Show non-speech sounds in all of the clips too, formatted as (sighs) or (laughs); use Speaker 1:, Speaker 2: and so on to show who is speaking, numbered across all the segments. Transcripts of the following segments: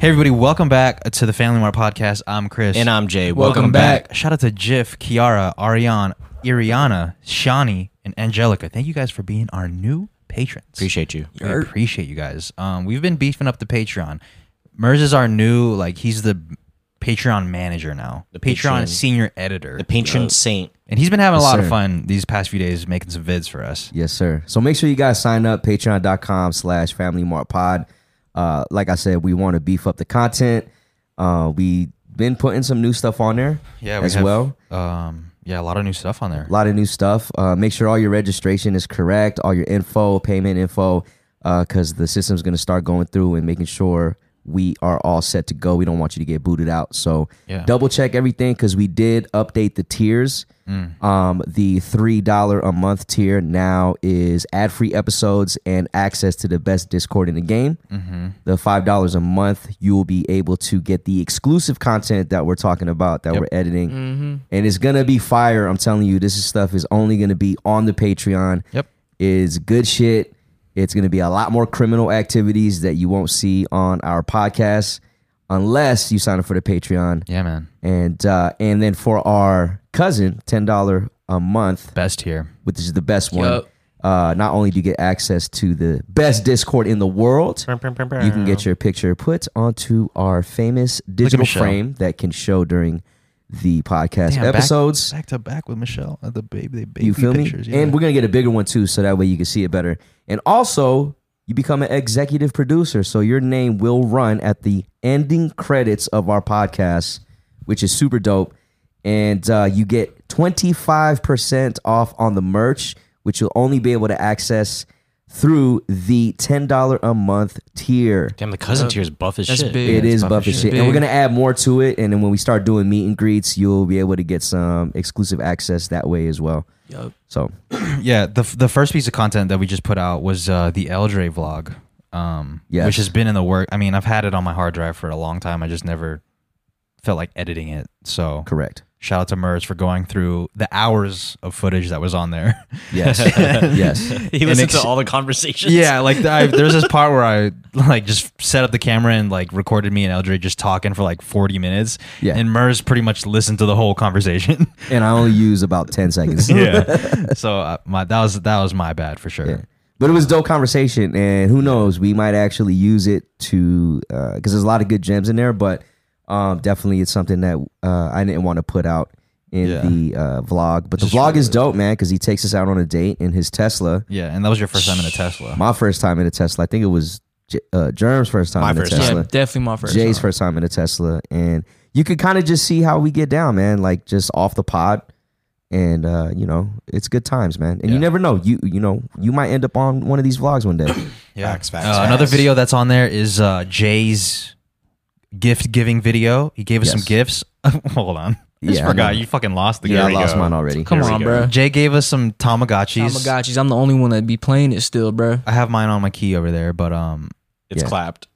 Speaker 1: Hey, everybody, welcome back to the Family Mart Podcast. I'm Chris.
Speaker 2: And I'm Jay.
Speaker 3: Welcome back.
Speaker 1: Shout out to Jif, Kiara, Ariane, Iriana, Shani, and Angelica. Thank you guys for being our new patrons.
Speaker 2: Appreciate you.
Speaker 1: We appreciate you guys. Um, we've been beefing up the Patreon. Mers is our new, like, he's the Patreon manager now. The Patreon
Speaker 2: patron-
Speaker 1: senior editor.
Speaker 2: The patron saint.
Speaker 1: and he's been having a lot of
Speaker 3: sir.
Speaker 1: fun these past few days making some vids for us.
Speaker 3: Yes, sir. So make sure you guys sign up, patreon.com slash family mart pod. Uh, like I said, we want to beef up the content. Uh, we been putting some new stuff on there as well.
Speaker 1: Um, yeah, a lot of new stuff on there.
Speaker 3: A lot of new stuff. Uh, make sure all your registration is correct, all your info, payment info, because the system's going to start going through and making sure we are all set to go. We don't want you to get booted out. So
Speaker 1: Yeah.
Speaker 3: double check everything because we did update the tiers. Um, the $3 a month tier now is ad free episodes and access to the best Discord in the game. The $5 a month, you will be able to get the exclusive content that we're talking about that we're editing. And it's going to be fire. I'm telling you, this is stuff is only going to be on the Patreon.
Speaker 1: Yep.
Speaker 3: Is good shit. It's going to be a lot more criminal activities that you won't see on our podcast unless you sign up for the Patreon
Speaker 1: Yeah, man.
Speaker 3: and uh, and then for our cousin, ten dollar a month,
Speaker 1: Best here.
Speaker 3: which is the best one.
Speaker 2: Yup.
Speaker 3: Uh, not only do you get access to the best Discord in the world, you can get your picture put onto our famous digital
Speaker 1: Michelle.
Speaker 3: frame that can show during the podcast
Speaker 1: Damn, back-
Speaker 3: episodes.
Speaker 1: back, to back with Michelle at the baby, the baby
Speaker 3: you feel me?
Speaker 1: pictures. yeah.
Speaker 3: And we're gonna get a bigger one too, so that way you can see it better. And also, you become an executive producer, so your name will run at the ending credits of our podcast, which is super dope. And uh, you get twenty five percent off on the merch, which you'll only be able to access through the ten dollar a month tier.
Speaker 2: Damn, the cousin tier is buff as
Speaker 4: that's
Speaker 2: shit.
Speaker 4: big.
Speaker 3: It
Speaker 1: it's
Speaker 3: is
Speaker 1: buff
Speaker 3: buff
Speaker 1: as
Speaker 3: as
Speaker 1: shit.
Speaker 3: shit. And we're
Speaker 4: Big.
Speaker 3: gonna add more to it. And then when we start doing meet and greets, you'll be able to get some exclusive access that way as well.
Speaker 4: Yup.
Speaker 3: So
Speaker 1: yeah, the the first piece of content that we just put out was uh, the Eldre vlog, um,
Speaker 3: Yes.
Speaker 1: which has been in the work. I mean, I've had it on my hard drive for a long time. I just never felt like editing it. So
Speaker 3: correct.
Speaker 1: shout out to Merz for going through the hours of footage that was on
Speaker 3: (laughs)
Speaker 1: there. (laughs)
Speaker 3: Yes. yes.
Speaker 2: (laughs) He listened
Speaker 1: ex-
Speaker 2: to all the conversations.
Speaker 1: yeah, like I, there's this part where I like just set up the camera and like recorded me and Eldre just talking for like 40 minutes.
Speaker 3: Yeah.
Speaker 1: and Merz pretty much listened to the whole conversation. (laughs)
Speaker 3: And I only use about 10 seconds. (laughs)
Speaker 1: yeah. So uh, my that was that was my bad for sure.
Speaker 3: Yeah. But it was dope conversation. And who knows, we might actually use it to, because there's a lot of good gems in there, but um, definitely it's something that uh, I didn't want to put out in
Speaker 1: Yeah.
Speaker 3: the uh, vlog. But the vlog is dope, man, because he takes us out on a date in his Tesla.
Speaker 1: Yeah, and that was your first time in a Tesla.
Speaker 3: My first time in a Tesla. I think it was J- uh, Germ's first time
Speaker 2: My
Speaker 3: in
Speaker 2: first
Speaker 3: a
Speaker 2: time.
Speaker 3: Tesla.
Speaker 4: Yeah, definitely my first.
Speaker 3: Jay's
Speaker 4: time.
Speaker 3: first time in a Tesla, and you could kind of just see how we get down, man. Like just off the pod, and uh, you know, it's good times, man. And you
Speaker 1: Yeah.
Speaker 3: never know, you you know, you might end up on one of these vlogs one day.
Speaker 1: Yeah.
Speaker 2: Facts, facts,
Speaker 1: Uh, Another
Speaker 2: facts.
Speaker 1: video that's on there is uh, Jay's gift giving video. He gave us some
Speaker 3: Yes.
Speaker 1: gifts. (laughs) Hold on, I just
Speaker 3: Yeah, I
Speaker 1: forgot.
Speaker 3: know.
Speaker 1: you fucking lost the.
Speaker 3: yeah, I
Speaker 1: there you
Speaker 3: lost
Speaker 1: go.
Speaker 3: mine already.
Speaker 4: Come
Speaker 2: Here we
Speaker 4: on,
Speaker 2: go.
Speaker 4: bro.
Speaker 1: Jay gave us some Tamagotchis.
Speaker 4: Tamagotchis. I'm the only one that be playing it still, bro.
Speaker 1: I have mine on my key over there, but um,
Speaker 2: It's
Speaker 3: Yeah.
Speaker 2: clapped.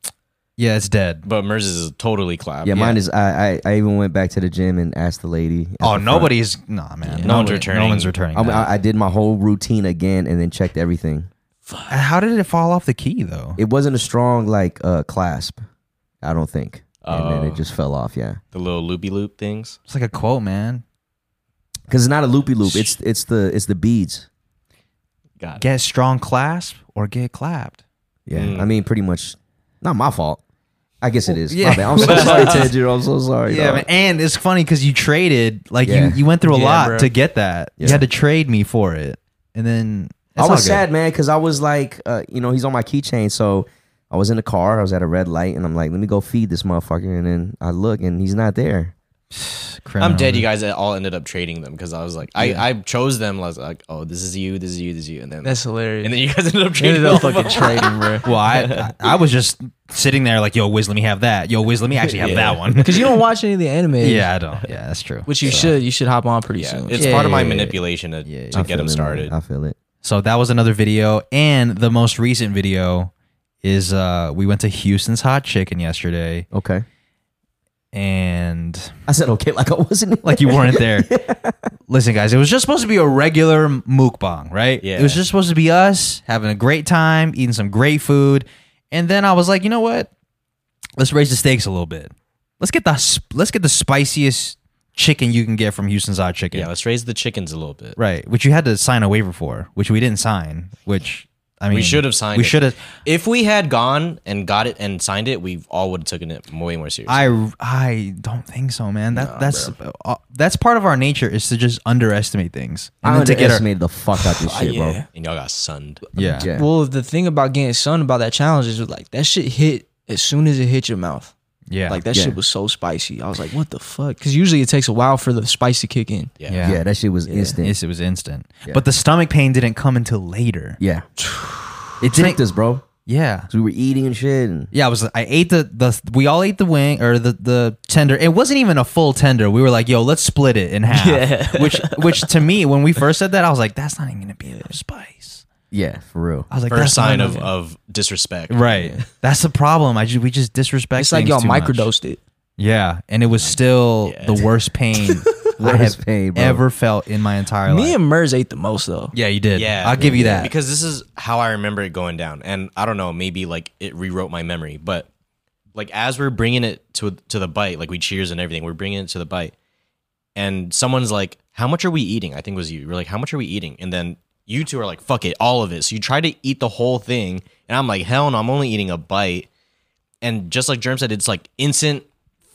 Speaker 1: yeah, it's dead.
Speaker 2: But Mers is totally clapped.
Speaker 3: Yeah, mine is. I, I I even went back to the gym and asked the lady. at
Speaker 1: Oh,
Speaker 3: the front.
Speaker 1: nobody's nah, man.
Speaker 2: Yeah. No
Speaker 1: Nobody-
Speaker 2: one's
Speaker 1: No
Speaker 2: returning.
Speaker 1: one's returning.
Speaker 3: I, mean,
Speaker 1: that.
Speaker 3: I, I did my whole routine again and then checked everything.
Speaker 1: How did it fall off the key though?
Speaker 3: It wasn't a strong like uh, clasp, I don't think. And then
Speaker 2: Oh.
Speaker 3: it just fell off. Yeah,
Speaker 2: The little loopy loop things.
Speaker 1: It's like a quote, man.
Speaker 3: because it's not a loopy loop. It's it's the it's the beads.
Speaker 2: God.
Speaker 1: Get strong clasp or get clapped.
Speaker 3: Yeah,
Speaker 2: Mm.
Speaker 3: I mean, pretty much, not my fault. I guess it is.
Speaker 1: yeah.
Speaker 3: My bad. I'm
Speaker 1: (laughs)
Speaker 3: so sorry, Tanjiro. I'm so sorry.
Speaker 1: Yeah,
Speaker 3: dog.
Speaker 1: man. and it's funny because you traded, like
Speaker 3: Yeah.
Speaker 1: you, you went through a
Speaker 4: Yeah,
Speaker 1: lot
Speaker 4: bro.
Speaker 1: to get that. You
Speaker 3: Yeah.
Speaker 1: had to trade me for it, and then
Speaker 3: I
Speaker 1: it's all
Speaker 3: was
Speaker 1: good.
Speaker 3: sad, man, because I was like, uh, you know, he's on my keychain, so I was in the car. I was at a red light, and I'm like, let me go feed this motherfucker, and then I look, and he's not there.
Speaker 1: Criminal.
Speaker 2: I'm dead. You guys all ended up trading them because I was like, I, I chose them. I was like, oh, this is you, this is you, this is you, and then
Speaker 4: That's
Speaker 2: (laughs)
Speaker 4: hilarious.
Speaker 2: and then you guys ended up trading
Speaker 4: ended
Speaker 2: (laughs)
Speaker 4: up
Speaker 2: them.
Speaker 4: fucking trading, bro.
Speaker 1: Well, I, I I was just sitting there like, yo, Wiz, let me have that. Yo, Wiz, let me actually have that one.
Speaker 4: Because you don't watch any of the
Speaker 1: (laughs)
Speaker 4: anime.
Speaker 1: yeah, I don't. Yeah, that's true.
Speaker 4: Which you should. You should hop on pretty
Speaker 2: Yeah,
Speaker 4: soon.
Speaker 2: it's
Speaker 1: Yeah,
Speaker 2: part of
Speaker 1: yeah,
Speaker 2: my
Speaker 1: yeah, yeah.
Speaker 2: manipulation to,
Speaker 1: Yeah, yeah.
Speaker 2: to
Speaker 3: I
Speaker 2: get
Speaker 3: feel
Speaker 2: them
Speaker 3: it, man.
Speaker 2: started.
Speaker 3: I feel it.
Speaker 1: So that was another video, and the most recent video is uh we went to Houston's Hot Chicken yesterday,
Speaker 3: Okay.
Speaker 1: and
Speaker 3: I said okay, (laughs) like I wasn't
Speaker 1: like you weren't
Speaker 2: (laughs)
Speaker 1: there. Listen, guys, it was just supposed to be a regular mukbang, right?
Speaker 2: Yeah.
Speaker 1: It was just supposed to be us having a great time, eating some great food. And then I was like, you know what? let's raise the stakes a little bit. Let's get the sp- let's get the spiciest chicken you can get from Houston's Hot Chicken.
Speaker 2: Yeah, let's raise the chickens a little bit.
Speaker 1: Right, which you had to sign a waiver for, which we didn't sign. Which I mean,
Speaker 2: We should have signed
Speaker 1: We
Speaker 2: it.
Speaker 1: should have.
Speaker 2: If we had gone and got it and signed it, we all would have taken it way more seriously.
Speaker 1: I I don't think so, man. That that's uh, that's part of our nature is to just underestimate things.
Speaker 3: (laughs) I
Speaker 1: then to get our-
Speaker 3: underestimated the fuck out
Speaker 1: (sighs)
Speaker 3: this shit, bro.
Speaker 4: yeah.
Speaker 2: and y'all got sunned.
Speaker 1: yeah.
Speaker 3: Yeah.
Speaker 4: Well, the thing about getting sun about that challenge is like that shit hit as soon as it hit your mouth.
Speaker 1: yeah,
Speaker 4: Like that
Speaker 3: Yeah.
Speaker 4: shit was so spicy. I was like, what the fuck? Because usually it takes a while for the spice to kick in.
Speaker 2: Yeah.
Speaker 1: Yeah.
Speaker 3: yeah. that shit was instant.
Speaker 1: Yes, it was instant. But the stomach pain didn't come until later. (sighs)
Speaker 3: Yeah. It tricked us, bro.
Speaker 1: Yeah.
Speaker 3: 'Cause we were eating and shit. And
Speaker 1: Yeah, I was. I ate the the. We all ate the wing or the the tender. It wasn't even a full tender. We were like, "Yo, let's split it in half." (laughs) Which which to me, when we first said that, I was like, "That's not even gonna be enough spice."
Speaker 3: yeah, for real.
Speaker 1: I was like,
Speaker 2: First
Speaker 1: "That's not
Speaker 2: sign
Speaker 1: enough."
Speaker 2: of, uh, of disrespect.
Speaker 1: right. That's the problem. I just we just disrespect.
Speaker 4: It's like
Speaker 1: things
Speaker 4: y'all
Speaker 1: too much.
Speaker 4: microdosed it.
Speaker 1: Yeah, and it was still
Speaker 2: Yeah.
Speaker 1: the worst pain I
Speaker 3: Worst
Speaker 1: have
Speaker 3: pain, bro.
Speaker 1: ever felt in my entire life.
Speaker 4: Me and Mers ate the most though.
Speaker 1: yeah, you did.
Speaker 2: Yeah.
Speaker 1: I'll give you that.
Speaker 2: Because this is how I remember it going down. And I don't know, maybe like it rewrote my memory, but like as we're bringing it to to the bite, like we cheers and everything, we're bringing it to the bite. And someone's like, "How much are we eating?" I think it was you. You're like, "How much are we eating?" And then you two are like, "Fuck it, all of it." So you try to eat the whole thing, and I'm like, "Hell no, I'm only eating a bite." And just like Germ said, it's like instant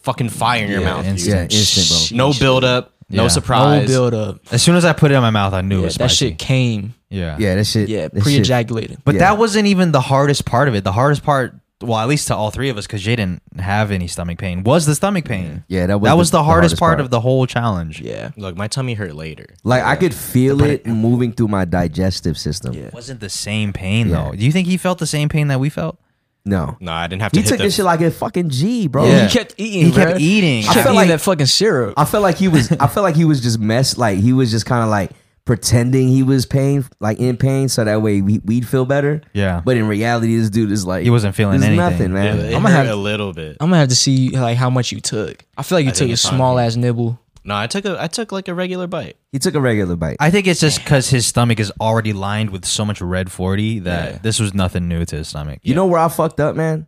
Speaker 2: fucking fire in your mouth. dude.
Speaker 1: instant.
Speaker 3: Yeah, instant,
Speaker 2: No build up,
Speaker 1: Yeah.
Speaker 2: no
Speaker 1: No
Speaker 2: surprise.
Speaker 4: No build up.
Speaker 1: As soon as I put it in my mouth, I knew it
Speaker 4: Yeah,
Speaker 1: was
Speaker 4: that
Speaker 1: spicy.
Speaker 4: shit came.
Speaker 1: Yeah.
Speaker 3: bro. Yeah, that shit.
Speaker 4: Yeah,
Speaker 3: that shit-
Speaker 4: pre ejaculated.
Speaker 1: But
Speaker 3: Yeah.
Speaker 1: that wasn't even the hardest part of it. The hardest part, well, at least to all three of us, because Jay didn't have any stomach pain, was the stomach pain.
Speaker 3: Yeah, that was
Speaker 1: that
Speaker 3: the-
Speaker 1: was the,
Speaker 3: the
Speaker 1: hardest,
Speaker 3: hardest
Speaker 1: part,
Speaker 3: part.
Speaker 1: of the whole challenge.
Speaker 4: Yeah.
Speaker 2: Look, my tummy hurt later.
Speaker 3: Like I could feel it moving through my digestive system.
Speaker 4: Yeah.
Speaker 1: It wasn't the same pain
Speaker 3: Yeah.
Speaker 1: though. Do you think he felt the same pain that we felt?
Speaker 3: No,
Speaker 2: No, I didn't have to
Speaker 3: he
Speaker 2: hit
Speaker 3: took
Speaker 2: the
Speaker 3: this shit like a fucking G, bro.
Speaker 1: Yeah.
Speaker 4: He kept eating.
Speaker 1: He kept
Speaker 4: bruh.
Speaker 1: eating.
Speaker 4: I
Speaker 1: Yeah.
Speaker 4: felt
Speaker 3: Eating
Speaker 4: like
Speaker 3: that
Speaker 4: that fucking syrup.
Speaker 3: I felt like he was. I felt like he was just messed. Like he was just kind of like pretending he was pain, like in pain, so that way we, we'd feel better.
Speaker 1: Yeah.
Speaker 3: But in reality, this dude is like
Speaker 1: He wasn't feeling
Speaker 3: this is
Speaker 1: anything.
Speaker 3: Nothing,
Speaker 2: Yeah,
Speaker 3: man.
Speaker 2: it
Speaker 4: I'ma
Speaker 2: hurt
Speaker 4: have-
Speaker 2: a little bit.
Speaker 4: I'm gonna have to see like how much you took. I feel like you
Speaker 2: think
Speaker 4: took a
Speaker 2: it's on
Speaker 4: small
Speaker 2: me.
Speaker 4: ass nibble.
Speaker 2: No, I took a I took like a regular bite.
Speaker 3: He took a regular bite.
Speaker 1: I think it's just because his stomach is already lined with so much red forty that
Speaker 2: Yeah.
Speaker 1: this was nothing new to his stomach.
Speaker 3: You know where I fucked up, man?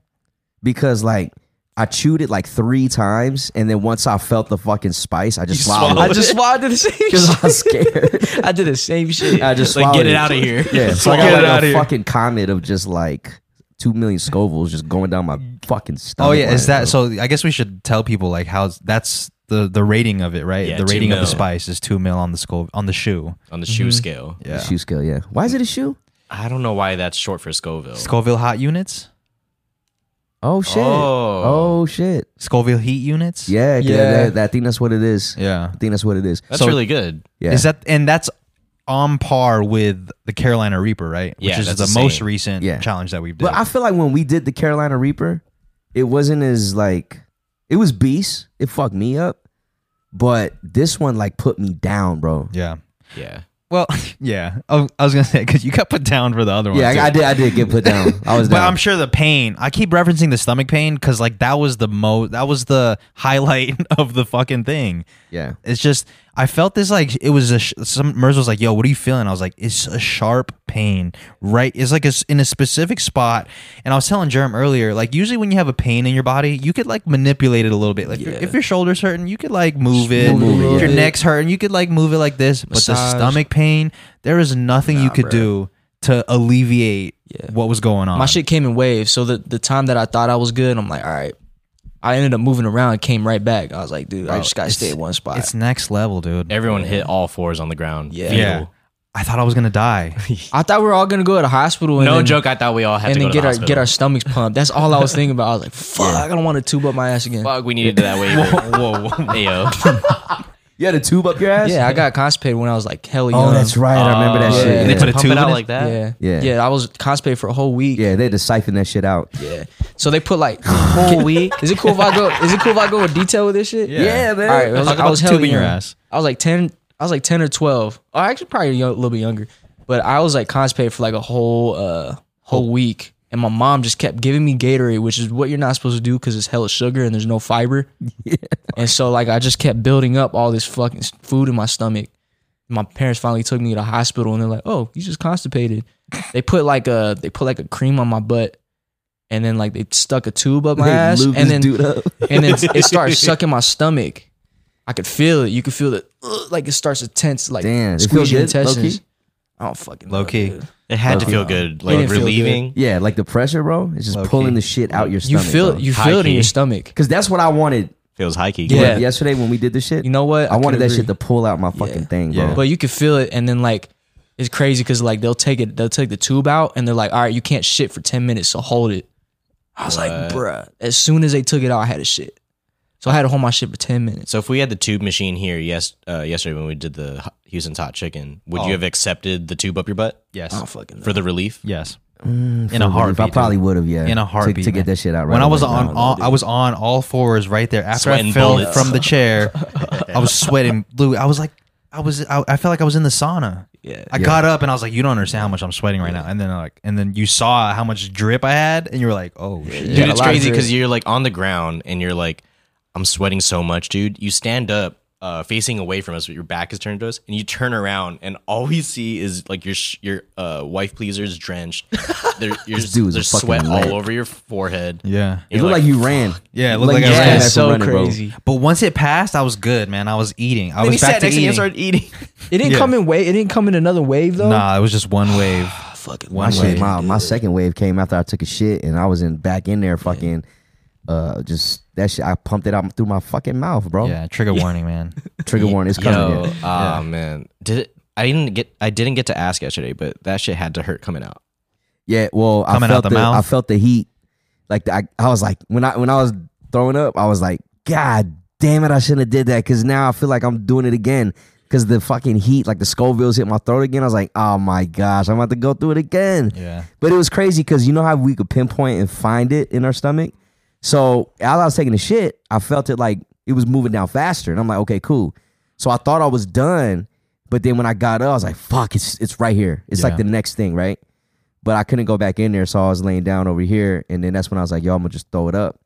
Speaker 3: Because like I chewed it like three times, and then once I felt the fucking spice, I just swallowed.
Speaker 4: I
Speaker 3: it
Speaker 4: (laughs) just swallowed the same
Speaker 2: (laughs)
Speaker 3: because
Speaker 4: shit.
Speaker 3: I was scared.
Speaker 4: I did the
Speaker 3: (laughs)
Speaker 4: same shit.
Speaker 3: I just
Speaker 2: Like,
Speaker 3: swallowed
Speaker 2: get it out of here. (laughs)
Speaker 3: Yeah, so I
Speaker 2: Get
Speaker 3: got
Speaker 2: it
Speaker 3: like
Speaker 2: out
Speaker 3: a
Speaker 2: of here.
Speaker 3: fucking comet of just like two million scovilles just going down my fucking stomach.
Speaker 1: Oh yeah, is
Speaker 3: line,
Speaker 1: that so? I guess we should tell people like how that's the the rating of it, right?
Speaker 2: Yeah,
Speaker 1: the
Speaker 2: two
Speaker 1: rating of the
Speaker 2: mil.
Speaker 1: spice is two mil on the skull on the shoe.
Speaker 2: On the shoe scale.
Speaker 3: bro. shoe scale? Yeah. Why is it a shoe?
Speaker 2: I don't know why that's short for Scoville.
Speaker 1: Scoville hot units,
Speaker 3: Oh shit.
Speaker 2: Oh.
Speaker 3: Oh, shit.
Speaker 1: Scoville heat units.
Speaker 3: Yeah, yeah.
Speaker 4: Yeah.
Speaker 3: That, that- I think that's what it is.
Speaker 1: yeah.
Speaker 3: I think that's what it is.
Speaker 2: that's
Speaker 1: So-
Speaker 2: really good.
Speaker 3: Yeah.
Speaker 1: Is that and that's on par with the Carolina Reaper, right? Which
Speaker 2: Yeah,
Speaker 1: is
Speaker 2: that's
Speaker 1: the
Speaker 2: the
Speaker 1: most
Speaker 2: same.
Speaker 1: recent
Speaker 3: Yeah.
Speaker 1: challenge that we've done.
Speaker 3: but I feel like when we did the Carolina Reaper, it wasn't as like it was beast. It fucked me up. But this one like put me down, bro.
Speaker 1: yeah.
Speaker 2: Yeah.
Speaker 1: Well, (laughs) yeah. Oh, I was gonna say because you got put down for the other one.
Speaker 3: Yeah,
Speaker 1: too.
Speaker 3: I, I did. I did get put down. I was
Speaker 1: But
Speaker 3: down.
Speaker 1: I'm sure the pain. I keep referencing the stomach pain because like that was the mo. That was the highlight (laughs) of the fucking thing.
Speaker 3: yeah,
Speaker 1: It's just I felt this like it was a sh- some Merz was like, "Yo, what are you feeling?" I was like, "It's a sharp pain, right? It's like it's in a specific spot." And I was telling Jerem earlier, like usually when you have a pain in your body, you could like manipulate it a little bit. Like
Speaker 4: Yeah.
Speaker 1: if your shoulders hurting, you could like move it.
Speaker 4: move it a
Speaker 1: if
Speaker 4: little
Speaker 1: your
Speaker 4: bit.
Speaker 1: neck's hurting, you could like move it like this. But the
Speaker 4: Massage.
Speaker 1: stomach pain, there is nothing you could do to alleviate
Speaker 4: Yeah.
Speaker 1: what was going on.
Speaker 4: My shit came in waves. So the, the time that I thought I was good, I'm like, all right. I ended up moving around, came right back. I was like, dude, I just gotta stay at one spot.
Speaker 1: it's next level, dude.
Speaker 2: Everyone hit all fours on the ground.
Speaker 4: Yeah.
Speaker 2: Fetal.
Speaker 1: yeah. I thought I was gonna
Speaker 4: (laughs)
Speaker 1: die.
Speaker 4: I thought we were all gonna go to the hospital. And
Speaker 2: No
Speaker 4: then,
Speaker 2: joke, I thought we all had
Speaker 4: And
Speaker 2: to go
Speaker 4: then
Speaker 2: to
Speaker 4: get
Speaker 2: the
Speaker 4: our
Speaker 2: hospital.
Speaker 4: get our stomachs pumped. That's all I was thinking about. I was like, fuck, I don't want to tube up my ass
Speaker 2: (laughs)
Speaker 4: again.
Speaker 2: Fuck, we needed that way. whoa, (laughs) whoa, whoa. Ayo.
Speaker 3: you had a tube up your ass.
Speaker 4: Yeah, I got constipated when I was like, hell yeah.
Speaker 3: Oh, that's right. I remember that
Speaker 2: Uh,
Speaker 3: shit.
Speaker 4: yeah.
Speaker 3: Yeah.
Speaker 1: They put a
Speaker 2: Pump
Speaker 1: tube
Speaker 2: it out
Speaker 1: in it?
Speaker 2: like that.
Speaker 4: Yeah.
Speaker 3: Yeah.
Speaker 4: Yeah, I was constipated for a whole week.
Speaker 3: yeah, they had to siphon that shit out.
Speaker 4: Yeah. So they put like whole week. Is it cool if I go? Is it cool if I go with detail with this shit?
Speaker 1: Yeah,
Speaker 4: All right. I was,
Speaker 1: Talk
Speaker 4: I
Speaker 1: about
Speaker 4: was
Speaker 1: the
Speaker 4: hella
Speaker 1: tube in your
Speaker 4: young.
Speaker 1: ass.
Speaker 4: I was like ten. I was like ten or twelve. Or actually, probably a yo- little bit younger. But I was like constipated for like a whole uh whole week, and my mom just kept giving me Gatorade, which is what you're not supposed to do because it's hella sugar and there's
Speaker 1: (laughs)
Speaker 4: no fiber. And so like I just kept building up all this fucking s- food in my stomach. My parents finally took me to the hospital, and they're like, "Oh, you just constipated." they put like a they put like a cream on my butt, and then like they stuck a tube up my
Speaker 3: They
Speaker 4: ass,
Speaker 3: lube
Speaker 4: and
Speaker 3: this
Speaker 4: then
Speaker 3: dude up. (laughs)
Speaker 4: and then it started sucking my stomach. I could feel it. You could feel it. Ugh, like it starts to tense, like
Speaker 3: Damn, it feel
Speaker 4: squeeze your
Speaker 3: good, low
Speaker 4: intestines.
Speaker 3: key?
Speaker 4: I don't fucking know,
Speaker 1: Low key.
Speaker 4: dude.
Speaker 2: It had to feel good, like
Speaker 4: didn't feel good.
Speaker 2: relieving.
Speaker 3: Yeah, like the pressure, bro. It's just
Speaker 1: Low
Speaker 3: pulling
Speaker 1: key.
Speaker 3: the shit out your
Speaker 4: You
Speaker 3: stomach.
Speaker 4: feel it. You
Speaker 2: High
Speaker 4: feel it in
Speaker 2: key.
Speaker 4: your stomach.
Speaker 3: because that's what I wanted.
Speaker 2: Feels high key.
Speaker 4: Yeah.
Speaker 3: Like, yesterday when we did the shit,
Speaker 4: You know what?
Speaker 3: I,
Speaker 4: could
Speaker 3: wanted that
Speaker 4: agree.
Speaker 3: shit to pull out my fucking thing, bro.
Speaker 1: Yeah.
Speaker 4: but you could feel it, and then like it's crazy because like they'll take it, they'll take the tube out, and they're like, "All right, you can't shit for ten minutes, so hold it." I was like, "Bruh!" As soon as they took it out, I had to shit, so I had to hold my shit for ten minutes.
Speaker 2: So if we had the tube machine here, yes, uh, yesterday when we did the Ho- Houston's hot chicken, would you have accepted the tube up your butt
Speaker 1: Yes.
Speaker 4: I don't fucking know.
Speaker 2: for the relief?
Speaker 1: Yes.
Speaker 4: Mm,
Speaker 1: in a heartbeat.
Speaker 3: I probably
Speaker 1: dude.
Speaker 3: would have, yeah,
Speaker 1: in a
Speaker 3: to-
Speaker 1: heartbeat
Speaker 3: to, get
Speaker 1: man.
Speaker 3: that shit out. Right
Speaker 1: when I was
Speaker 3: away.
Speaker 1: on,
Speaker 3: No, no,
Speaker 1: all,
Speaker 3: dude.
Speaker 1: I was on all fours right there. After I
Speaker 2: Sweating
Speaker 1: fell
Speaker 2: bullets.
Speaker 1: from the
Speaker 2: (laughs)
Speaker 1: chair, I was sweating blue. I was like, I was, I, I felt like I was in the sauna.
Speaker 4: Yeah.
Speaker 1: I got up and I was like, you don't understand how much I'm sweating right now. And then uh, like, and then you saw how much drip I had, and you were like, oh shit.
Speaker 2: Dude,
Speaker 4: a
Speaker 2: it's
Speaker 4: lot of
Speaker 2: crazy
Speaker 4: drip.
Speaker 2: because you're like on the ground and you're like, I'm sweating so much, dude. You stand up, uh, facing away from us, but your back is turned to us, and you turn around, and all we see is like your sh- your uh, wife pleasers drenched. There, your,
Speaker 3: dude's a
Speaker 2: there's
Speaker 3: fucking
Speaker 2: sweat
Speaker 3: lamp.
Speaker 2: all over your forehead.
Speaker 1: Yeah.
Speaker 3: It looked like, you ran.
Speaker 1: Yeah, it looked
Speaker 3: Like,
Speaker 1: like I
Speaker 3: yeah,
Speaker 1: ran.
Speaker 3: back
Speaker 4: It's
Speaker 3: from
Speaker 4: so
Speaker 3: running, bro.
Speaker 4: crazy.
Speaker 1: But once it passed, I was good, man. I was eating. I
Speaker 2: Then
Speaker 1: was
Speaker 2: he sat
Speaker 1: back to
Speaker 2: next to me
Speaker 1: eating.
Speaker 2: and started eating.
Speaker 4: (laughs) It didn't
Speaker 1: Yeah.
Speaker 4: come in wave. It didn't come in another wave though.
Speaker 1: Nah, it was just one
Speaker 2: (sighs)
Speaker 1: wave.
Speaker 4: I fucking
Speaker 1: One
Speaker 3: My
Speaker 4: love
Speaker 1: wave.
Speaker 3: shit,
Speaker 4: it.
Speaker 3: my, my second wave came after I took a shit, and I was in back in there, fucking, uh, just that shit. I pumped it out through my fucking mouth, bro.
Speaker 1: Yeah, trigger warning,
Speaker 2: (laughs)
Speaker 1: man.
Speaker 3: Trigger warning, it's coming.
Speaker 2: Yo,
Speaker 3: yeah.
Speaker 2: ah man, did it? I didn't get. I didn't get to ask yesterday, but that shit had to hurt coming out.
Speaker 3: Yeah, well, I
Speaker 1: Coming out
Speaker 3: felt
Speaker 1: the
Speaker 3: the, I
Speaker 1: mouth?
Speaker 3: felt the heat. Like I, I was like when I when I was throwing up, I was like, God damn it, I shouldn't have did that because now I feel like I'm doing it again because the fucking heat, like the Scovilles hit my throat again. I was like, oh my gosh, I'm about to go through it again.
Speaker 1: Yeah.
Speaker 3: But it was crazy because you know how we could pinpoint and find it in our stomach. So as I was taking the shit, I felt it like it was moving down faster, and I'm like, okay, cool. So I thought I was done, but then when I got up, I was like, fuck, it's it's right here. It's like
Speaker 1: Yeah.
Speaker 3: the next thing, right? But I couldn't go back in there, so I was laying down over here, and then that's when I was like, yo, I'm gonna just throw it up.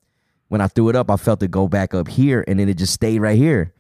Speaker 3: When I threw it up, I felt it go back up here, and then it just stayed right here.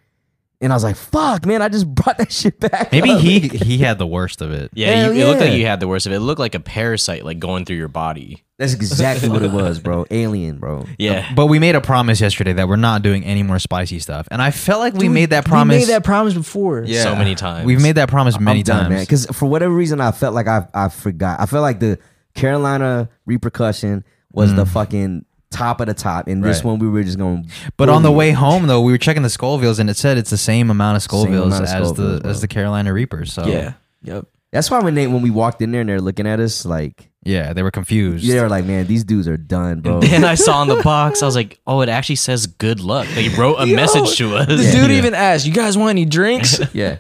Speaker 3: And I was like, fuck, man, I just (laughs) brought that shit back.
Speaker 1: Maybe
Speaker 2: (laughs)
Speaker 3: up.
Speaker 1: he he had the worst of it.
Speaker 2: Yeah,
Speaker 3: Hell
Speaker 2: you, it looked like
Speaker 3: yeah.
Speaker 2: you had the worst of it. It looked like a parasite, like going through your body.
Speaker 3: (laughs) That's exactly what it was, bro. Alien,
Speaker 1: (laughs)
Speaker 3: bro.
Speaker 2: Yeah,
Speaker 1: But we made a promise yesterday that we're not doing any more spicy stuff, and I felt like we made that promise.
Speaker 4: We made that promise before.
Speaker 1: Yeah.
Speaker 2: so many times.
Speaker 1: We've made that promise many
Speaker 3: I'm done, man.
Speaker 1: times.
Speaker 3: Because for whatever reason, I felt like I I forgot. I felt like the Carolina repercussion was the fucking top of the top, and
Speaker 1: Mm.
Speaker 3: this
Speaker 1: Right.
Speaker 3: one we were just going.
Speaker 1: but on the way home though, we were checking the Scovilles, and it said it's the same amount of
Speaker 3: Same
Speaker 1: Scovilles
Speaker 3: amount of
Speaker 1: as the
Speaker 3: Scovilles, bro.
Speaker 1: as the Carolina Reapers. So
Speaker 4: Yeah. Yep.
Speaker 3: That's why when they when we walked in there and they're looking at us like
Speaker 1: yeah, they were confused.
Speaker 3: they were like, man, these dudes are
Speaker 1: (laughs)
Speaker 3: done, bro.
Speaker 2: Then I saw on the (laughs) box, I was like, "Oh, it actually says good luck." They wrote a message to us.
Speaker 4: The dude even asked, "You guys want any drinks?"
Speaker 3: yeah,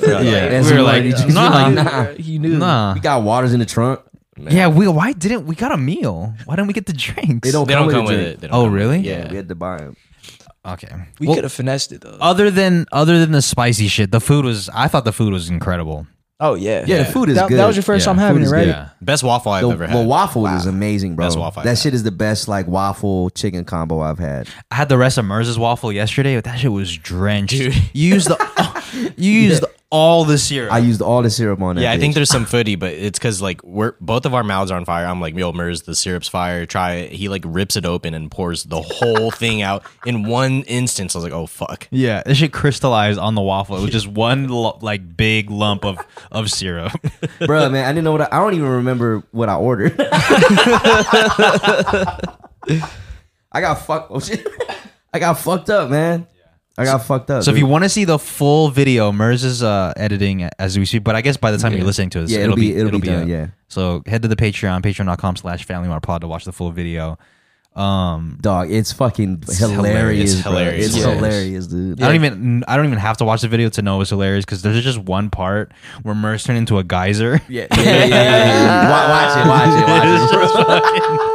Speaker 1: Yeah.
Speaker 3: That's
Speaker 1: we were
Speaker 3: what
Speaker 1: like,
Speaker 3: it is.
Speaker 1: nah.
Speaker 3: We're like, nah.
Speaker 4: he knew.
Speaker 1: nah.
Speaker 3: We got waters in the trunk.
Speaker 1: Yeah, we why didn't we got a meal? Why didn't we get the drinks?
Speaker 3: They don't.
Speaker 2: (laughs) they don't come with
Speaker 3: a drink.
Speaker 2: it. They don't
Speaker 1: Oh
Speaker 2: come with
Speaker 1: really?
Speaker 2: it. Yeah.
Speaker 3: We had to buy them.
Speaker 1: Okay.
Speaker 4: We
Speaker 1: Well,
Speaker 4: could have finessed it though.
Speaker 1: other than other than the spicy shit, the food was I thought the food was incredible.
Speaker 4: oh yeah.
Speaker 3: Yeah, the food is
Speaker 4: that,
Speaker 3: good.
Speaker 4: That was your first
Speaker 1: Yeah,
Speaker 4: time having
Speaker 3: food
Speaker 4: it,
Speaker 3: is
Speaker 4: right?
Speaker 1: Yeah.
Speaker 2: Best waffle I've
Speaker 3: The,
Speaker 2: ever
Speaker 3: the
Speaker 2: had.
Speaker 3: waffle is amazing, bro.
Speaker 2: Best waffle I've
Speaker 3: that
Speaker 2: had.
Speaker 3: shit is the best like waffle chicken combo I've had.
Speaker 1: I had the rest of Merz's waffle yesterday, but that shit was drenched.
Speaker 2: Dude.
Speaker 1: You used
Speaker 3: (laughs)
Speaker 1: the oh, you used all the syrup.
Speaker 3: I used all the syrup on that.
Speaker 2: yeah, I
Speaker 3: bitch.
Speaker 2: think there's some footy, but it's because like we're both of our mouths are on fire. I'm like, "Yo, Mers, the syrup's fire. Try it." He like rips it open and pours the whole thing out in one instance. I was like, "Oh fuck."
Speaker 1: yeah, this shit crystallized on the waffle. It was just one lo- like big lump of of
Speaker 3: (laughs)
Speaker 1: syrup.
Speaker 3: bro, man, I didn't know what I, I don't even remember what I ordered. (laughs) I got fucked. Oh shit, (laughs) I got fucked up, man. I got fucked up.
Speaker 1: So if
Speaker 3: dude.
Speaker 1: you want to see the full video, Mers is uh, editing as we speak. But I guess by the time you're listening to this,
Speaker 3: Yeah, it'll be- it'll be done,
Speaker 1: up.
Speaker 3: yeah.
Speaker 1: So head to the Patreon, patreon.com slash familymart to watch the full video. Um,
Speaker 3: dog, it's fucking
Speaker 1: hilarious.
Speaker 3: hilarious.
Speaker 2: It's
Speaker 3: bro.
Speaker 2: hilarious,
Speaker 3: It's
Speaker 2: yeah.
Speaker 3: hilarious, dude.
Speaker 1: I don't even I don't even have to watch the video to know it's hilarious because there's just one part where Mers turned into a geyser. (laughs)
Speaker 3: Yeah, yeah, yeah, yeah, (laughs) yeah. Wa- Watch it, watch it, (laughs) watch it.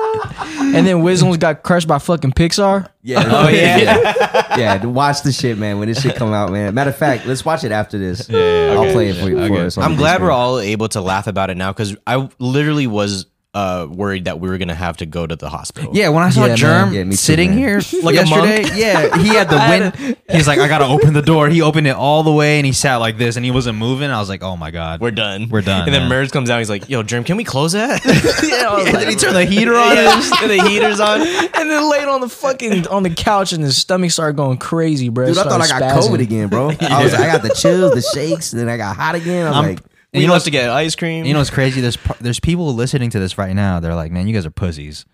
Speaker 4: And then Wizzles got crushed by fucking Pixar.
Speaker 3: Yeah, oh yeah, yeah. dude, watch the shit, man. When this shit come out, man. Matter of fact, let's watch it after this. Yeah, I'll play it for you. For us on
Speaker 2: I'm
Speaker 3: the
Speaker 2: glad
Speaker 3: big
Speaker 2: we're all able to laugh about it now because I literally was uh, worried that we were gonna have to go to the hospital.
Speaker 1: Yeah, when I saw
Speaker 4: Yeah, man.
Speaker 1: Germ
Speaker 3: Yeah, me too,
Speaker 1: sitting
Speaker 3: man.
Speaker 4: (laughs)
Speaker 1: here
Speaker 2: Like a monk?
Speaker 1: yesterday, yeah, he
Speaker 2: (laughs)
Speaker 1: had the wind. He's like, I gotta open the door. He opened it all the way, and he sat like this, and he wasn't moving. I was like, oh my god, (laughs)
Speaker 2: we're done.
Speaker 1: We're done,
Speaker 2: And then
Speaker 1: man.
Speaker 2: Merz comes out. He's like, "Yo, Germ, can we close that?" (laughs)
Speaker 4: Yeah, I was
Speaker 1: And
Speaker 4: like-
Speaker 1: then he turned the heater on.
Speaker 2: and the heaters on.
Speaker 4: (laughs) and then laid on the fucking on the couch and his stomach started going crazy, bro.
Speaker 3: Dude, I thought I got
Speaker 4: Started
Speaker 3: COVID
Speaker 4: spazzing.
Speaker 3: again, (laughs) bro. I was, I got the chills, the shakes, and then I got hot again. I was
Speaker 1: I'm-
Speaker 3: like,
Speaker 2: We
Speaker 1: You know
Speaker 2: left to get ice cream.
Speaker 1: You know what's crazy? There's pro- there's people listening to this right now. They're like, man, you guys are pussies.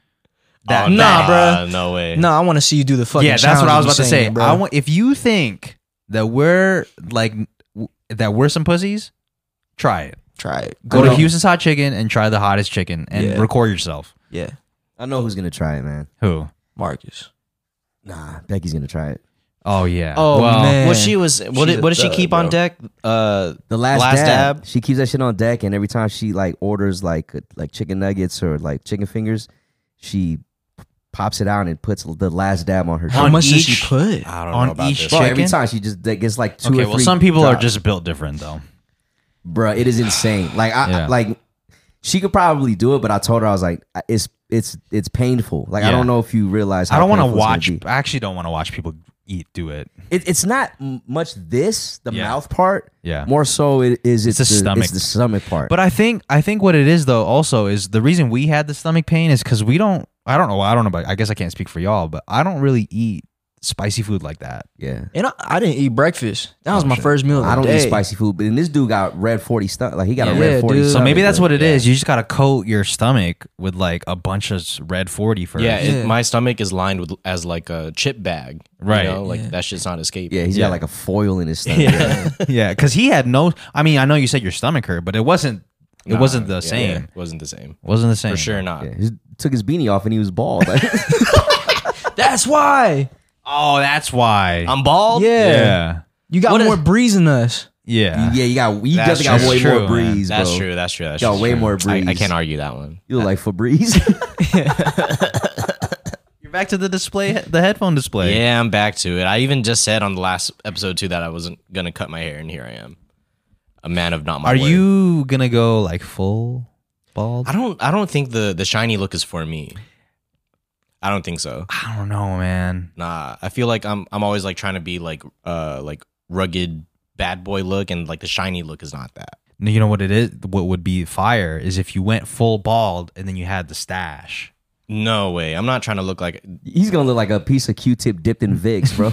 Speaker 2: Oh,
Speaker 4: nah,
Speaker 2: nah,
Speaker 4: bruh.
Speaker 2: No way.
Speaker 4: No, I want to see you do the fucking.
Speaker 1: yeah, that's what I was
Speaker 4: challenge
Speaker 1: about to
Speaker 4: you
Speaker 1: say.
Speaker 4: saying, bro.
Speaker 1: I want if you think that we're like w- that we're some pussies, try it.
Speaker 4: try it.
Speaker 1: Go to
Speaker 4: I know.
Speaker 1: Houston's Hot Chicken and try the hottest chicken and
Speaker 4: Yeah.
Speaker 1: record yourself.
Speaker 4: Yeah,
Speaker 3: I know who's gonna try it, man.
Speaker 1: Who?
Speaker 4: Marcus.
Speaker 3: Nah, Becky's gonna try it.
Speaker 1: Oh yeah.
Speaker 4: Oh, man.
Speaker 2: Well, she was. What
Speaker 4: She's
Speaker 2: did,
Speaker 4: a
Speaker 2: what did she
Speaker 4: thug,
Speaker 2: keep on
Speaker 4: bro.
Speaker 2: deck? Uh,
Speaker 3: The last,
Speaker 2: Last
Speaker 3: dab,
Speaker 2: dab.
Speaker 3: she keeps that shit on deck, and every time she like orders like uh, like chicken nuggets or like chicken fingers, she p- pops it out and puts the last dab on her.
Speaker 4: How
Speaker 3: chicken.
Speaker 4: much does
Speaker 1: each-
Speaker 4: she put?
Speaker 2: I don't
Speaker 1: On
Speaker 2: know about
Speaker 1: each
Speaker 2: this.
Speaker 3: Bro, every
Speaker 1: chicken?
Speaker 3: time she just that gets like two or
Speaker 1: okay,
Speaker 3: three.
Speaker 1: well, some people are
Speaker 3: drops.
Speaker 1: just built different though.
Speaker 3: Bruh, It is insane. Like I
Speaker 1: Yeah.
Speaker 3: I- like she could probably do it, but I told her I was like, I- it's it's it's painful. Like I
Speaker 1: Yeah.
Speaker 3: don't know if you realize. How
Speaker 1: I don't want to
Speaker 3: painful it's gonna
Speaker 1: watch.
Speaker 3: be.
Speaker 1: I actually don't want to watch people eat. Do it.
Speaker 3: It, it's not m- much this the
Speaker 1: Yeah.
Speaker 3: mouth part.
Speaker 1: Yeah.
Speaker 3: More so, it is it's,
Speaker 1: the
Speaker 3: the
Speaker 1: stomach.
Speaker 3: It's the stomach part.
Speaker 1: But I think I think what it is though also is the reason we had the stomach pain is because we don't. I don't know. I don't know. About, I guess I can't speak for y'all, but I don't really eat spicy food like that.
Speaker 3: yeah.
Speaker 4: And I, I didn't eat breakfast. That was
Speaker 1: Oh,
Speaker 4: my
Speaker 1: shit.
Speaker 4: first meal. Of the
Speaker 3: I don't
Speaker 4: day.
Speaker 3: eat spicy food, but then this dude got red forty stomach. Like he got a
Speaker 1: Yeah,
Speaker 3: red forty.
Speaker 4: dude.
Speaker 1: So maybe that's what
Speaker 3: it is.
Speaker 1: it is. You just gotta coat your stomach with like a bunch of s- red forty first.
Speaker 2: Yeah,
Speaker 4: Yeah.
Speaker 2: It, my stomach is lined with as like a chip bag.
Speaker 1: Right.
Speaker 2: You know? Like
Speaker 4: Yeah.
Speaker 2: that shit's not escaping.
Speaker 3: Yeah, he's
Speaker 1: Yeah.
Speaker 3: got like a
Speaker 1: (laughs)
Speaker 3: foil in his stomach.
Speaker 2: Yeah.
Speaker 1: (laughs) yeah. Because he had no. I mean, I know you said your stomach hurt, but it wasn't. It
Speaker 2: Nah,
Speaker 1: wasn't the
Speaker 2: yeah,
Speaker 1: same.
Speaker 2: yeah, wasn't the same.
Speaker 1: Wasn't the same.
Speaker 2: For sure not.
Speaker 3: Yeah, he took his beanie off and he was
Speaker 1: (laughs)
Speaker 3: bald. Like, (laughs)
Speaker 4: That's why.
Speaker 1: Oh, that's why.
Speaker 2: I'm bald.
Speaker 4: Yeah.
Speaker 1: yeah.
Speaker 4: You got
Speaker 2: What is-
Speaker 4: more breeze than us.
Speaker 1: Yeah.
Speaker 3: yeah, you got you
Speaker 1: That's
Speaker 3: definitely
Speaker 1: true. That's
Speaker 3: got way more
Speaker 1: true, man.
Speaker 3: breeze,
Speaker 2: That's
Speaker 3: bro.
Speaker 2: true. That's true. That's
Speaker 3: Got
Speaker 2: true.
Speaker 3: way
Speaker 2: I,
Speaker 3: more
Speaker 2: I
Speaker 3: breeze.
Speaker 2: can't argue that one.
Speaker 3: You look like Febreze. (laughs)
Speaker 1: You're back to the display, the headphone display.
Speaker 2: Yeah, I'm back to it. I even just said on the last episode too that I wasn't gonna cut my hair, and here I am, a man of not my.
Speaker 1: Are
Speaker 2: word.
Speaker 1: you gonna go like full bald?
Speaker 2: I don't. I don't think the the shiny look is for me. I don't think so.
Speaker 1: I don't know, man.
Speaker 2: Nah, I feel like I'm. I'm always like trying to be like uh like rugged bad boy look, and like the shiny look is not that.
Speaker 1: You know what it is? What would be fire is if you went full bald and then you had the stash.
Speaker 2: No way. I'm not trying to look like.
Speaker 3: he's gonna look like a piece of Q-tip dipped in Vicks,
Speaker 4: (laughs)
Speaker 3: bro.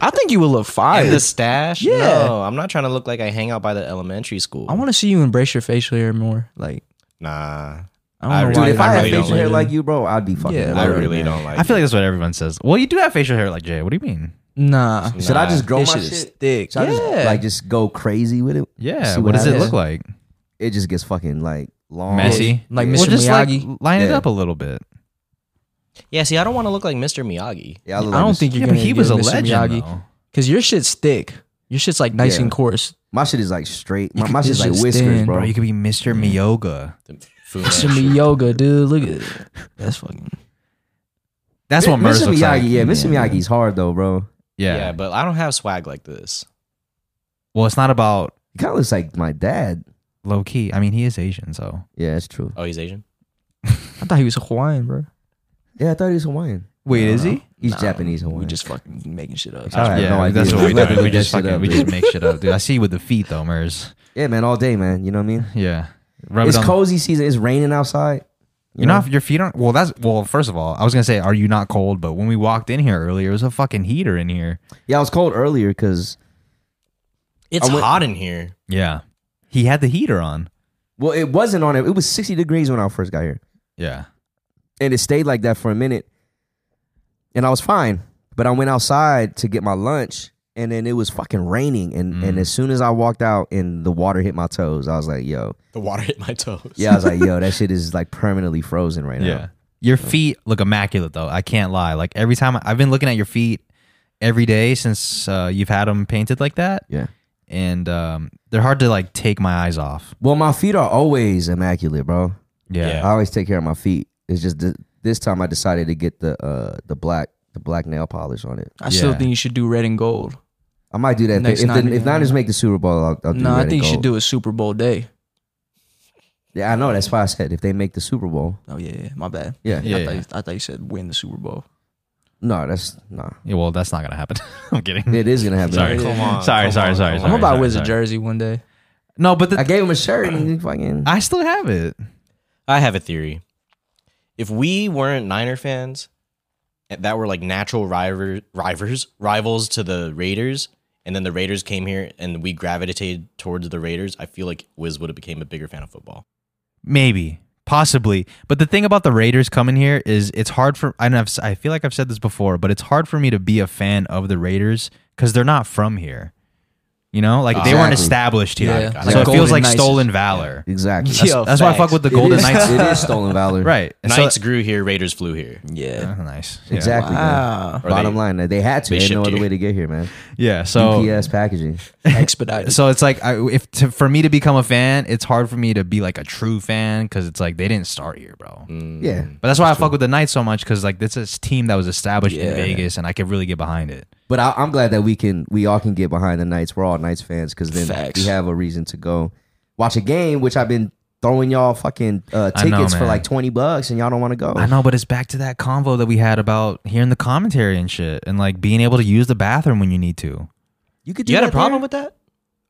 Speaker 4: I think you would look fire.
Speaker 2: And the stash?
Speaker 4: Yeah.
Speaker 2: No, I'm not trying to look like I hang out by the elementary school.
Speaker 4: I want to see you embrace your facial hair more. Like
Speaker 2: Nah,
Speaker 4: I don't
Speaker 2: I
Speaker 4: know
Speaker 2: really-
Speaker 3: Dude,
Speaker 4: why.
Speaker 3: if
Speaker 2: I
Speaker 3: I, had
Speaker 2: really don't
Speaker 3: facial
Speaker 2: like
Speaker 3: hair
Speaker 2: it.
Speaker 3: like you, bro, I'd be fucking.
Speaker 4: Yeah, I
Speaker 2: I
Speaker 3: worried,
Speaker 2: really
Speaker 3: man.
Speaker 2: don't like.
Speaker 1: I feel like that's what everyone says. Well, you do have facial hair like Jay. What do you mean?
Speaker 4: Nah.
Speaker 2: it.
Speaker 3: Should I
Speaker 2: Nah.
Speaker 3: just grow
Speaker 4: This
Speaker 3: my
Speaker 4: shit is
Speaker 3: shit?
Speaker 4: thick.
Speaker 3: Should I just
Speaker 4: Yeah.
Speaker 3: like just go crazy with it?
Speaker 1: Yeah.
Speaker 3: See
Speaker 1: what does it
Speaker 3: happens?
Speaker 1: look like?
Speaker 3: It just gets fucking like long,
Speaker 1: Messy?
Speaker 4: Like
Speaker 3: yeah.
Speaker 4: Mr.
Speaker 1: Well, just like
Speaker 4: Miyagi.
Speaker 1: line it
Speaker 3: Yeah.
Speaker 1: up a little bit.
Speaker 2: Yeah, see, I don't want to look like Mr. Miyagi.
Speaker 3: Yeah, look
Speaker 4: I
Speaker 3: like
Speaker 4: don't
Speaker 3: this-
Speaker 4: think you're
Speaker 1: Yeah, but
Speaker 4: gonna.
Speaker 1: he
Speaker 4: get
Speaker 1: was a
Speaker 4: Mr.
Speaker 1: legend.
Speaker 4: Miyagi.
Speaker 1: though.
Speaker 4: Cause your shit's thick. Your shit's like nice
Speaker 3: Yeah.
Speaker 4: and coarse.
Speaker 3: my shit is like straight. My,
Speaker 4: could-
Speaker 3: my shit's
Speaker 4: it's
Speaker 3: like
Speaker 4: just
Speaker 3: whiskers,
Speaker 4: thin,
Speaker 3: bro.
Speaker 1: Bro, you could be Mr. Miyoga.
Speaker 2: The Fu
Speaker 4: It's some
Speaker 2: Manchu.
Speaker 4: yoga, dude. Look at that. That's fucking.
Speaker 1: That's what Merz
Speaker 3: Mr.
Speaker 1: looks
Speaker 3: Miyagi,
Speaker 1: like.
Speaker 3: yeah, Mr. Miyagi's hard though, bro.
Speaker 1: Yeah.
Speaker 2: yeah, but I don't have swag like this.
Speaker 1: Well, it's not about
Speaker 3: He kind of looks like my dad.
Speaker 1: low key. I mean, he is Asian, so.
Speaker 3: Yeah, that's true.
Speaker 2: Oh, he's Asian.
Speaker 4: I thought he was Hawaiian, bro.
Speaker 3: Yeah, I thought he was Hawaiian.
Speaker 1: Wait, is he?
Speaker 3: He's
Speaker 4: Nah,
Speaker 3: Japanese Hawaiian.
Speaker 4: We just fucking making shit up.
Speaker 3: I have
Speaker 1: yeah,
Speaker 3: no idea.
Speaker 1: that's what we
Speaker 3: We'll have to
Speaker 1: do. We
Speaker 3: look
Speaker 1: just
Speaker 3: that shit
Speaker 1: fucking,
Speaker 3: up,
Speaker 1: we
Speaker 3: dude.
Speaker 1: just make shit up, dude. I see you with the feet though, Mers.
Speaker 3: yeah, man, all day, man. You know what I mean?
Speaker 1: Yeah, Rub it
Speaker 3: it's
Speaker 1: on-
Speaker 3: cozy season. It's raining outside.
Speaker 1: You're not your feet aren't. Well, that's well. First of all, I was gonna say, are you not cold? But when we walked in here earlier, it was a fucking heater in here.
Speaker 3: Yeah, I was cold earlier because
Speaker 2: It's
Speaker 3: I went-
Speaker 2: hot in here.
Speaker 1: Yeah, he had the heater on.
Speaker 3: well, it wasn't on it. It was sixty degrees when I first got here,
Speaker 1: Yeah,
Speaker 3: and it stayed like that for a minute, and I was fine. But I went outside to get my lunch, and then it was fucking raining. And
Speaker 2: Mm.
Speaker 3: and as soon as I walked out, and the water hit my toes, I was like, yo,
Speaker 2: The water hit my toes.
Speaker 3: yeah, I was like, yo,
Speaker 2: (laughs)
Speaker 3: that shit is like permanently frozen right now.
Speaker 1: Your feet look immaculate though. I can't lie. Like every time I, have been looking at your feet every day since uh, you've had them painted like that,
Speaker 3: yeah.
Speaker 1: and um, they're hard to like take my eyes off.
Speaker 3: Well, my feet are always immaculate, bro.
Speaker 1: Yeah,
Speaker 2: Yeah.
Speaker 3: I always take care of my feet. It's just th- this time I decided to get the uh the black the black nail polish on it.
Speaker 4: I still
Speaker 1: Yeah.
Speaker 4: think you should do red and gold.
Speaker 3: I might do that if,
Speaker 4: Next
Speaker 3: if, the,
Speaker 4: Niners,
Speaker 3: if
Speaker 4: yeah.
Speaker 3: Niners make the Super Bowl. I'll, I'll do
Speaker 4: No,
Speaker 3: red
Speaker 4: I
Speaker 3: and
Speaker 4: think you should
Speaker 3: gold.
Speaker 4: do a Super Bowl day.
Speaker 3: Yeah, I know. That's why I said if they make the Super Bowl.
Speaker 4: Oh yeah, yeah my bad.
Speaker 3: Yeah.
Speaker 4: I,
Speaker 1: Yeah.
Speaker 4: thought you, I thought you said win the Super Bowl.
Speaker 3: No, that's nah.
Speaker 1: Yeah, well, that's not gonna happen. (laughs) I'm kidding.
Speaker 3: It is gonna happen.
Speaker 1: Sorry.
Speaker 2: Come on,
Speaker 1: Sorry,
Speaker 2: come
Speaker 1: sorry,
Speaker 2: on,
Speaker 1: sorry,
Speaker 2: come
Speaker 1: sorry.
Speaker 4: I'm about to Wiz a
Speaker 1: sorry.
Speaker 4: jersey one day.
Speaker 1: No, but the,
Speaker 3: I
Speaker 1: I,
Speaker 3: gave him a shirt and he fucking.
Speaker 1: still have it.
Speaker 2: I have a theory. If we weren't Niner fans eh, that were like natural rival, rivals, rivals to the Raiders, and then the Raiders came here and we gravitated towards the Raiders, I feel like Wiz would have became a bigger fan of football.
Speaker 1: Maybe, possibly. But the thing about the Raiders coming here is it's hard for. I know I've, si feel like I've said this before, but it's hard for me to be a fan of the Raiders because they're not from here. You know, like they weren't
Speaker 3: Exactly.
Speaker 1: established here,
Speaker 4: Yeah.
Speaker 1: so
Speaker 4: Like
Speaker 1: it
Speaker 4: Golden
Speaker 1: feels like
Speaker 4: Knights.
Speaker 1: stolen valor.
Speaker 3: Exactly.
Speaker 4: Yeah. Yo,
Speaker 1: That's why I fuck
Speaker 4: facts.
Speaker 1: with the
Speaker 3: It
Speaker 1: Golden
Speaker 3: is-
Speaker 1: Knights,
Speaker 3: It is stolen valor.
Speaker 1: right? And so-
Speaker 2: Knights grew here, Raiders flew here.
Speaker 4: Yeah.
Speaker 1: (laughs)
Speaker 4: Ah,
Speaker 1: Oh, nice. Yeah.
Speaker 3: Exactly. man.
Speaker 4: Wow.
Speaker 1: (laughs)
Speaker 2: Or
Speaker 3: Bottom
Speaker 2: they-
Speaker 3: line, they had to.
Speaker 2: they
Speaker 3: They had no
Speaker 2: shipped
Speaker 3: other
Speaker 2: you.
Speaker 3: way to get here, man.
Speaker 1: Yeah. So
Speaker 3: UPS packaging.
Speaker 4: Expedited.
Speaker 1: So it's like I, if to, for me to become a fan, it's hard for me to be like a true fan because it's like they didn't start here, bro.
Speaker 3: Yeah.
Speaker 1: But that's why I fuck with the Knights so much because like this is a team that was established
Speaker 4: Yeah.
Speaker 1: in Vegas and I could really get behind it.
Speaker 3: But I, I'm glad that we can, we all can get behind the Knights. We're all Knights fans because then
Speaker 4: Facts.
Speaker 3: we have a reason to go watch a game, which I've been throwing y'all fucking uh,
Speaker 1: I know,
Speaker 3: tickets for
Speaker 1: man.
Speaker 3: like twenty bucks, and y'all don't want to go.
Speaker 1: I know, but it's back to that convo that we had about hearing the commentary and shit and like being able to use the bathroom when you need to.
Speaker 3: You could. Do
Speaker 2: You had
Speaker 3: that
Speaker 2: a problem
Speaker 3: there?
Speaker 2: with that?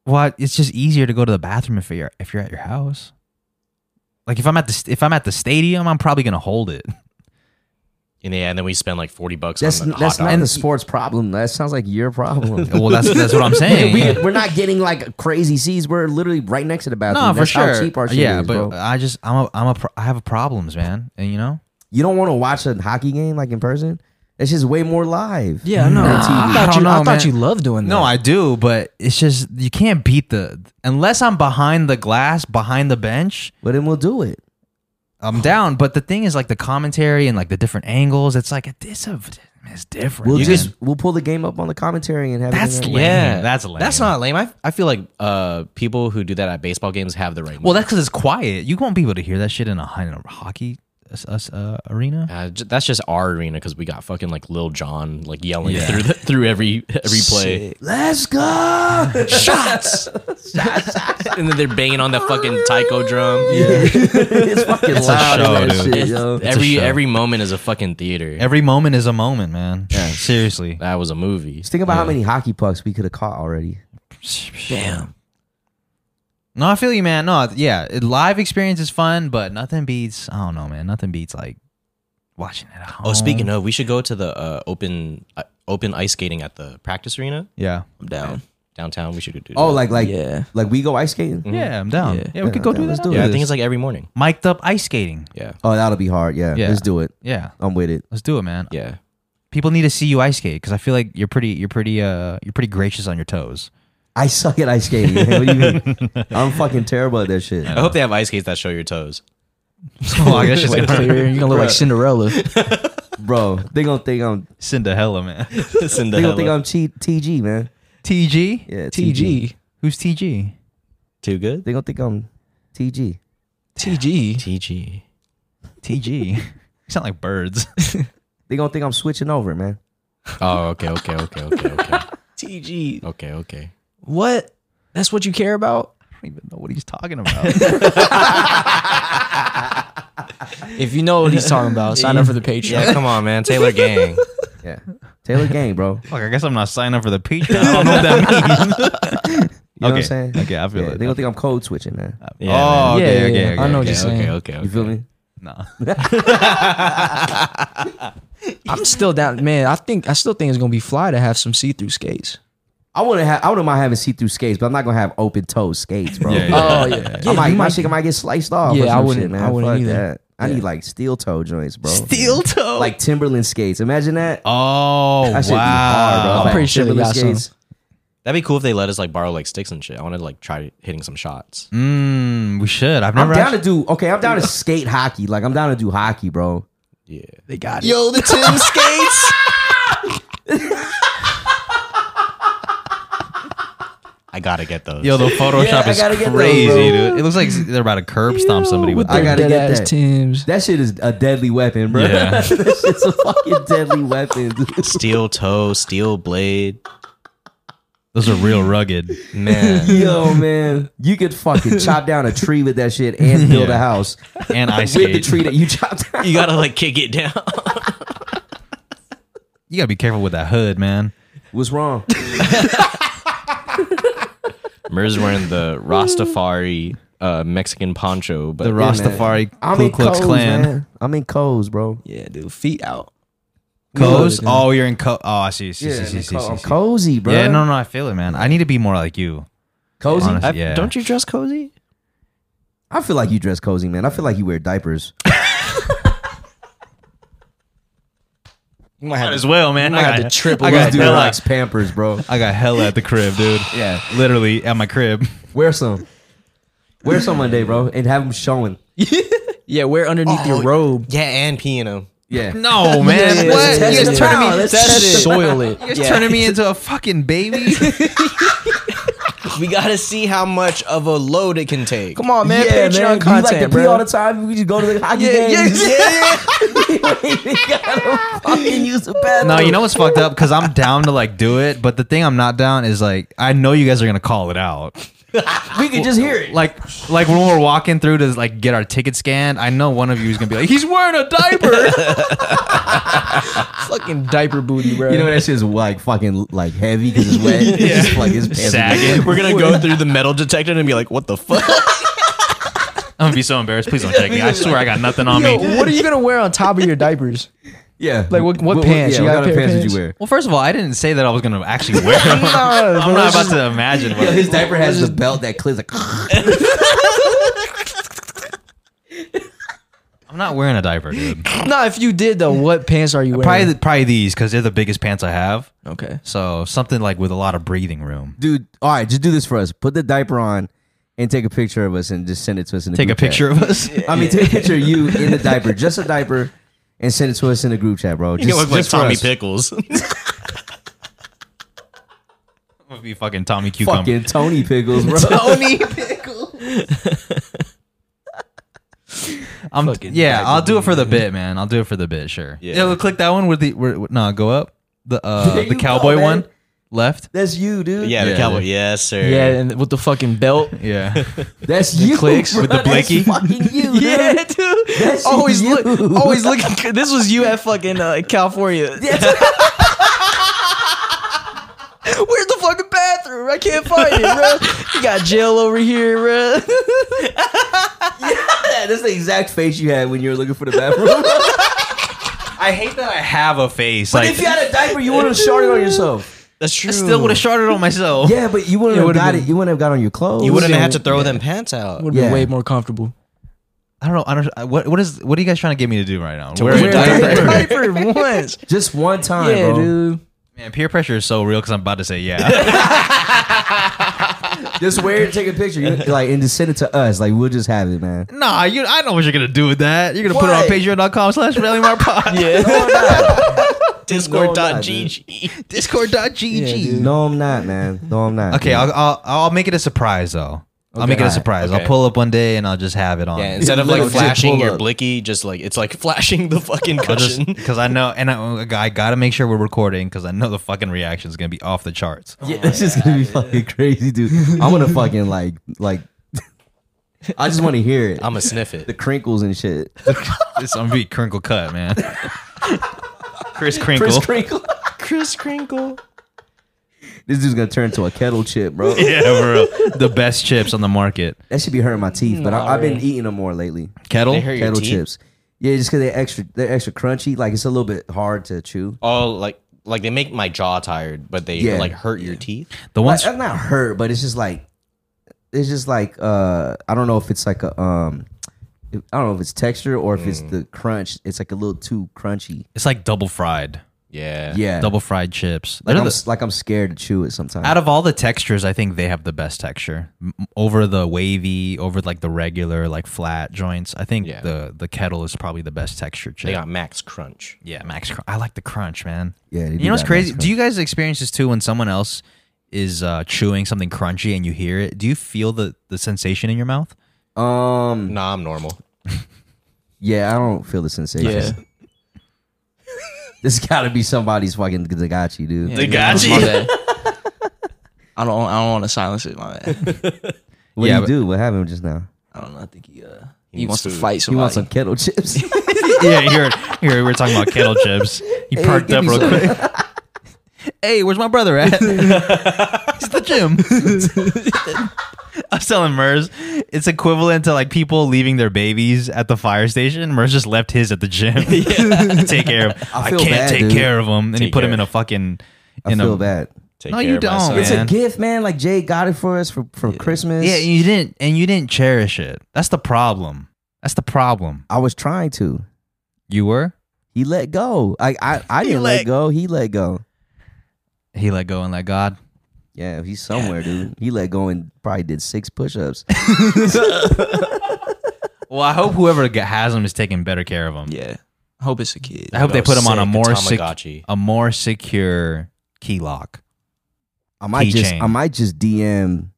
Speaker 1: Well, it's just easier to go to the bathroom if you're if you're at your house. Like if I'm at the st- if I'm at the stadium, I'm probably gonna hold
Speaker 3: (laughs)
Speaker 1: it.
Speaker 2: And yeah, and then we spend like forty bucks
Speaker 3: That's
Speaker 2: on the
Speaker 3: that's
Speaker 2: hot
Speaker 3: not
Speaker 2: dog.
Speaker 3: the sports problem. That sounds like your problem.
Speaker 1: (laughs) Well, that's that's what I'm saying.
Speaker 3: we, we're not getting like crazy seats. We're literally right next to the bathroom.
Speaker 1: No, for
Speaker 3: That's
Speaker 1: sure.
Speaker 3: How cheap our shit
Speaker 1: yeah,
Speaker 3: is,
Speaker 1: but uh,
Speaker 3: bro.
Speaker 1: I just I'm a I'm a pro- I have problems, man, and you know.
Speaker 3: you don't want to watch a hockey game like in person. It's just way more live.
Speaker 4: Yeah, no.
Speaker 3: Than
Speaker 4: I
Speaker 3: TV.
Speaker 1: I
Speaker 4: thought
Speaker 1: don't
Speaker 4: you.
Speaker 1: know,
Speaker 4: I
Speaker 1: man.
Speaker 4: thought you loved doing that.
Speaker 1: No, I do, but it's just you can't beat the unless I'm behind the glass, behind the bench.
Speaker 3: But then we'll do it.
Speaker 1: I'm down, but the thing is, like the commentary and like the different angles, it's like it's a it's different.
Speaker 3: We'll
Speaker 1: man.
Speaker 3: just we'll pull the game up on the commentary and have
Speaker 1: That's
Speaker 3: it. in there.
Speaker 1: lame.
Speaker 2: Yeah,
Speaker 1: That's lame.
Speaker 2: Mm-hmm. That's not lame. I, I feel like uh, people who do that at baseball games have the right.
Speaker 1: well,
Speaker 2: mindset.
Speaker 1: that's because it's quiet. You won't be able to hear that shit in a, in a hockey uh, uh, arena.
Speaker 2: Uh, j- that's just our arena because we got fucking like Lil John like yelling through the, through every every play.
Speaker 3: Let's go.
Speaker 2: (laughs)
Speaker 3: (laughs)
Speaker 2: Shots, and then they're banging on that fucking taiko drum.
Speaker 3: (laughs) it's fucking
Speaker 1: a
Speaker 3: loud.
Speaker 1: show,
Speaker 3: in that
Speaker 1: dude.
Speaker 3: shit, yo.
Speaker 2: every
Speaker 1: show.
Speaker 2: every moment is a fucking theater.
Speaker 1: Every moment is a moment, man. Yeah, seriously.
Speaker 2: that was a movie.
Speaker 3: Just think about how many hockey pucks we could have caught already.
Speaker 4: Damn.
Speaker 1: No, I feel you, man. No, yeah, it- live experience is fun, but nothing beats. I don't know, man. Nothing beats like watching it at home.
Speaker 2: Oh, speaking of, we should go to the uh, open uh, open ice skating at the practice arena
Speaker 1: yeah, (laughs)
Speaker 4: I'm down.
Speaker 2: downtown. We should go do.
Speaker 3: Oh,
Speaker 2: that.
Speaker 3: like like
Speaker 4: Yeah.
Speaker 3: like we go ice skating.
Speaker 1: yeah, I'm down. Yeah,
Speaker 4: Yeah.
Speaker 1: we could go
Speaker 3: Mm-hmm. Yeah,
Speaker 1: do
Speaker 3: let's
Speaker 1: that.
Speaker 3: do
Speaker 1: Do
Speaker 3: it.
Speaker 2: yeah, I
Speaker 3: this.
Speaker 2: think it's like every morning.
Speaker 1: Mic'd up ice skating.
Speaker 2: Yeah,
Speaker 3: Oh, that'll be hard. Yeah.
Speaker 1: Yeah.
Speaker 3: Let's do it.
Speaker 1: Yeah,
Speaker 3: I'm with it.
Speaker 1: let's do it, man.
Speaker 2: yeah.
Speaker 1: People need to see you ice skate because I feel like you're pretty, you're pretty, uh, you're pretty gracious on your
Speaker 3: (laughs)
Speaker 1: toes. (laughs)
Speaker 3: I suck at ice skating. man. What do you mean? I'm fucking terrible at that shit.
Speaker 2: I hope they have ice skates that show your toes.
Speaker 1: oh, I guess she's
Speaker 4: Like
Speaker 1: gonna
Speaker 4: clear. You're gonna
Speaker 1: (laughs)
Speaker 4: look like Cinderella.
Speaker 3: Bro, they gonna think I'm
Speaker 1: Cinderella, man.
Speaker 3: (laughs)
Speaker 2: Listen to
Speaker 3: they gonna think
Speaker 2: Hella.
Speaker 3: I'm T- TG, man.
Speaker 1: TG,
Speaker 3: Yeah,
Speaker 4: TG.
Speaker 1: who's TG?
Speaker 2: too good.
Speaker 3: They gonna think I'm TG.
Speaker 4: TG.
Speaker 2: TG.
Speaker 1: TG. (laughs) you sound like birds. (laughs)
Speaker 3: They gonna think I'm switching over, man.
Speaker 2: Oh, okay, okay, okay, okay, okay,
Speaker 4: TG.
Speaker 2: okay, okay.
Speaker 4: What? That's what you care about?
Speaker 1: I don't even know what he's talking
Speaker 3: (laughs)
Speaker 1: about.
Speaker 4: If you know what he's talking about, sign up for the Patreon.
Speaker 2: Yeah, come on, man. Taylor (laughs) Gang.
Speaker 3: Yeah,
Speaker 1: (laughs)
Speaker 3: Taylor Gang, bro.
Speaker 1: Fuck, I guess I'm not signing up for the Patreon. I don't know what
Speaker 3: (laughs)
Speaker 1: that means.
Speaker 3: You know what
Speaker 1: Okay.
Speaker 3: I'm saying?
Speaker 1: Okay, I feel
Speaker 3: yeah,
Speaker 1: it.
Speaker 3: They gonna think I'm code switching, man.
Speaker 1: oh,
Speaker 4: Yeah,
Speaker 1: okay,
Speaker 4: yeah,
Speaker 1: okay,
Speaker 4: yeah.
Speaker 1: okay.
Speaker 4: I know what
Speaker 1: okay.
Speaker 4: you're saying.
Speaker 2: Okay, okay,
Speaker 3: You
Speaker 2: okay.
Speaker 3: feel me?
Speaker 1: Nah.
Speaker 4: I'm still down, man. I think I still think it's gonna be fly to have some see-through skates.
Speaker 3: I wouldn't have. I wouldn't mind having see through skates, but I'm not gonna have open toe skates, bro.
Speaker 1: (laughs) Yeah, yeah.
Speaker 4: Oh yeah,
Speaker 3: I might, my shit might get sliced off.
Speaker 4: Yeah,
Speaker 3: or
Speaker 4: I
Speaker 3: some
Speaker 4: wouldn't-
Speaker 3: Shit, man.
Speaker 4: I wouldn't
Speaker 3: Fuck
Speaker 4: either.
Speaker 3: That. I
Speaker 4: Yeah.
Speaker 3: need like steel toe joints, bro.
Speaker 1: toe.
Speaker 3: like Timberland skates. Imagine that.
Speaker 1: oh
Speaker 3: That shit be hard, bro.
Speaker 1: wow.
Speaker 4: I'm
Speaker 3: Like
Speaker 4: pretty sure they
Speaker 3: Timberland
Speaker 4: got some.
Speaker 2: That'd be cool if they let us like borrow like sticks and shit. I want to like try hitting some shots.
Speaker 1: Mm, we should. I've
Speaker 3: I'm
Speaker 1: never.
Speaker 3: down to do. Okay, I'm down to skate hockey. Like I'm down to do hockey, bro.
Speaker 2: Yeah.
Speaker 4: they got it.
Speaker 2: Yo, the Tim skates. I gotta get those.
Speaker 1: actually- Yo, the Photoshop
Speaker 3: (laughs) Yeah, I
Speaker 1: is
Speaker 3: gotta get those,
Speaker 1: crazy,
Speaker 3: bro.
Speaker 1: dude. It looks like they're about to curb stomp somebody with
Speaker 3: I
Speaker 1: that.
Speaker 3: gotta
Speaker 4: Dead
Speaker 3: get
Speaker 4: ass
Speaker 3: that.
Speaker 4: Timbs.
Speaker 3: That shit is a deadly weapon, bro.
Speaker 1: Yeah.
Speaker 3: (laughs) that shit's a fucking deadly weapon. Dude.
Speaker 2: steel toe, steel blade.
Speaker 1: Those are real rugged.
Speaker 2: man.
Speaker 3: (laughs) Yo, man, you could fucking chop down a tree with that shit and build a house
Speaker 1: And I
Speaker 3: with the
Speaker 1: skate.
Speaker 3: tree that you chopped down.
Speaker 2: (laughs) you gotta like kick it down.
Speaker 1: You gotta be careful with that hood, man.
Speaker 3: (laughs) What's wrong?
Speaker 2: Mir's wearing the Rastafari uh, Mexican poncho, but
Speaker 1: The Rastafari
Speaker 3: I'm
Speaker 1: Ku
Speaker 3: in
Speaker 1: Klux
Speaker 3: Coles,
Speaker 1: Klan.
Speaker 3: man. I'm in Coles, bro.
Speaker 4: Yeah, dude. Feet out.
Speaker 1: Co's? Oh, you're in Co. Oh, I see. see, see, see, see, see,
Speaker 3: I'm
Speaker 1: see.
Speaker 3: cozy, bro.
Speaker 1: Yeah, no, no, I feel it, man. I need to be more like you.
Speaker 3: cozy.
Speaker 1: Honestly,
Speaker 2: I-
Speaker 1: yeah.
Speaker 2: don't you dress cozy?
Speaker 3: I feel like you dress cozy, man. I feel like you wear diapers.
Speaker 4: You might have to,
Speaker 1: well, man.
Speaker 4: you might have to triple.
Speaker 1: I
Speaker 3: This
Speaker 1: got
Speaker 3: dude
Speaker 1: hella.
Speaker 3: likes Pampers, bro.
Speaker 1: I got hella at the crib, dude.
Speaker 3: Yeah,
Speaker 1: Literally at my crib.
Speaker 3: wear some. Wear some one day, bro, and have them showing.
Speaker 4: Yeah, wear underneath your robe.
Speaker 2: Yeah, and piano.
Speaker 3: Yeah,
Speaker 1: No, (laughs) man.
Speaker 4: Let's
Speaker 1: what?
Speaker 4: test
Speaker 1: You
Speaker 4: it.
Speaker 1: guys turning me?
Speaker 4: Let's
Speaker 1: Shit.
Speaker 4: soil it.
Speaker 1: You guys turning (laughs) me into a fucking baby?
Speaker 2: We gotta see how much of a load it can take.
Speaker 4: Come on, man.
Speaker 3: yeah,
Speaker 4: Patreon
Speaker 3: man.
Speaker 4: content,
Speaker 3: you like to pee
Speaker 4: bro.
Speaker 3: all the time. We just go to the hockey
Speaker 4: Yeah, yeah,
Speaker 3: games.
Speaker 4: yeah,
Speaker 3: you
Speaker 4: (laughs)
Speaker 3: gotta fucking use the
Speaker 1: (laughs)
Speaker 3: bathroom.
Speaker 1: no, you know what's fucked up? Because I'm down to like do it, but the thing I'm not down is like I know you guys are gonna call it out.
Speaker 3: we can just hear it.
Speaker 1: Like, like when we're walking through to like get our ticket scanned, I know one of you is gonna be like, "He's wearing a diaper."
Speaker 4: Fucking diaper booty, bro.
Speaker 3: You know that shit's like fucking like heavy because it's
Speaker 4: (laughs)
Speaker 3: wet. yeah. It's just, like it's pants.
Speaker 1: Sagging.
Speaker 2: We're gonna go through the metal detector and be like, "What the fuck?"
Speaker 1: I'm gonna be so embarrassed. Please don't check me. I swear I got nothing on
Speaker 4: Yo,
Speaker 1: me.
Speaker 4: what are you gonna wear on top of your diapers?
Speaker 3: Yeah.
Speaker 4: Like, what- what pants?
Speaker 3: Yeah,
Speaker 4: You
Speaker 3: what
Speaker 4: got
Speaker 3: kind of
Speaker 4: a pair of
Speaker 3: pants did
Speaker 4: pants?
Speaker 3: you wear?
Speaker 1: Well, first of all, I didn't say that I was gonna actually wear them.
Speaker 4: No,
Speaker 1: (laughs) I'm
Speaker 4: bro,
Speaker 1: not
Speaker 4: it's
Speaker 1: about
Speaker 4: just-
Speaker 1: to imagine.
Speaker 3: Yo, (laughs)
Speaker 1: what-
Speaker 3: his diaper has the belt that clips like. (laughs)
Speaker 1: I'm not wearing a diaper, dude.
Speaker 4: No, if you did though, what pants are you wearing?
Speaker 1: Probably, probably these because they're the biggest pants I have.
Speaker 4: okay.
Speaker 1: So something like with a lot of breathing room.
Speaker 3: Dude, all right, just do this for us. Put the diaper on and take a picture of us and just send it to us in the
Speaker 1: Take a
Speaker 3: group chat.
Speaker 1: picture of us.
Speaker 3: I mean, take a picture of you in the diaper, just a diaper, and send it to us in the group chat, bro. Just,
Speaker 2: You look like
Speaker 3: just for
Speaker 2: Tommy (laughs)
Speaker 3: us.
Speaker 2: Pickles.
Speaker 1: (laughs) I'm gonna be fucking Tommy Cucumber.
Speaker 3: Fucking Tony Pickles,
Speaker 4: (laughs)
Speaker 3: bro.
Speaker 1: I'm
Speaker 4: Fucking
Speaker 1: yeah.
Speaker 4: back
Speaker 1: I'll
Speaker 4: to
Speaker 1: do it for the bit, man. I'll do it for the bit. Sure.
Speaker 2: Yeah.
Speaker 1: Yeah. we'll click that one with the where, where- no. Go up the uh
Speaker 3: There
Speaker 1: the
Speaker 3: you
Speaker 1: cowboy
Speaker 3: go, man.
Speaker 1: one left.
Speaker 3: That's you, dude.
Speaker 2: yeah, the
Speaker 1: Yeah.
Speaker 2: cowboy. Yes, sir.
Speaker 4: Yeah, and with the fucking belt.
Speaker 1: Yeah.
Speaker 3: That's you.
Speaker 4: clicks with
Speaker 3: bro.
Speaker 1: the blicky.
Speaker 3: That's fucking you, dude. (laughs)
Speaker 4: (laughs) (laughs) Yeah, dude.
Speaker 3: That's
Speaker 4: always
Speaker 3: you.
Speaker 4: look, always looking. This was you at fucking uh, (laughs) California. Where's the fucking bathroom? I can't find it, bro. You got jail over here, (laughs) bro.
Speaker 3: Yeah, that's the exact face you had when you were looking for the bathroom. (laughs)
Speaker 1: I hate that I have a face.
Speaker 3: but if you had a diaper, you wouldn't have sharted on yourself.
Speaker 2: that's true.
Speaker 1: I still would have sharted on myself.
Speaker 3: Yeah, but you wouldn't
Speaker 4: It
Speaker 3: have
Speaker 4: would've
Speaker 3: got
Speaker 4: been-
Speaker 3: it. You wouldn't have got on your clothes.
Speaker 2: You wouldn't
Speaker 4: Yeah.
Speaker 2: have had to throw them pants out.
Speaker 4: Would
Speaker 3: been
Speaker 4: be way
Speaker 3: way
Speaker 4: more (laughs) comfortable.
Speaker 1: I don't know. I don't. I, what what is what are you guys trying to get me to do right now?
Speaker 2: wear a diaper.
Speaker 4: (laughs) Diaper once.
Speaker 3: Just one time,
Speaker 4: Yeah,
Speaker 3: bro.
Speaker 4: dude.
Speaker 1: (laughs) Man, peer pressure is so real because I'm about to say yeah.
Speaker 3: Just wear it, take a
Speaker 2: (laughs)
Speaker 3: picture, You- like, and just send it to us. Like, we'll just have it, man.
Speaker 1: nah, you. I know what you're gonna do with that. You're gonna
Speaker 3: What?
Speaker 1: put it on Patreon.com/slash pod.
Speaker 4: Yeah.
Speaker 2: Discord.gg.
Speaker 1: Discord.gg.
Speaker 4: Yeah, dude.
Speaker 3: No, I'm not, man. No, I'm not.
Speaker 1: Okay, I'll, I'll I'll make it a surprise though. I'll make it a
Speaker 3: alright,
Speaker 1: surprise.
Speaker 2: okay.
Speaker 1: I'll pull up one day and I'll just have it on.
Speaker 2: Yeah, instead of like
Speaker 3: Legit
Speaker 2: flashing
Speaker 3: pull
Speaker 2: your
Speaker 3: up.
Speaker 2: blicky, just like it's like (laughs) flashing the fucking
Speaker 1: I'll just
Speaker 2: cushion.
Speaker 1: because I know, and I, I gotta make sure we're recording because I know the fucking reaction is gonna be off the charts.
Speaker 3: Yeah, this is gonna be fucking crazy, dude. I want to fucking like, like. (laughs) I just want to hear it.
Speaker 2: I'm gonna sniff it.
Speaker 3: the crinkles and shit.
Speaker 1: It's gonna be crinkle cut, man. Chris Crinkle.
Speaker 2: (laughs)
Speaker 3: Chris Crinkle.
Speaker 2: Chris Crinkle.
Speaker 3: This dude's gonna turn to a kettle
Speaker 2: (laughs)
Speaker 3: chip, bro.
Speaker 1: yeah, for real. The best chips on the market.
Speaker 3: That should be hurting my teeth, but I, I've been eating them more lately.
Speaker 1: Kettle.
Speaker 2: They hurt your
Speaker 3: kettle
Speaker 2: teeth?
Speaker 3: chips. Yeah, just because they're extra, they're extra crunchy. Like it's a little bit hard to chew.
Speaker 2: Oh, like like they make my jaw tired, but they
Speaker 3: Yeah.
Speaker 2: like hurt your teeth.
Speaker 1: The ones.
Speaker 3: I'm not hurt, but it's just like it's just like uh I don't know if it's like a um I don't know if it's texture or if it's the crunch. It's like a little too crunchy.
Speaker 1: It's like double fried.
Speaker 2: Yeah.
Speaker 3: Yeah,
Speaker 1: Double fried chips.
Speaker 3: Like
Speaker 1: They're
Speaker 3: I'm,
Speaker 1: the-
Speaker 3: s- like I'm scared to chew it sometimes.
Speaker 1: out of all the textures, I think they have the best texture M- over the wavy, over like the regular, like flat joints. I think
Speaker 2: Yeah.
Speaker 1: the the kettle is probably the best texture chip.
Speaker 2: They got max crunch.
Speaker 1: Yeah, Max. Crunch. I like the crunch, man.
Speaker 3: Yeah, they
Speaker 1: you
Speaker 3: do
Speaker 1: know what's
Speaker 3: got Max
Speaker 1: crazy?
Speaker 3: Crunch.
Speaker 1: Do you guys experience this too when someone else is uh, chewing something crunchy and you hear it? Do you feel the the sensation in your mouth?
Speaker 3: um,
Speaker 2: Nah, I'm normal.
Speaker 3: yeah, I don't feel the sensation.
Speaker 4: (laughs) Yeah.
Speaker 3: (laughs) This got to be somebody's fucking Zagachi, dude.
Speaker 2: They got you.
Speaker 4: My bad. (laughs) I don't. I don't want to silence it. My bad.
Speaker 3: What
Speaker 1: Yeah,
Speaker 3: do you
Speaker 1: but-
Speaker 3: do? What happened just now?
Speaker 4: I don't know. I think he. Uh, he,
Speaker 2: needs
Speaker 4: wants to
Speaker 2: food.
Speaker 4: fight
Speaker 3: He
Speaker 4: somebody.
Speaker 3: wants some kettle chips.
Speaker 1: yeah, here, here we're talking about kettle chips. He parked
Speaker 3: give
Speaker 1: up
Speaker 3: me
Speaker 1: real
Speaker 3: some.
Speaker 1: quick. (laughs) hey, where's my brother at?
Speaker 3: (laughs)
Speaker 1: He's at the gym. (laughs) I'm telling Mers, it's equivalent to like people leaving their babies at the fire station. Mers just left his at the gym (laughs) to take care of. I,
Speaker 3: feel
Speaker 1: can't
Speaker 3: bad,
Speaker 1: take
Speaker 3: dude.
Speaker 1: care of him, and he
Speaker 2: Take
Speaker 1: put him
Speaker 2: care.
Speaker 1: in a fucking.
Speaker 3: I
Speaker 1: in
Speaker 3: feel
Speaker 1: a,
Speaker 3: bad.
Speaker 2: Take
Speaker 1: No,
Speaker 2: care
Speaker 1: you
Speaker 2: of my
Speaker 1: don't,
Speaker 2: son.
Speaker 1: man.
Speaker 3: It's a gift, man. Like Jay got it for us for, from Christmas.
Speaker 1: Yeah, you didn't, and you didn't cherish it. That's the problem. That's the problem.
Speaker 3: I was trying to.
Speaker 1: You were.
Speaker 3: He let go. I I, I didn't let,
Speaker 1: let-
Speaker 3: go. He let go.
Speaker 1: He let go and let God.
Speaker 3: Yeah, he's somewhere, dude. He let go and probably did six push-ups.
Speaker 1: Well, I hope whoever g- has him is taking better care of him.
Speaker 4: Yeah. I hope it's a kid.
Speaker 1: I hope
Speaker 2: No,
Speaker 1: they put him on a
Speaker 2: sick,
Speaker 1: more sec-
Speaker 2: Tamagotchi.
Speaker 1: a more secure key lock.
Speaker 3: I might just
Speaker 1: Keychain.
Speaker 3: I might just DM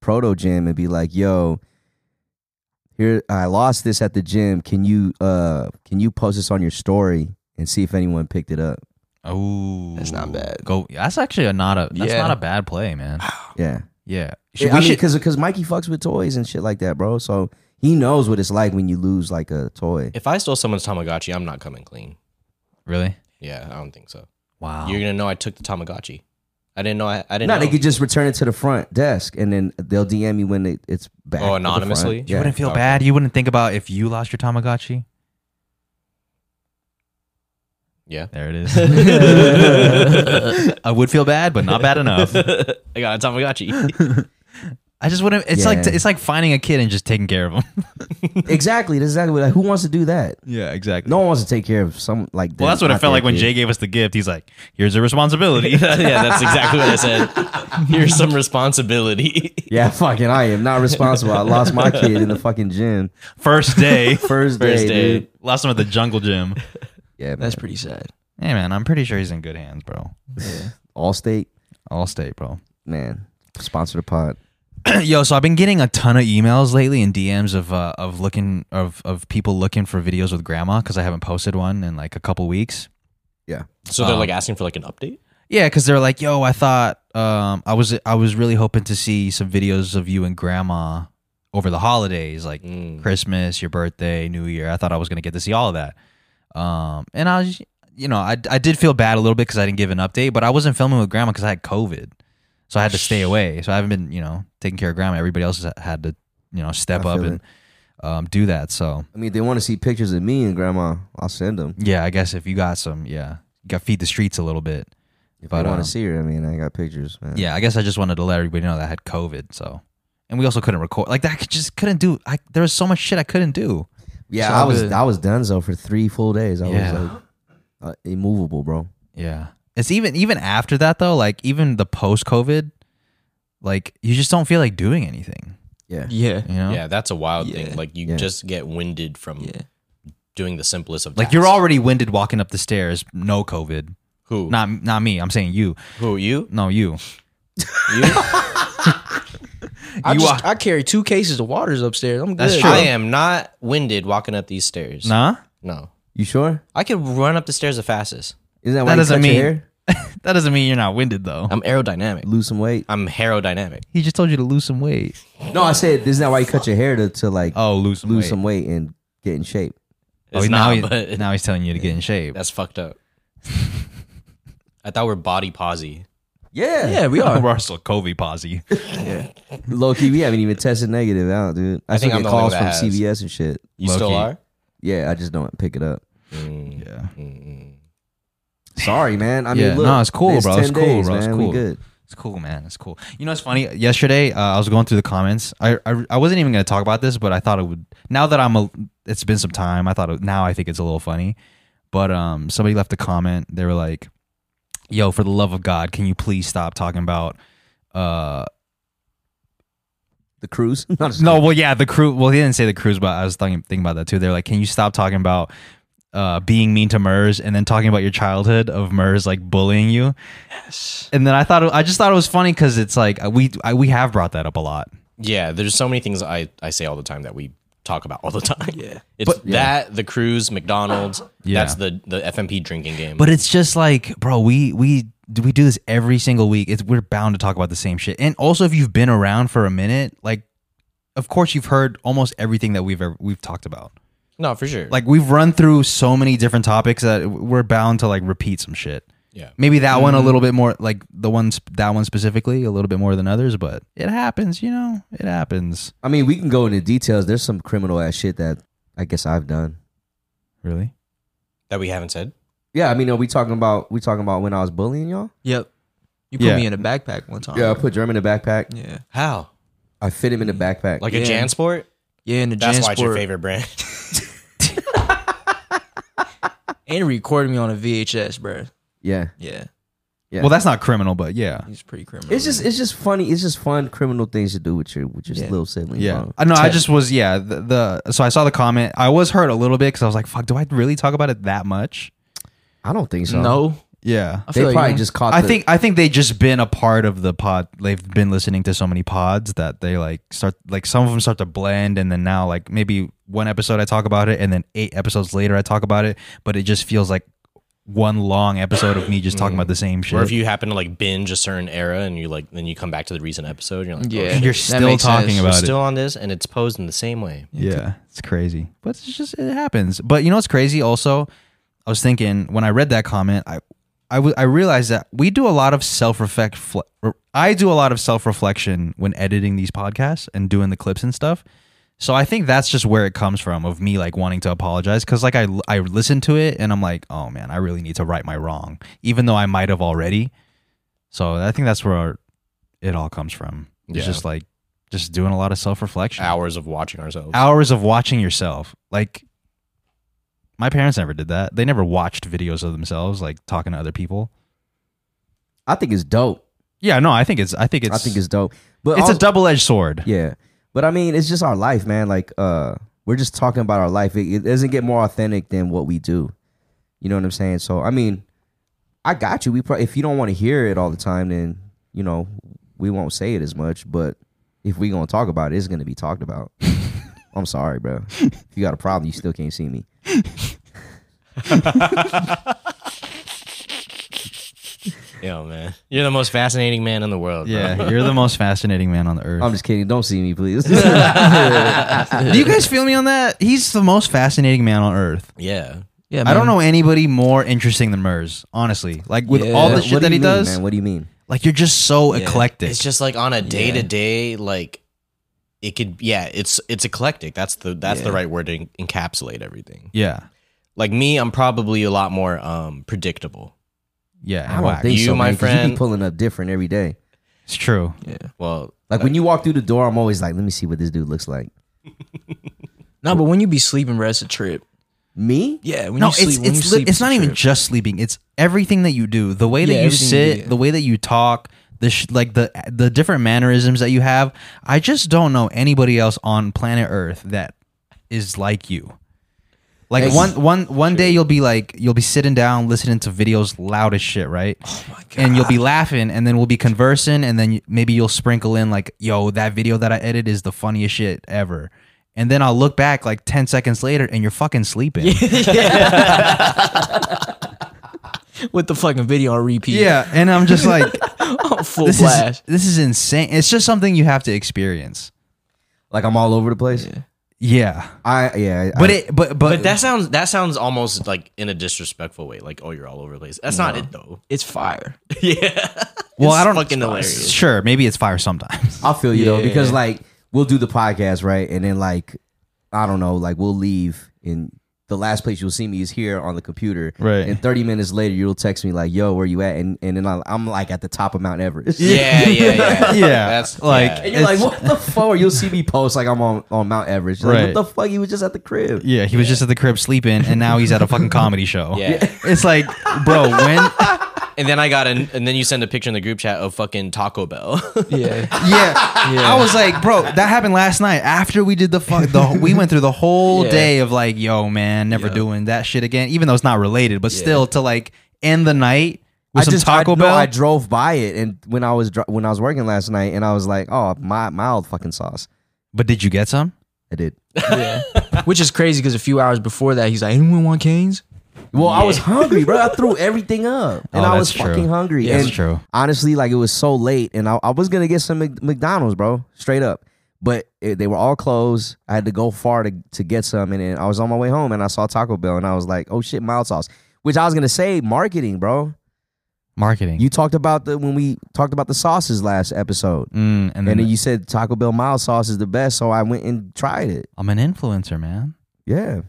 Speaker 3: Proto Gym and be like, "Yo, here I lost this at the gym. Can you uh can you post this on your story and see if anyone picked it up?"
Speaker 1: Oh,
Speaker 4: That's not bad.
Speaker 1: Go. That's actually a, not a. That's
Speaker 4: Yeah.
Speaker 1: not a bad play, man.
Speaker 3: Yeah.
Speaker 1: Yeah. Should-
Speaker 3: Yeah,
Speaker 1: we
Speaker 3: I mean,
Speaker 1: should-
Speaker 3: because because Mikey fucks with toys and shit like that, bro. So he knows what it's like when you lose like a toy.
Speaker 2: If I stole someone's Tamagotchi, I'm not coming clean.
Speaker 1: really?
Speaker 2: Yeah, I don't think so.
Speaker 1: Wow.
Speaker 2: You're gonna know I took the Tamagotchi. I didn't know. I, I didn't.
Speaker 3: No,
Speaker 2: know.
Speaker 3: they could just return it to the front desk, and then they'll DM you when it, it's back.
Speaker 2: Oh,
Speaker 3: at the front.
Speaker 2: anonymously? You
Speaker 1: you
Speaker 3: Yeah.
Speaker 1: wouldn't feel
Speaker 2: Okay.
Speaker 1: bad. You wouldn't think about if you lost your Tamagotchi.
Speaker 2: (laughs) Yeah.
Speaker 1: There it is. I would feel bad, but not bad enough.
Speaker 2: I got a Tamagotchi. (laughs)
Speaker 1: I just wouldn't. It's like
Speaker 3: Yeah.
Speaker 1: it's like finding a kid and just taking care of him.
Speaker 3: exactly. That's exactly what, like, who wants to do that.
Speaker 1: Yeah, exactly.
Speaker 3: No one wants to take care of some like.
Speaker 1: Well,
Speaker 3: their-
Speaker 1: that's what it felt
Speaker 3: not their
Speaker 1: like when
Speaker 3: kid.
Speaker 1: Jay gave us the gift. He's like, "Here's a responsibility." (laughs)
Speaker 2: yeah, that's exactly what I said. Here's some responsibility. (laughs)
Speaker 3: Yeah, (laughs) fucking, I am not responsible. I lost
Speaker 1: (laughs)
Speaker 3: my kid in the fucking gym
Speaker 1: First day,
Speaker 3: first day.
Speaker 2: First day.
Speaker 3: dude.
Speaker 1: lost him at the jungle gym.
Speaker 3: Yeah, man.
Speaker 4: That's pretty sad.
Speaker 1: Hey man, I'm pretty sure he's in good hands, bro.
Speaker 3: Allstate,
Speaker 1: All state, bro.
Speaker 3: man. Sponsor the pod.
Speaker 1: (clears throat) Yo, so I've been getting a ton of emails lately and DMs of uh, of looking of of people looking for videos with grandma because I haven't posted one in like a couple weeks.
Speaker 3: Yeah,
Speaker 2: So they're like asking for like an update.
Speaker 1: Yeah, because they're like, "Yo, I thought um, I was I was really hoping to see some videos of you and grandma over the holidays, like
Speaker 2: Mm.
Speaker 1: Christmas, your birthday, New Year. I thought I was gonna get to see all of that. Um, and I was, you know, I I did feel bad a little bit because I didn't give an update, but I wasn't filming with grandma because I had COVID, so I had to stay away. So I haven't been, you know, taking care of grandma. Everybody else has had to, you know, step
Speaker 3: I
Speaker 1: up
Speaker 3: feel
Speaker 1: and um, do that. So
Speaker 3: I mean, if they want to see pictures of me and grandma. I'll send them.
Speaker 1: yeah, I guess if you got some, yeah, you got to feed the streets a little bit.
Speaker 3: If I
Speaker 1: But,
Speaker 3: want
Speaker 1: um,
Speaker 3: to see her, I mean, I got pictures, man.
Speaker 1: Yeah, I guess I just wanted to let everybody know that I had COVID. So, and we also couldn't record like that. I could- just couldn't do. I there was so much shit I couldn't do.
Speaker 3: Yeah,
Speaker 4: So
Speaker 3: I was
Speaker 4: good.
Speaker 3: I was done so for three full days. I
Speaker 1: Yeah.
Speaker 3: was like uh, immovable, bro.
Speaker 1: Yeah. It's even even after that though, like even the post COVID, like you just don't feel like doing anything.
Speaker 3: Yeah.
Speaker 4: Yeah.
Speaker 1: You know?
Speaker 2: Yeah, that's a wild
Speaker 4: Yeah.
Speaker 2: thing. Like you
Speaker 3: Yeah.
Speaker 2: just get winded from
Speaker 4: Yeah.
Speaker 2: doing the simplest of
Speaker 1: Like
Speaker 2: tasks.
Speaker 1: you're already winded walking up the stairs, no COVID.
Speaker 2: who
Speaker 1: Not not me. I'm saying you.
Speaker 2: who you
Speaker 1: No, you.
Speaker 2: you.
Speaker 4: I,
Speaker 1: You
Speaker 4: just, I carry two cases of waters upstairs. I'm good.
Speaker 1: That's true.
Speaker 2: I am not winded walking up these stairs.
Speaker 1: Nah? (laughs)
Speaker 2: No,
Speaker 3: You sure?
Speaker 2: I could run up the stairs the fastest.
Speaker 3: Isn't that
Speaker 1: That
Speaker 3: why you
Speaker 1: doesn't
Speaker 3: cut
Speaker 1: mean-
Speaker 3: your hair?
Speaker 1: That doesn't mean you're not winded though.
Speaker 2: I'm aerodynamic.
Speaker 3: Lose some weight.
Speaker 2: I'm aerodynamic.
Speaker 1: He just told you to lose some weight.
Speaker 3: No, I said isn't that why you cut your hair to, to like
Speaker 1: Oh, lose some
Speaker 3: lose
Speaker 1: weight.
Speaker 3: some weight and get in shape?
Speaker 2: It's
Speaker 1: oh,
Speaker 2: not,
Speaker 1: now, he-
Speaker 2: but
Speaker 1: now he's telling you to get in shape.
Speaker 2: that's fucked
Speaker 1: (laughs)
Speaker 2: up. I thought we're body posy.
Speaker 3: Yeah.
Speaker 4: Yeah,
Speaker 1: (laughs)
Speaker 4: we are.
Speaker 1: Russell Covey posse.
Speaker 3: Low key, we haven't even tested negative out, dude. I,
Speaker 2: think
Speaker 3: still
Speaker 2: I'm
Speaker 3: get
Speaker 2: the only
Speaker 3: calls
Speaker 2: one
Speaker 3: from
Speaker 2: that has.
Speaker 3: CVS and shit.
Speaker 2: You
Speaker 1: Low
Speaker 2: still
Speaker 1: key.
Speaker 2: are.
Speaker 3: Yeah, I just don't pick it up.
Speaker 2: Mm,
Speaker 1: Yeah.
Speaker 2: mm, mm.
Speaker 3: Sorry, man. I mean,
Speaker 1: Yeah,
Speaker 3: look,
Speaker 1: no, it's cool, bro.
Speaker 3: 10
Speaker 1: It's cool,
Speaker 3: days,
Speaker 1: bro. It's
Speaker 3: man. We
Speaker 1: cool.
Speaker 3: good.
Speaker 1: It's cool, man. It's cool. You know, it's funny. Yesterday, uh, I was going through the comments. I, I I wasn't even gonna talk about this, but I thought it would. Now that I'm a, it's been some time. I thought it, now I think it's a little funny. But um, somebody left a comment. They were like, "Yo, for the love of God, can you please stop talking about uh
Speaker 3: The cruise. (laughs) No, I'm just
Speaker 1: no, well, yeah, the crew. Well, he didn't say the cruise, but I was thinking, thinking about that too. They're like, can you stop talking about uh, being mean to Murs and then talking about your childhood of Murs like bullying you? Yes. And then I thought, I just thought it was funny because it's like uh, we I, we have brought that up a lot.
Speaker 2: Yeah, there's so many things I, I say all the time that we talk about all the time. Yeah. (laughs) It's
Speaker 1: But-
Speaker 2: that, the cruise, McDonald's.
Speaker 1: Yeah.
Speaker 2: That's the, the FMP drinking game.
Speaker 1: But it's just like, bro, we we do we do this every single week? It's we're bound to talk about the same shit. And also, if you've been around for a minute, like, of course, you've heard almost everything that we've ever we've talked about.
Speaker 2: No, for sure.
Speaker 1: Like, we've run through so many different topics that we're bound to like repeat some shit.
Speaker 2: yeah.
Speaker 1: Maybe that one a little bit more, like the one sp- that one specifically, a little bit more than others. But it happens, you know. It happens.
Speaker 3: I mean, we can go into details. There's some criminal ass shit that I guess I've done.
Speaker 1: Really?
Speaker 2: That we haven't said.
Speaker 3: Yeah, I mean, are we talking about we talking about when I was bullying y'all?
Speaker 4: Yep. You put
Speaker 1: Yeah.
Speaker 4: me in a backpack one time.
Speaker 3: Yeah, I put Germ in a backpack.
Speaker 4: Yeah.
Speaker 2: How?
Speaker 3: I fit him in a backpack.
Speaker 2: Like a
Speaker 4: Yeah.
Speaker 2: JanSport?
Speaker 4: Yeah, in the
Speaker 2: That's why it's your
Speaker 4: JanSport.
Speaker 1: (laughs)
Speaker 2: favorite brand.
Speaker 4: And he recorded me on a VHS, bro.
Speaker 3: yeah,
Speaker 4: Yeah.
Speaker 3: Yeah.
Speaker 1: Well, that's not criminal, but yeah,
Speaker 4: He's pretty criminal.
Speaker 3: it's just it's just funny. It's just fun criminal things to do with your with your
Speaker 4: Yeah.
Speaker 3: little sibling.
Speaker 1: yeah.
Speaker 3: bro.
Speaker 1: I know. Uh, I
Speaker 4: Ted.
Speaker 1: just was yeah. The, the so I saw the comment. I was hurt a little bit because I was like, "Fuck, do I really talk about it that much?"
Speaker 3: I don't think so.
Speaker 4: No.
Speaker 1: Yeah.
Speaker 4: I
Speaker 3: they
Speaker 4: feel you.
Speaker 3: probably just caught.
Speaker 1: I
Speaker 3: the-
Speaker 1: think I think they just been a part of the pod. They've been listening to so many pods that they like start like some of them start to blend, and then now like maybe one episode I talk about it, and then eight episodes later I talk about it, but it just feels like one long episode of me just talking about the same shit.
Speaker 2: or if you happen to like binge a certain era and you like then you come back to the recent episode and you're like, oh,
Speaker 4: Yeah.
Speaker 2: shit,
Speaker 1: are
Speaker 4: That
Speaker 1: still
Speaker 4: makes
Speaker 1: talking
Speaker 4: sense.
Speaker 2: we're
Speaker 1: about it.
Speaker 2: still on this and it's posed in the same way.
Speaker 1: Yeah, it's crazy. But it's just it happens. But you know what's crazy also? I was thinking when I read that comment, I I w- I realized that we do a lot of self-reflect fl- I do a lot of self-reflection when editing these podcasts and doing the clips and stuff. So I think that's just where it comes from of me like wanting to apologize cuz like I l- I listened to it and I'm like, "Oh man, I really need to right my wrong," even though I might have already. So I think that's where it all comes from. It's
Speaker 2: Yeah.
Speaker 1: just like just doing a lot of self-reflection
Speaker 2: Hours of watching ourselves.
Speaker 1: hours of watching yourself. Like my parents never did that. They never watched videos of themselves like talking to other people.
Speaker 3: I think it's dope.
Speaker 1: Yeah, no, I think it's I think it's
Speaker 3: I think it's dope. But
Speaker 1: it's
Speaker 3: also-
Speaker 1: a double-edged sword.
Speaker 3: Yeah. But I mean, it's just our life, man. Like, uh, we're just talking about our life. It, it doesn't get more authentic than what we do. You know what I'm saying? So, I mean, I got you. We pro- if you don't want to hear it all the time, then you know we won't say it as much. But if we gonna talk about it, it's gonna be
Speaker 1: (laughs)
Speaker 3: talked about. I'm sorry, bro. If you got a problem, you still can't see me.
Speaker 2: Yo, man. You're the most fascinating man in the world. bro.
Speaker 1: Yeah, you're the most fascinating man on the earth.
Speaker 3: I'm just kidding. Don't see
Speaker 1: (laughs)
Speaker 3: me, please.
Speaker 1: Do you guys feel me on that? He's the most fascinating man on earth.
Speaker 2: (laughs) Yeah.
Speaker 4: Yeah,
Speaker 1: I don't
Speaker 4: man.
Speaker 1: know anybody more interesting than Murs, honestly. Like with
Speaker 4: Yeah.
Speaker 1: all the
Speaker 4: What-
Speaker 1: shit
Speaker 3: what do
Speaker 1: that
Speaker 3: you
Speaker 1: he
Speaker 3: mean,
Speaker 1: does,
Speaker 3: man? What do you mean?
Speaker 1: like you're just so
Speaker 2: Yeah.
Speaker 1: eclectic.
Speaker 2: It's just like on a day to day, like it could yeah, it's it's eclectic. That's the that's the
Speaker 4: Yeah.
Speaker 2: right word to en- encapsulate everything.
Speaker 1: yeah.
Speaker 2: Like me, I'm probably a lot more um predictable.
Speaker 1: Yeah,
Speaker 3: I
Speaker 1: and
Speaker 3: don't
Speaker 1: whack.
Speaker 3: think
Speaker 2: You,
Speaker 3: so,
Speaker 2: my
Speaker 3: man, 'cause You
Speaker 2: friend-
Speaker 3: be pulling up different every day.
Speaker 1: it's true.
Speaker 4: Yeah.
Speaker 2: Well,
Speaker 3: Like when you walk through the door, I'm always like, let me see what this dude looks like.
Speaker 4: No, but when you be sleeping, bro, it's a trip.
Speaker 3: Me?
Speaker 4: Yeah. When
Speaker 1: no,
Speaker 4: you sleep,
Speaker 1: it's
Speaker 4: when you
Speaker 1: it's
Speaker 4: sleep,
Speaker 1: li- it's
Speaker 4: a
Speaker 1: not even
Speaker 4: trip.
Speaker 1: just sleeping. It's everything that you do, the way that
Speaker 4: Yeah,
Speaker 1: you
Speaker 4: everything you
Speaker 1: sit,
Speaker 4: do.
Speaker 1: the way that you talk, the sh- like the the different mannerisms that you have. I just don't know anybody else on planet Earth that is like you. Like
Speaker 3: Ex-
Speaker 1: one one one day you'll be like you'll be sitting down listening to videos loud as shit, right? Oh
Speaker 4: my
Speaker 1: And you'll be laughing, and then we'll be conversing, and then y- maybe you'll sprinkle in like, "Yo, that video that I edited is the funniest shit ever." And then I'll look back like ten seconds later, and you're fucking sleeping.
Speaker 4: with the fucking video on repeat.
Speaker 1: Yeah, and I'm just
Speaker 3: (laughs)
Speaker 1: like,
Speaker 4: Full
Speaker 1: this
Speaker 4: blast.
Speaker 1: is this is insane. It's just something you have to experience.
Speaker 3: Like I'm all over the place.
Speaker 1: Yeah,
Speaker 3: I yeah.
Speaker 1: but
Speaker 3: I,
Speaker 1: it but but,
Speaker 2: but that sounds that sounds almost like in a disrespectful way. Like, oh, you're all over the place. That's not it though.
Speaker 4: It's fire.
Speaker 2: yeah.
Speaker 1: well, I don't
Speaker 2: fucking hilarious.
Speaker 1: Sure, maybe it's fire
Speaker 3: (laughs)
Speaker 1: sometimes.
Speaker 3: I feel you though because
Speaker 4: Yeah.
Speaker 3: like we'll do the podcast right, and then like I don't know, like we'll leave, and the last place you'll see me is here on the computer.
Speaker 1: Right.
Speaker 3: And thirty minutes later, you'll text me like, "Yo, where you at?" And and then I- I'm like at the top of Mount Everest.
Speaker 2: Yeah, yeah,
Speaker 1: (laughs)
Speaker 2: yeah.
Speaker 1: Yeah,
Speaker 2: That's
Speaker 1: like-
Speaker 2: yeah.
Speaker 3: And (laughs) you're like, "What the fuck?" Or you'll see me post like I'm on on Mount Everest. You're
Speaker 1: Right.
Speaker 3: Like, what the fuck? He was just at the crib.
Speaker 1: Yeah, he was just at the crib sleeping, and now he's at a fucking comedy show.
Speaker 2: Yeah.
Speaker 1: it's like, bro, when?
Speaker 3: (laughs)
Speaker 2: And then I got an, and then you send a picture in the group chat of fucking Taco Bell. (laughs)
Speaker 4: Yeah.
Speaker 1: Yeah, I was like, bro, that happened last night after we did the fuck. The we went through the whole
Speaker 4: Yeah.
Speaker 1: day of like, yo, man, never doing that shit again. Even though it's not related, but still to like end the night with
Speaker 3: I
Speaker 1: some
Speaker 3: just
Speaker 1: Taco
Speaker 3: I, no,
Speaker 1: Bell.
Speaker 3: I drove by it, and when I was dri- when I was working last night, and I was like, "Oh, my mild fucking sauce."
Speaker 1: but did you get some?
Speaker 3: I did.
Speaker 1: (laughs)
Speaker 4: yeah. Which is crazy because a few hours before that, he's like, anyone want canes?
Speaker 3: Well, I was hungry,
Speaker 1: (laughs)
Speaker 3: bro. I threw everything up, and
Speaker 1: Oh,
Speaker 3: I was
Speaker 1: that's true.
Speaker 3: fucking hungry.
Speaker 1: Yeah, that's
Speaker 3: and
Speaker 1: true.
Speaker 3: Honestly, like it was so late, and I, I was gonna get some Mc- McDonald's, bro, straight up. But it, they were all closed. I had to go far to, to get some, and then I was on my way home, and I saw Taco Bell, and I was like, "Oh shit, mild sauce." Which I was gonna say, marketing, bro.
Speaker 1: Marketing.
Speaker 3: You talked about the when we talked about the sauces last episode,
Speaker 1: Mm, and then
Speaker 3: and then you said Taco Bell mild sauce is the best, so I went and tried it.
Speaker 1: I'm an influencer, man.
Speaker 3: Yeah,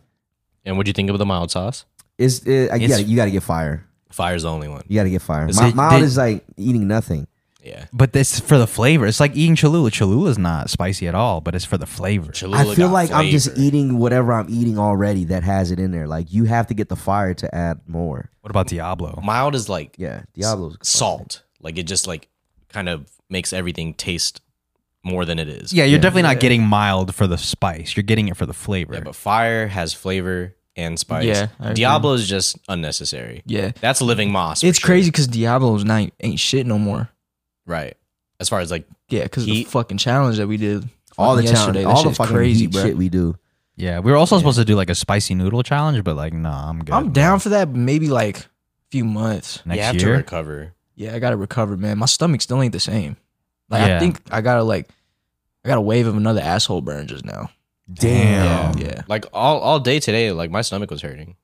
Speaker 2: And what'd you think of the mild sauce?
Speaker 3: it's it, I
Speaker 1: It's-
Speaker 3: gotta, you got to get fire.
Speaker 2: Fire's the only one.
Speaker 3: You got to get fire.
Speaker 2: Is
Speaker 3: Mi-
Speaker 1: it-
Speaker 3: mild
Speaker 1: did-
Speaker 3: is like eating nothing.
Speaker 2: Yeah.
Speaker 1: But this for the flavor. It's like eating Cholula. Cholula's not spicy at all, but it's for the flavor.
Speaker 2: Cholula
Speaker 3: I feel
Speaker 2: got
Speaker 3: like I'm just
Speaker 2: flavor.
Speaker 3: eating whatever I'm eating already that has it in there. Like you have to get the fire to add more.
Speaker 1: What about Diablo?
Speaker 2: Mild is like
Speaker 3: Yeah, Diablo's
Speaker 2: salt. Like it just like kind of makes everything taste more than it is.
Speaker 1: Yeah, you're definitely not getting mild for the spice. You're getting it for the flavor.
Speaker 2: Yeah, but fire has flavor and spice.
Speaker 4: Yeah, I agree.
Speaker 2: Diablo is just unnecessary.
Speaker 4: Yeah.
Speaker 2: That's living moss. for
Speaker 4: It's
Speaker 2: sure.
Speaker 4: crazy because Diablo's not ain't shit no more.
Speaker 2: Right. As far as like
Speaker 4: Yeah, because the
Speaker 2: Heat.
Speaker 4: fucking challenge that we did
Speaker 3: all the challenge,
Speaker 4: fucking yesterday, that
Speaker 3: all the
Speaker 4: shit's
Speaker 3: fucking
Speaker 4: crazy,
Speaker 3: heat
Speaker 4: bro.
Speaker 3: shit we do.
Speaker 1: yeah, we were also supposed to do like a spicy noodle challenge, but like, nah, I'm good.
Speaker 4: I'm down for that. but Maybe like a few months.
Speaker 2: you
Speaker 1: next
Speaker 2: have to
Speaker 1: year.
Speaker 2: recover.
Speaker 4: Yeah, I gotta recover, man. My stomach still ain't the same. Like
Speaker 1: Yeah.
Speaker 4: I think I gotta like I got a wave of another asshole burn just now.
Speaker 1: Damn.
Speaker 4: Yeah.
Speaker 2: Like all all day today, like my stomach was hurting.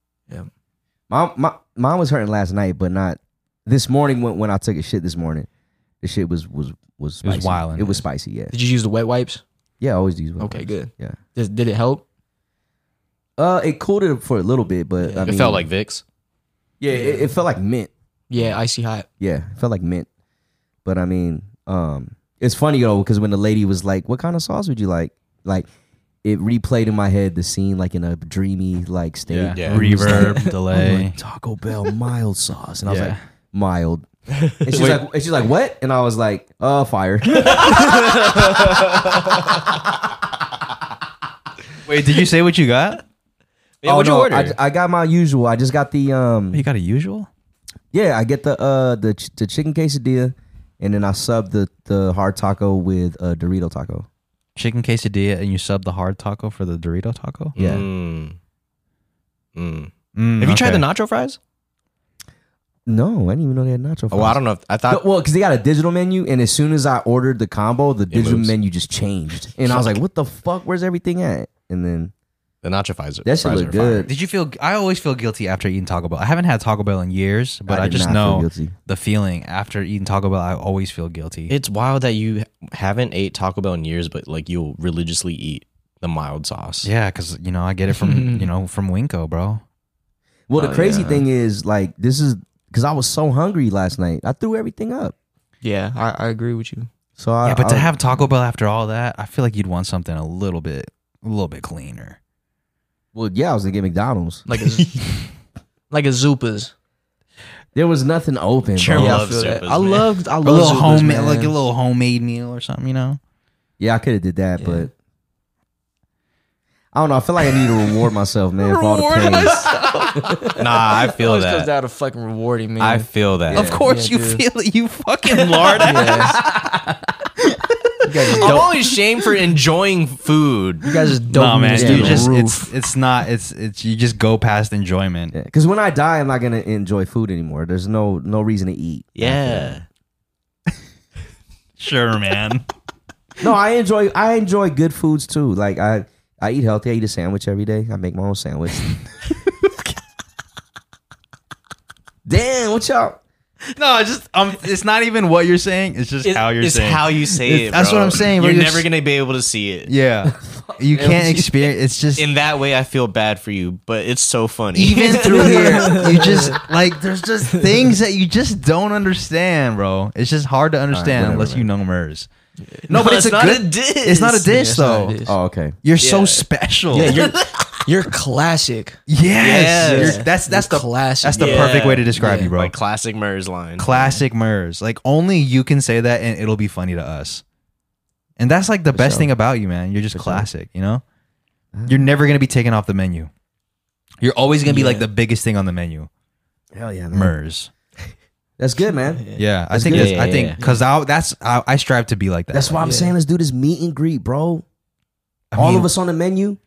Speaker 3: My my mine was hurting last night, but not this morning when when I took a shit this morning. The shit was was was
Speaker 1: It was
Speaker 3: spicy.
Speaker 1: wildin'.
Speaker 3: It was spicy. Yeah,
Speaker 4: Did you use the wet wipes?
Speaker 3: yeah. I always use. one.
Speaker 4: Okay, good.
Speaker 3: Yeah.
Speaker 4: Did, did it help?
Speaker 3: Uh, it cooled it for a little bit, but I
Speaker 2: it
Speaker 3: mean,
Speaker 2: felt like Vicks.
Speaker 3: yeah, it, it felt like mint.
Speaker 4: Yeah, icy hot.
Speaker 3: Yeah, it felt like mint. But I mean, um, it's funny though because when the lady was like, "What kind of sauce would you like?" Like, it replayed in my head the scene like in a dreamy like state.
Speaker 1: Yeah.
Speaker 2: Yeah.
Speaker 1: Reverb,
Speaker 3: I'm
Speaker 1: delay.
Speaker 3: like, Taco
Speaker 2: (laughs)
Speaker 3: Bell mild sauce, and I was
Speaker 1: Yeah.
Speaker 3: like, mild. And she's
Speaker 2: Wait.
Speaker 3: like, and she's like, what? And I was like, uh, fire.
Speaker 1: Wait, did you say what you got?
Speaker 2: Yeah,
Speaker 3: Oh,
Speaker 2: what'd you
Speaker 3: no,
Speaker 2: order?
Speaker 3: I, I got my usual. I just got the um.
Speaker 1: You got a usual?
Speaker 3: Yeah, I get the uh the ch- the chicken quesadilla, and then I sub the the hard taco with a Dorito taco.
Speaker 1: Chicken quesadilla and you sub the hard taco for the Dorito taco?
Speaker 3: Yeah.
Speaker 2: Mm. Mm.
Speaker 1: Mm,
Speaker 2: Have you tried
Speaker 1: okay.
Speaker 2: the nacho fries?
Speaker 3: No, I didn't even know they had nacho.
Speaker 2: Oh,
Speaker 3: Fries.
Speaker 2: I don't know. If, I
Speaker 3: Th-
Speaker 2: thought
Speaker 3: well, because they got a digital menu, and as soon as I ordered the combo, the digital
Speaker 2: moves.
Speaker 3: menu just changed, and I was like, "What the fuck? Where's everything at?" And then
Speaker 2: the nacho fries.
Speaker 3: that shit
Speaker 2: fries
Speaker 3: looked
Speaker 2: are fire.
Speaker 3: good.
Speaker 1: Did you feel? I always feel guilty after eating Taco Bell. I haven't had Taco Bell in years, but I,
Speaker 3: did
Speaker 1: just
Speaker 3: not feel
Speaker 1: know
Speaker 3: guilty.
Speaker 1: the feeling after eating Taco Bell. I always feel guilty.
Speaker 2: It's wild that you haven't ate Taco Bell in years, but like you'll religiously eat the mild sauce.
Speaker 1: yeah, because you know I get it (laughs) from you know from Winko, bro.
Speaker 3: Well, the
Speaker 4: Oh,
Speaker 3: crazy
Speaker 4: yeah.
Speaker 3: thing is, like, this is because I was so hungry last night, I threw everything up.
Speaker 4: Yeah, I, I agree with you.
Speaker 3: So I,
Speaker 1: yeah, but to
Speaker 3: I-
Speaker 1: have Taco Bell after all that, I feel like you'd want something a little bit, a little bit cleaner.
Speaker 3: well, yeah, I was gonna get McDonald's.
Speaker 2: (laughs)
Speaker 4: Like a like a Zupas.
Speaker 3: There was nothing open.
Speaker 2: Sure.
Speaker 3: bro.
Speaker 2: Yeah.
Speaker 3: Yeah.
Speaker 2: love Zupas,
Speaker 4: I
Speaker 2: man.
Speaker 4: love I love
Speaker 1: a little
Speaker 4: Zupas,
Speaker 1: homemade,
Speaker 4: man.
Speaker 1: like a little homemade meal or something, you know?
Speaker 3: I could have did that,
Speaker 4: Yeah.
Speaker 3: but I don't know. I feel like I need to reward myself, man, for all the pain.
Speaker 2: Nah,
Speaker 1: (laughs)
Speaker 2: I
Speaker 4: It
Speaker 2: feel
Speaker 4: always comes
Speaker 2: that.
Speaker 4: down to fucking rewarding me.
Speaker 2: I feel that.
Speaker 1: of course,
Speaker 4: yeah,
Speaker 1: you
Speaker 4: dude.
Speaker 1: feel (laughs) it, you fucking lard.
Speaker 4: yeah. you guys
Speaker 2: I'm
Speaker 4: don't.
Speaker 2: always shamed for enjoying (laughs) food.
Speaker 4: You guys just
Speaker 1: No
Speaker 4: don't.
Speaker 1: man,
Speaker 3: Yeah,
Speaker 1: you
Speaker 3: the
Speaker 1: just
Speaker 4: roof.
Speaker 1: it's it's not it's it's you just go past enjoyment.
Speaker 3: Because when I die, I'm not gonna enjoy food anymore. There's no no reason to eat.
Speaker 2: Yeah.
Speaker 1: Sure, man.
Speaker 3: No, I enjoy I enjoy good foods too. Like I I eat healthy. I eat a sandwich every day. I make my own sandwich. Damn, what y'all?
Speaker 1: (laughs) No, it's just um, it's not even what you're saying. It's just how you're
Speaker 2: it's
Speaker 1: saying.
Speaker 2: how you say
Speaker 1: It's-
Speaker 2: it.
Speaker 1: that's
Speaker 2: bro.
Speaker 1: what I'm saying, bro.
Speaker 2: You're
Speaker 1: You're
Speaker 2: never
Speaker 1: just-
Speaker 2: gonna be able to see it.
Speaker 4: (laughs)
Speaker 1: yeah, you can't experience. It's just
Speaker 2: In that way, I feel bad for you, but it's so funny. (laughs)
Speaker 1: even through here, (laughs) you just like there's just things that you just don't understand, bro. It's just hard to understand
Speaker 3: whatever,
Speaker 1: unless you know Mers. No,
Speaker 2: No,
Speaker 1: but it's,
Speaker 2: it's
Speaker 1: a
Speaker 2: not
Speaker 1: good.
Speaker 2: a diss.
Speaker 1: It's not a
Speaker 4: Yeah,
Speaker 1: dish
Speaker 4: it's not
Speaker 1: though.
Speaker 4: a dish.
Speaker 3: Oh, okay.
Speaker 1: You're so
Speaker 2: Yeah.
Speaker 1: special.
Speaker 4: Yeah, you're you're classic.
Speaker 1: (laughs) yes.
Speaker 2: Yeah.
Speaker 1: You're- that's that's
Speaker 4: You're
Speaker 1: the
Speaker 4: classic.
Speaker 1: that's the
Speaker 4: Yeah.
Speaker 1: perfect way to describe
Speaker 4: Yeah.
Speaker 1: you, bro.
Speaker 2: Like classic Murs line.
Speaker 1: Mm-hmm. Classic Mers. Like only you can say that, and it'll be funny to us. And that's like the best
Speaker 3: sure.
Speaker 1: thing about you, man. You're just
Speaker 3: For sure.
Speaker 1: classic. You know, you're never gonna be taken off the menu. You're always gonna be like the
Speaker 4: Yeah.
Speaker 1: biggest thing on the menu.
Speaker 3: Hell yeah, man.
Speaker 1: Mers.
Speaker 3: That's good, man.
Speaker 1: Yeah, I
Speaker 3: Mm. That's
Speaker 1: think
Speaker 3: good.
Speaker 1: that's,
Speaker 2: Yeah,
Speaker 1: I
Speaker 2: yeah,
Speaker 1: think
Speaker 2: yeah.
Speaker 1: because I that's I, I strive to be like that.
Speaker 3: That's why I'm
Speaker 4: Yeah.
Speaker 3: saying let's do this meet and greet, bro.
Speaker 1: I
Speaker 3: All
Speaker 1: mean,
Speaker 3: of us on the menu.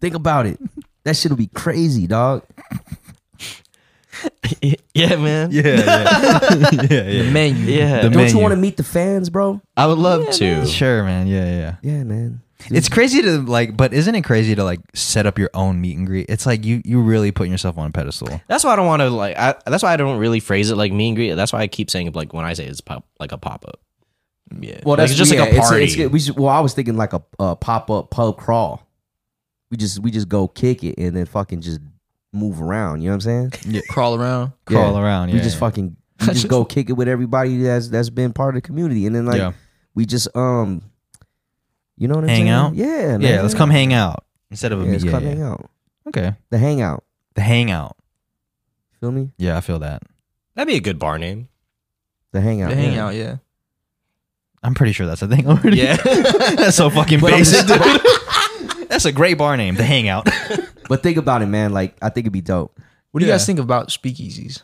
Speaker 3: Think about it. That shit'll be crazy, dog.
Speaker 2: (laughs) yeah, man.
Speaker 1: (laughs) Yeah, yeah, yeah, yeah.
Speaker 4: menu.
Speaker 2: Yeah.
Speaker 1: The
Speaker 3: Don't you
Speaker 1: menu.
Speaker 3: want to meet the fans, bro?
Speaker 2: I would love to.
Speaker 1: Sure, man. Yeah, yeah, yeah.
Speaker 3: Yeah, man.
Speaker 1: It's crazy to like, but isn't it crazy to like set up your own meet and greet? It's like you you really putting yourself on a pedestal.
Speaker 2: That's why I don't want to like. I, that's why I don't really phrase it like meet and greet. That's why I keep saying like when I say it's pop like a pop up.
Speaker 4: Yeah.
Speaker 3: Well,
Speaker 2: Like,
Speaker 3: that's
Speaker 2: it's just like a
Speaker 3: yeah, it's- it's-
Speaker 2: party.
Speaker 3: we should, well, I was thinking like a, a pop up pub crawl. We just we just go kick it and then fucking just move around. You know what I'm saying?
Speaker 4: Crawl around.
Speaker 1: (laughs) Crawl
Speaker 3: Yeah.
Speaker 1: around. Yeah,
Speaker 3: we just
Speaker 1: yeah. (laughs)
Speaker 3: fucking we just go kick it with everybody that's that's been part of the community, and then like
Speaker 1: Yeah.
Speaker 3: we just um, you know what I'm
Speaker 1: Hang
Speaker 3: saying?
Speaker 1: out?
Speaker 3: Yeah, man.
Speaker 1: yeah. Let's come hang out instead of a
Speaker 3: Yeah,
Speaker 1: meet.
Speaker 3: let's
Speaker 1: Yeah,
Speaker 3: come
Speaker 1: yeah.
Speaker 3: hang out.
Speaker 1: Okay,
Speaker 3: The hangout.
Speaker 1: the hangout.
Speaker 3: Feel me?
Speaker 1: Yeah, I feel that.
Speaker 2: That'd be a good bar name.
Speaker 3: The hangout.
Speaker 4: The
Speaker 3: yeah.
Speaker 4: hangout, yeah.
Speaker 1: I'm pretty sure that's a thing already. (laughs)
Speaker 2: Yeah.
Speaker 1: that's so fucking
Speaker 3: But I'm
Speaker 1: basic,
Speaker 3: just-
Speaker 1: dude. (laughs) that's a great bar name, the hangout.
Speaker 3: But think about it, man. Like I think it'd be dope.
Speaker 4: What do you
Speaker 1: Yeah.
Speaker 4: guys think about speakeasies?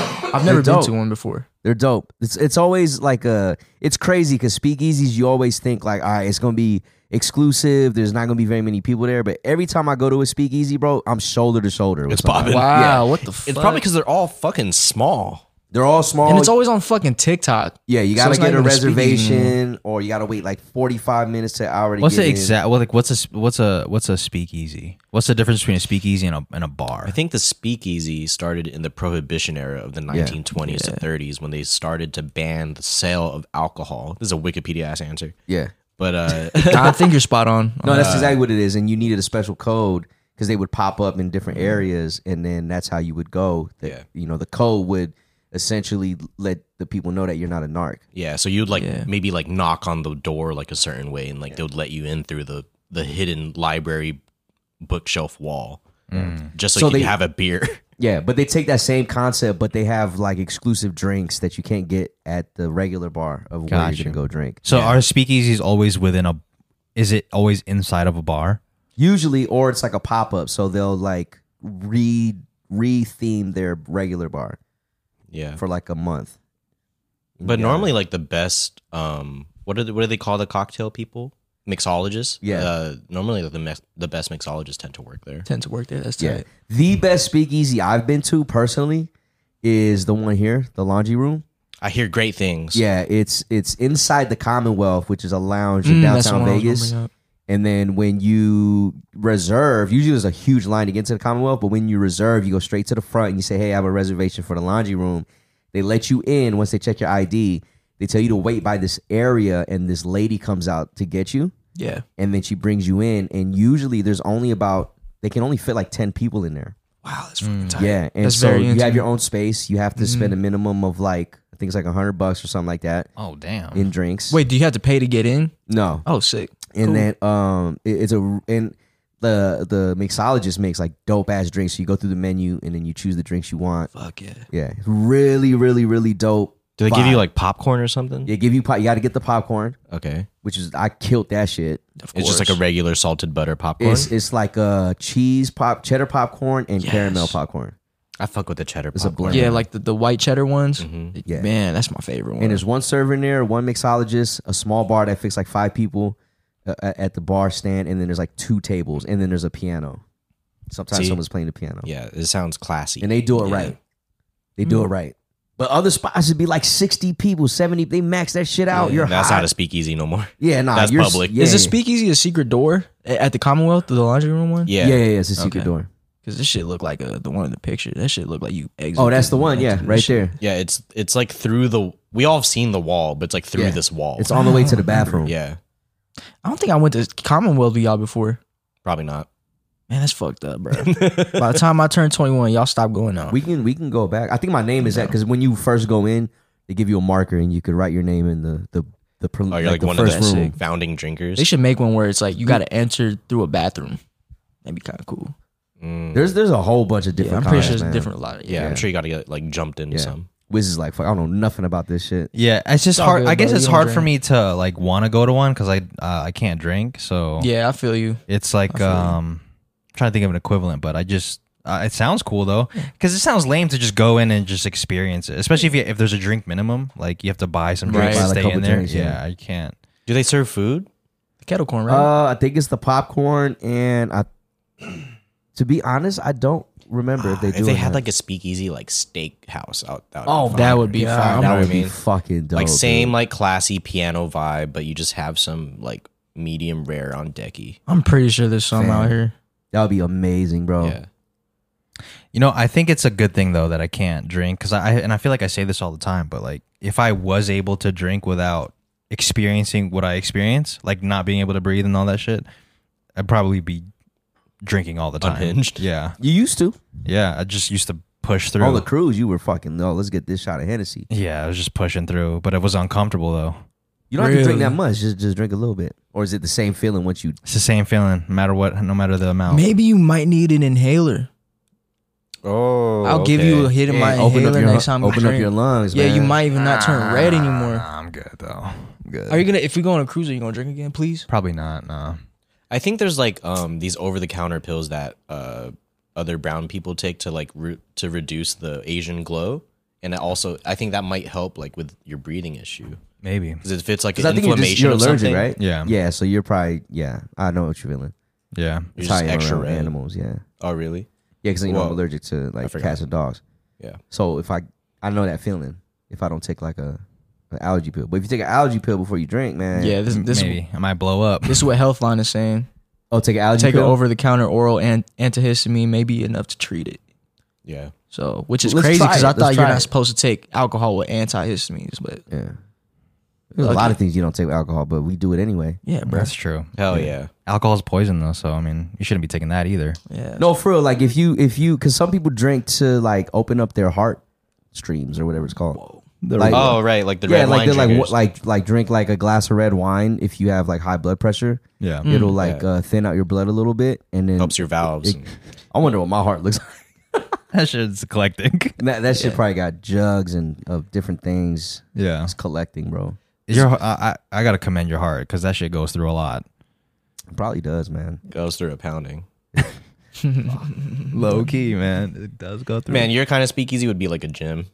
Speaker 4: I've never
Speaker 3: They're
Speaker 4: been to
Speaker 3: dope.
Speaker 4: one before.
Speaker 3: They're dope. It's it's always like a it's crazy because speakeasies you always think like all right it's gonna be exclusive. There's not gonna be very many people there. But every time I go to a speakeasy, bro, I'm shoulder to shoulder. with
Speaker 2: It's
Speaker 3: somebody.
Speaker 2: popping.
Speaker 4: Wow, what the
Speaker 2: (laughs)
Speaker 4: fuck?
Speaker 2: It's probably because they're all fucking small.
Speaker 3: They're all small.
Speaker 4: and it's always on fucking TikTok.
Speaker 3: yeah, you
Speaker 4: so
Speaker 3: gotta
Speaker 4: it's not
Speaker 3: get a
Speaker 4: even a speakeasy
Speaker 3: reservation or you gotta wait like 45 minutes to an hour. To
Speaker 1: What's
Speaker 3: get
Speaker 1: the
Speaker 3: in.
Speaker 1: exact? Well, like, what's a s- what's a what's a speakeasy? What's the difference between a speakeasy and a and a bar?
Speaker 2: I think the speakeasy started in the prohibition era of the 1920s to 30s when they started to ban the sale of alcohol. This is a Wikipedia ass answer,
Speaker 3: Yeah.
Speaker 2: but uh,
Speaker 4: (laughs) Nah, I think you're spot on. Uh,
Speaker 3: No, that's exactly what it is. And you needed a special code because they would pop up in different areas, and then that's how you would go. The-
Speaker 2: Yeah.
Speaker 3: You know, the code would essentially let the people know that you're not a narc.
Speaker 2: yeah, so you'd like
Speaker 4: Yeah.
Speaker 2: maybe like knock on the door like a certain way, and like they would let you in through the the hidden library bookshelf wall, just so,
Speaker 3: So
Speaker 2: you could
Speaker 3: they-
Speaker 2: have a beer. (laughs)
Speaker 3: Yeah, but they take that same concept, but they have like exclusive drinks that you can't get at the regular bar of where
Speaker 1: Gotcha.
Speaker 3: you're gonna go drink.
Speaker 1: So are speakeasies always within a? Is it always inside of a bar?
Speaker 3: Usually, or it's like a pop up, so they'll like re re theme their regular bar
Speaker 2: yeah,
Speaker 3: for like a month.
Speaker 2: but
Speaker 3: Yeah.
Speaker 2: normally like the best um, what are the, what do they call the cocktail people? Mixologists.
Speaker 3: Yeah.
Speaker 2: uh, normally like, the mix the best mixologists tend to work there.
Speaker 4: Tend to work there. That's
Speaker 3: Yeah.
Speaker 4: tight.
Speaker 3: The best speakeasy I've been to personally is the one here, the laundry room.
Speaker 2: I hear great things.
Speaker 3: Yeah, it's it's inside the Commonwealth, which is a lounge in
Speaker 4: Mm, that's the
Speaker 3: downtown
Speaker 4: one I was
Speaker 3: Vegas.
Speaker 4: gonna bring up.
Speaker 3: And then when you reserve, usually there's a huge line to get to the Commonwealth, but when you reserve, you go straight to the front and you say, Hey, I have a reservation for the laundry room. They let you in once they check your ID. They tell you to wait by this area, and this lady comes out to get you,
Speaker 4: Yeah.
Speaker 3: and then she brings you in. And usually there's only about, they can only fit like 10 people in there.
Speaker 4: Wow, that's fucking tight.
Speaker 3: Yeah, and
Speaker 4: That's
Speaker 3: so
Speaker 4: very
Speaker 3: you have
Speaker 4: intimate. Mm-hmm.
Speaker 3: your own space. You have to spend a minimum of like I think it's like hundred bucks or something like that
Speaker 1: Oh damn!
Speaker 3: in drinks.
Speaker 4: Wait, do you have to pay to get in?
Speaker 3: no,
Speaker 4: Oh, sick.
Speaker 3: and
Speaker 4: cool.
Speaker 3: then um, it- it's a and the the mixologist makes like dope ass drinks. So you go through the menu and then you choose the drinks you want.
Speaker 4: Fuck yeah.
Speaker 3: Yeah, really, really, really dope.
Speaker 2: Do they give
Speaker 3: vibe.
Speaker 2: you like popcorn or something?
Speaker 3: They give you pop. You got to get the popcorn,
Speaker 2: Okay.
Speaker 3: which is I killed that shit.
Speaker 4: Of course.
Speaker 2: It's just like a regular salted butter popcorn.
Speaker 3: It's it's like a cheese pop, cheddar popcorn, and caramel popcorn.
Speaker 2: I fuck with the cheddar
Speaker 3: It's a
Speaker 2: popcorn.
Speaker 3: blend.
Speaker 4: Yeah, like the, the white cheddar ones.
Speaker 2: Mm-hmm.
Speaker 3: Yeah.
Speaker 4: Man, that's my favorite one.
Speaker 3: And there's one server in there, one mixologist, a small bar that fits like five people uh, a- at the bar stand, and then there's like two tables, and then there's a piano. Sometimes
Speaker 2: See?
Speaker 3: someone's playing the piano,
Speaker 2: Yeah, it sounds classy.
Speaker 3: and they do it right. They do it right. But other spots would be like sixty people, seventy. They max that shit out. You're
Speaker 2: That's
Speaker 3: hot.
Speaker 2: not a speakeasy no more. (laughs)
Speaker 3: yeah, nah.
Speaker 2: that's
Speaker 3: you're,
Speaker 2: public.
Speaker 3: Yeah,
Speaker 4: is the
Speaker 3: yeah.
Speaker 4: speakeasy a secret door a- at the Commonwealth, the laundry room one?
Speaker 2: Yeah.
Speaker 3: Yeah, yeah, yeah. It's a secret
Speaker 4: Okay.
Speaker 3: door.
Speaker 4: Because this shit look like uh the one in the picture. That shit look like you exit.
Speaker 3: Oh, that's the
Speaker 4: people
Speaker 3: one.
Speaker 4: into
Speaker 3: Yeah,
Speaker 4: this
Speaker 3: right
Speaker 4: shit.
Speaker 3: there.
Speaker 2: Yeah, it's it's like through the we all have seen the wall, but it's like through
Speaker 3: Yeah.
Speaker 2: this wall.
Speaker 3: It's on the way to the bathroom.
Speaker 2: yeah.
Speaker 4: I don't think I went to Commonwealth with y'all before.
Speaker 2: Probably not. (laughs)
Speaker 4: Man, that's fucked up,
Speaker 3: (laughs)
Speaker 4: bro. By the time I turned 21, y'all stopped going out.
Speaker 3: We can we can go back. I think my name is that because when you first go in, they give you a marker and you could write your name in the the the, pre-
Speaker 2: Oh, you're
Speaker 3: like
Speaker 2: like,
Speaker 3: the
Speaker 2: one of
Speaker 3: first
Speaker 2: the
Speaker 3: room.
Speaker 2: founding drinkers.
Speaker 4: they should make one where it's like you got to enter through a bathroom. That'd be kind of cool.
Speaker 2: Mm.
Speaker 3: There's there's a whole bunch of
Speaker 4: Yeah,
Speaker 3: different.
Speaker 4: I'm pretty
Speaker 3: kinds,
Speaker 4: sure it's
Speaker 3: man.
Speaker 4: different a lot.
Speaker 2: Yeah,
Speaker 4: Yeah.
Speaker 2: I'm sure you got to get like jumped into
Speaker 3: Yeah.
Speaker 2: some.
Speaker 3: Wiz is like, fuck, I don't know nothing about this shit.
Speaker 1: Yeah, it's just
Speaker 4: It's all
Speaker 1: hard.
Speaker 4: good,
Speaker 1: I guess
Speaker 4: bro.
Speaker 1: it's
Speaker 4: You don't
Speaker 1: hard for
Speaker 4: drink.
Speaker 1: me to like want to go to one because I uh, I can't drink. So
Speaker 4: Yeah, I feel you.
Speaker 1: it's like um, I'm trying to think of an equivalent, but I just uh, it sounds cool though because it sounds lame to just go in and just experience it, especially if you, if there's a drink minimum. Like you have to buy some drinks
Speaker 4: Right.
Speaker 1: to
Speaker 3: Buy a
Speaker 1: stay
Speaker 3: couple
Speaker 1: in there.
Speaker 3: drinks,
Speaker 1: yeah.
Speaker 3: yeah.
Speaker 1: I can't.
Speaker 2: Do they serve food?
Speaker 4: Kettle corn, right?
Speaker 3: Uh, I think it's the popcorn and I To be honest, I don't remember if they do.
Speaker 2: Ah, if they
Speaker 3: or
Speaker 2: had
Speaker 3: not.
Speaker 2: like a speakeasy like steak house out that would
Speaker 4: Oh,
Speaker 2: be fire.
Speaker 4: that would be fire.
Speaker 2: you know what
Speaker 3: that
Speaker 2: I
Speaker 3: would be
Speaker 2: mean?
Speaker 3: fucking dope.
Speaker 2: like same
Speaker 3: dude.
Speaker 2: like classy piano vibe, but you just have some like medium rare on decky.
Speaker 4: I'm pretty sure there's some out here.
Speaker 3: That would be amazing, bro.
Speaker 2: Yeah.
Speaker 1: You know, I think it's a good thing though that I can't drink because I and I feel like I say this all the time, but like if I was able to drink without experiencing what I experience, like not being able to breathe and all that shit, I'd probably be drinking all the time.
Speaker 2: Unhinged.
Speaker 1: Yeah,
Speaker 3: You used to
Speaker 1: yeah. I just used to push through.
Speaker 3: on the cruise. You were fucking no. Let's get this shot of Hennessy.
Speaker 1: yeah, I was just pushing through, but it was uncomfortable though.
Speaker 3: You don't have to drink
Speaker 4: Really?
Speaker 3: that much. Just just drink a little bit. Or is it the same feeling once you?
Speaker 1: It's the same feeling, no matter what, no matter the
Speaker 3: Oh.
Speaker 1: amount.
Speaker 4: Maybe you might need an inhaler.
Speaker 2: Oh,
Speaker 4: I'll give you a hit of my
Speaker 3: open
Speaker 4: inhaler
Speaker 3: up your
Speaker 4: next time. you
Speaker 3: open up
Speaker 4: drink.
Speaker 3: your lungs.
Speaker 4: Yeah, you
Speaker 3: man.
Speaker 4: might even not turn red anymore.
Speaker 1: Nah, Ah, I'm good though. I'm good.
Speaker 4: Are you gonna? If we go on a cruise, are you gonna drink again, please?
Speaker 1: Probably not. No.
Speaker 2: I think there's like um these over the counter pills that uh other brown people take to like re- to reduce the Asian glow, and it also I think that might help like with your breathing issue
Speaker 1: Maybe.
Speaker 2: because if it's like
Speaker 3: 'Cause
Speaker 2: an
Speaker 3: I think you're,
Speaker 2: inflammation
Speaker 3: just, you're
Speaker 2: of
Speaker 3: allergic,
Speaker 2: something,
Speaker 3: right?
Speaker 1: Yeah.
Speaker 3: Yeah. So you're probably yeah. I know what you're feeling.
Speaker 1: Yeah.
Speaker 2: You're
Speaker 3: It's
Speaker 2: just
Speaker 3: how you're
Speaker 2: extra
Speaker 3: around
Speaker 2: red.
Speaker 3: animals. Yeah.
Speaker 2: Oh, really?
Speaker 3: Yeah, because you know I'm
Speaker 2: Whoa.
Speaker 3: allergic to like
Speaker 2: forgot.
Speaker 3: cats and dogs.
Speaker 2: Yeah.
Speaker 3: So if I I know that feeling if I don't take like a an allergy pill. But if you take an allergy pill before you drink, man.
Speaker 4: Yeah, this this
Speaker 1: Maybe I might blow up.
Speaker 4: this (laughs) is what Healthline is saying.
Speaker 3: Oh, take an allergy
Speaker 4: Take an
Speaker 3: pill.
Speaker 4: over the counter oral an- antihistamine may be enough to treat it.
Speaker 2: Yeah.
Speaker 4: So, which is
Speaker 3: Let's
Speaker 4: crazy
Speaker 3: try
Speaker 4: because
Speaker 3: it.
Speaker 4: I
Speaker 3: Let's
Speaker 4: thought you're
Speaker 3: try
Speaker 4: not
Speaker 3: it.
Speaker 4: supposed to take alcohol with antihistamines, but
Speaker 3: Yeah. There's a lot of things you don't take with alcohol, but we do it anyway.
Speaker 4: yeah, bro.
Speaker 1: That's true.
Speaker 2: Hell yeah.
Speaker 1: Alcohol's poison though, so I mean, you shouldn't be taking that either.
Speaker 4: Yeah,
Speaker 3: No, for real. Like if you if you because some people drink to like open up their heart streams or whatever it's called. Like,
Speaker 2: Oh, right. Like the
Speaker 3: yeah,
Speaker 2: red
Speaker 3: like
Speaker 2: wine
Speaker 3: they like
Speaker 2: drinkers.
Speaker 3: what, like like drink like a glass of red wine if you have like high blood pressure.
Speaker 1: Yeah.
Speaker 4: Mm.
Speaker 3: It'll like
Speaker 2: Hmm. yeah.
Speaker 3: uh, thin out your blood a little bit, and then
Speaker 2: helps your valves. and-
Speaker 3: I wonder what my heart looks like.
Speaker 1: (laughs) That shit's eclectic.
Speaker 3: That, that shit probably got jugs and of different things.
Speaker 1: Yeah.
Speaker 3: It's collecting, bro.
Speaker 1: Your, I, I, I gotta commend your heart because that shit goes through a lot.
Speaker 3: It probably does, man.
Speaker 2: goes through a pounding.
Speaker 4: Mm-hmm.
Speaker 1: Low key, man. It does go through.
Speaker 2: Man, your kind of speakeasy would be like a gym,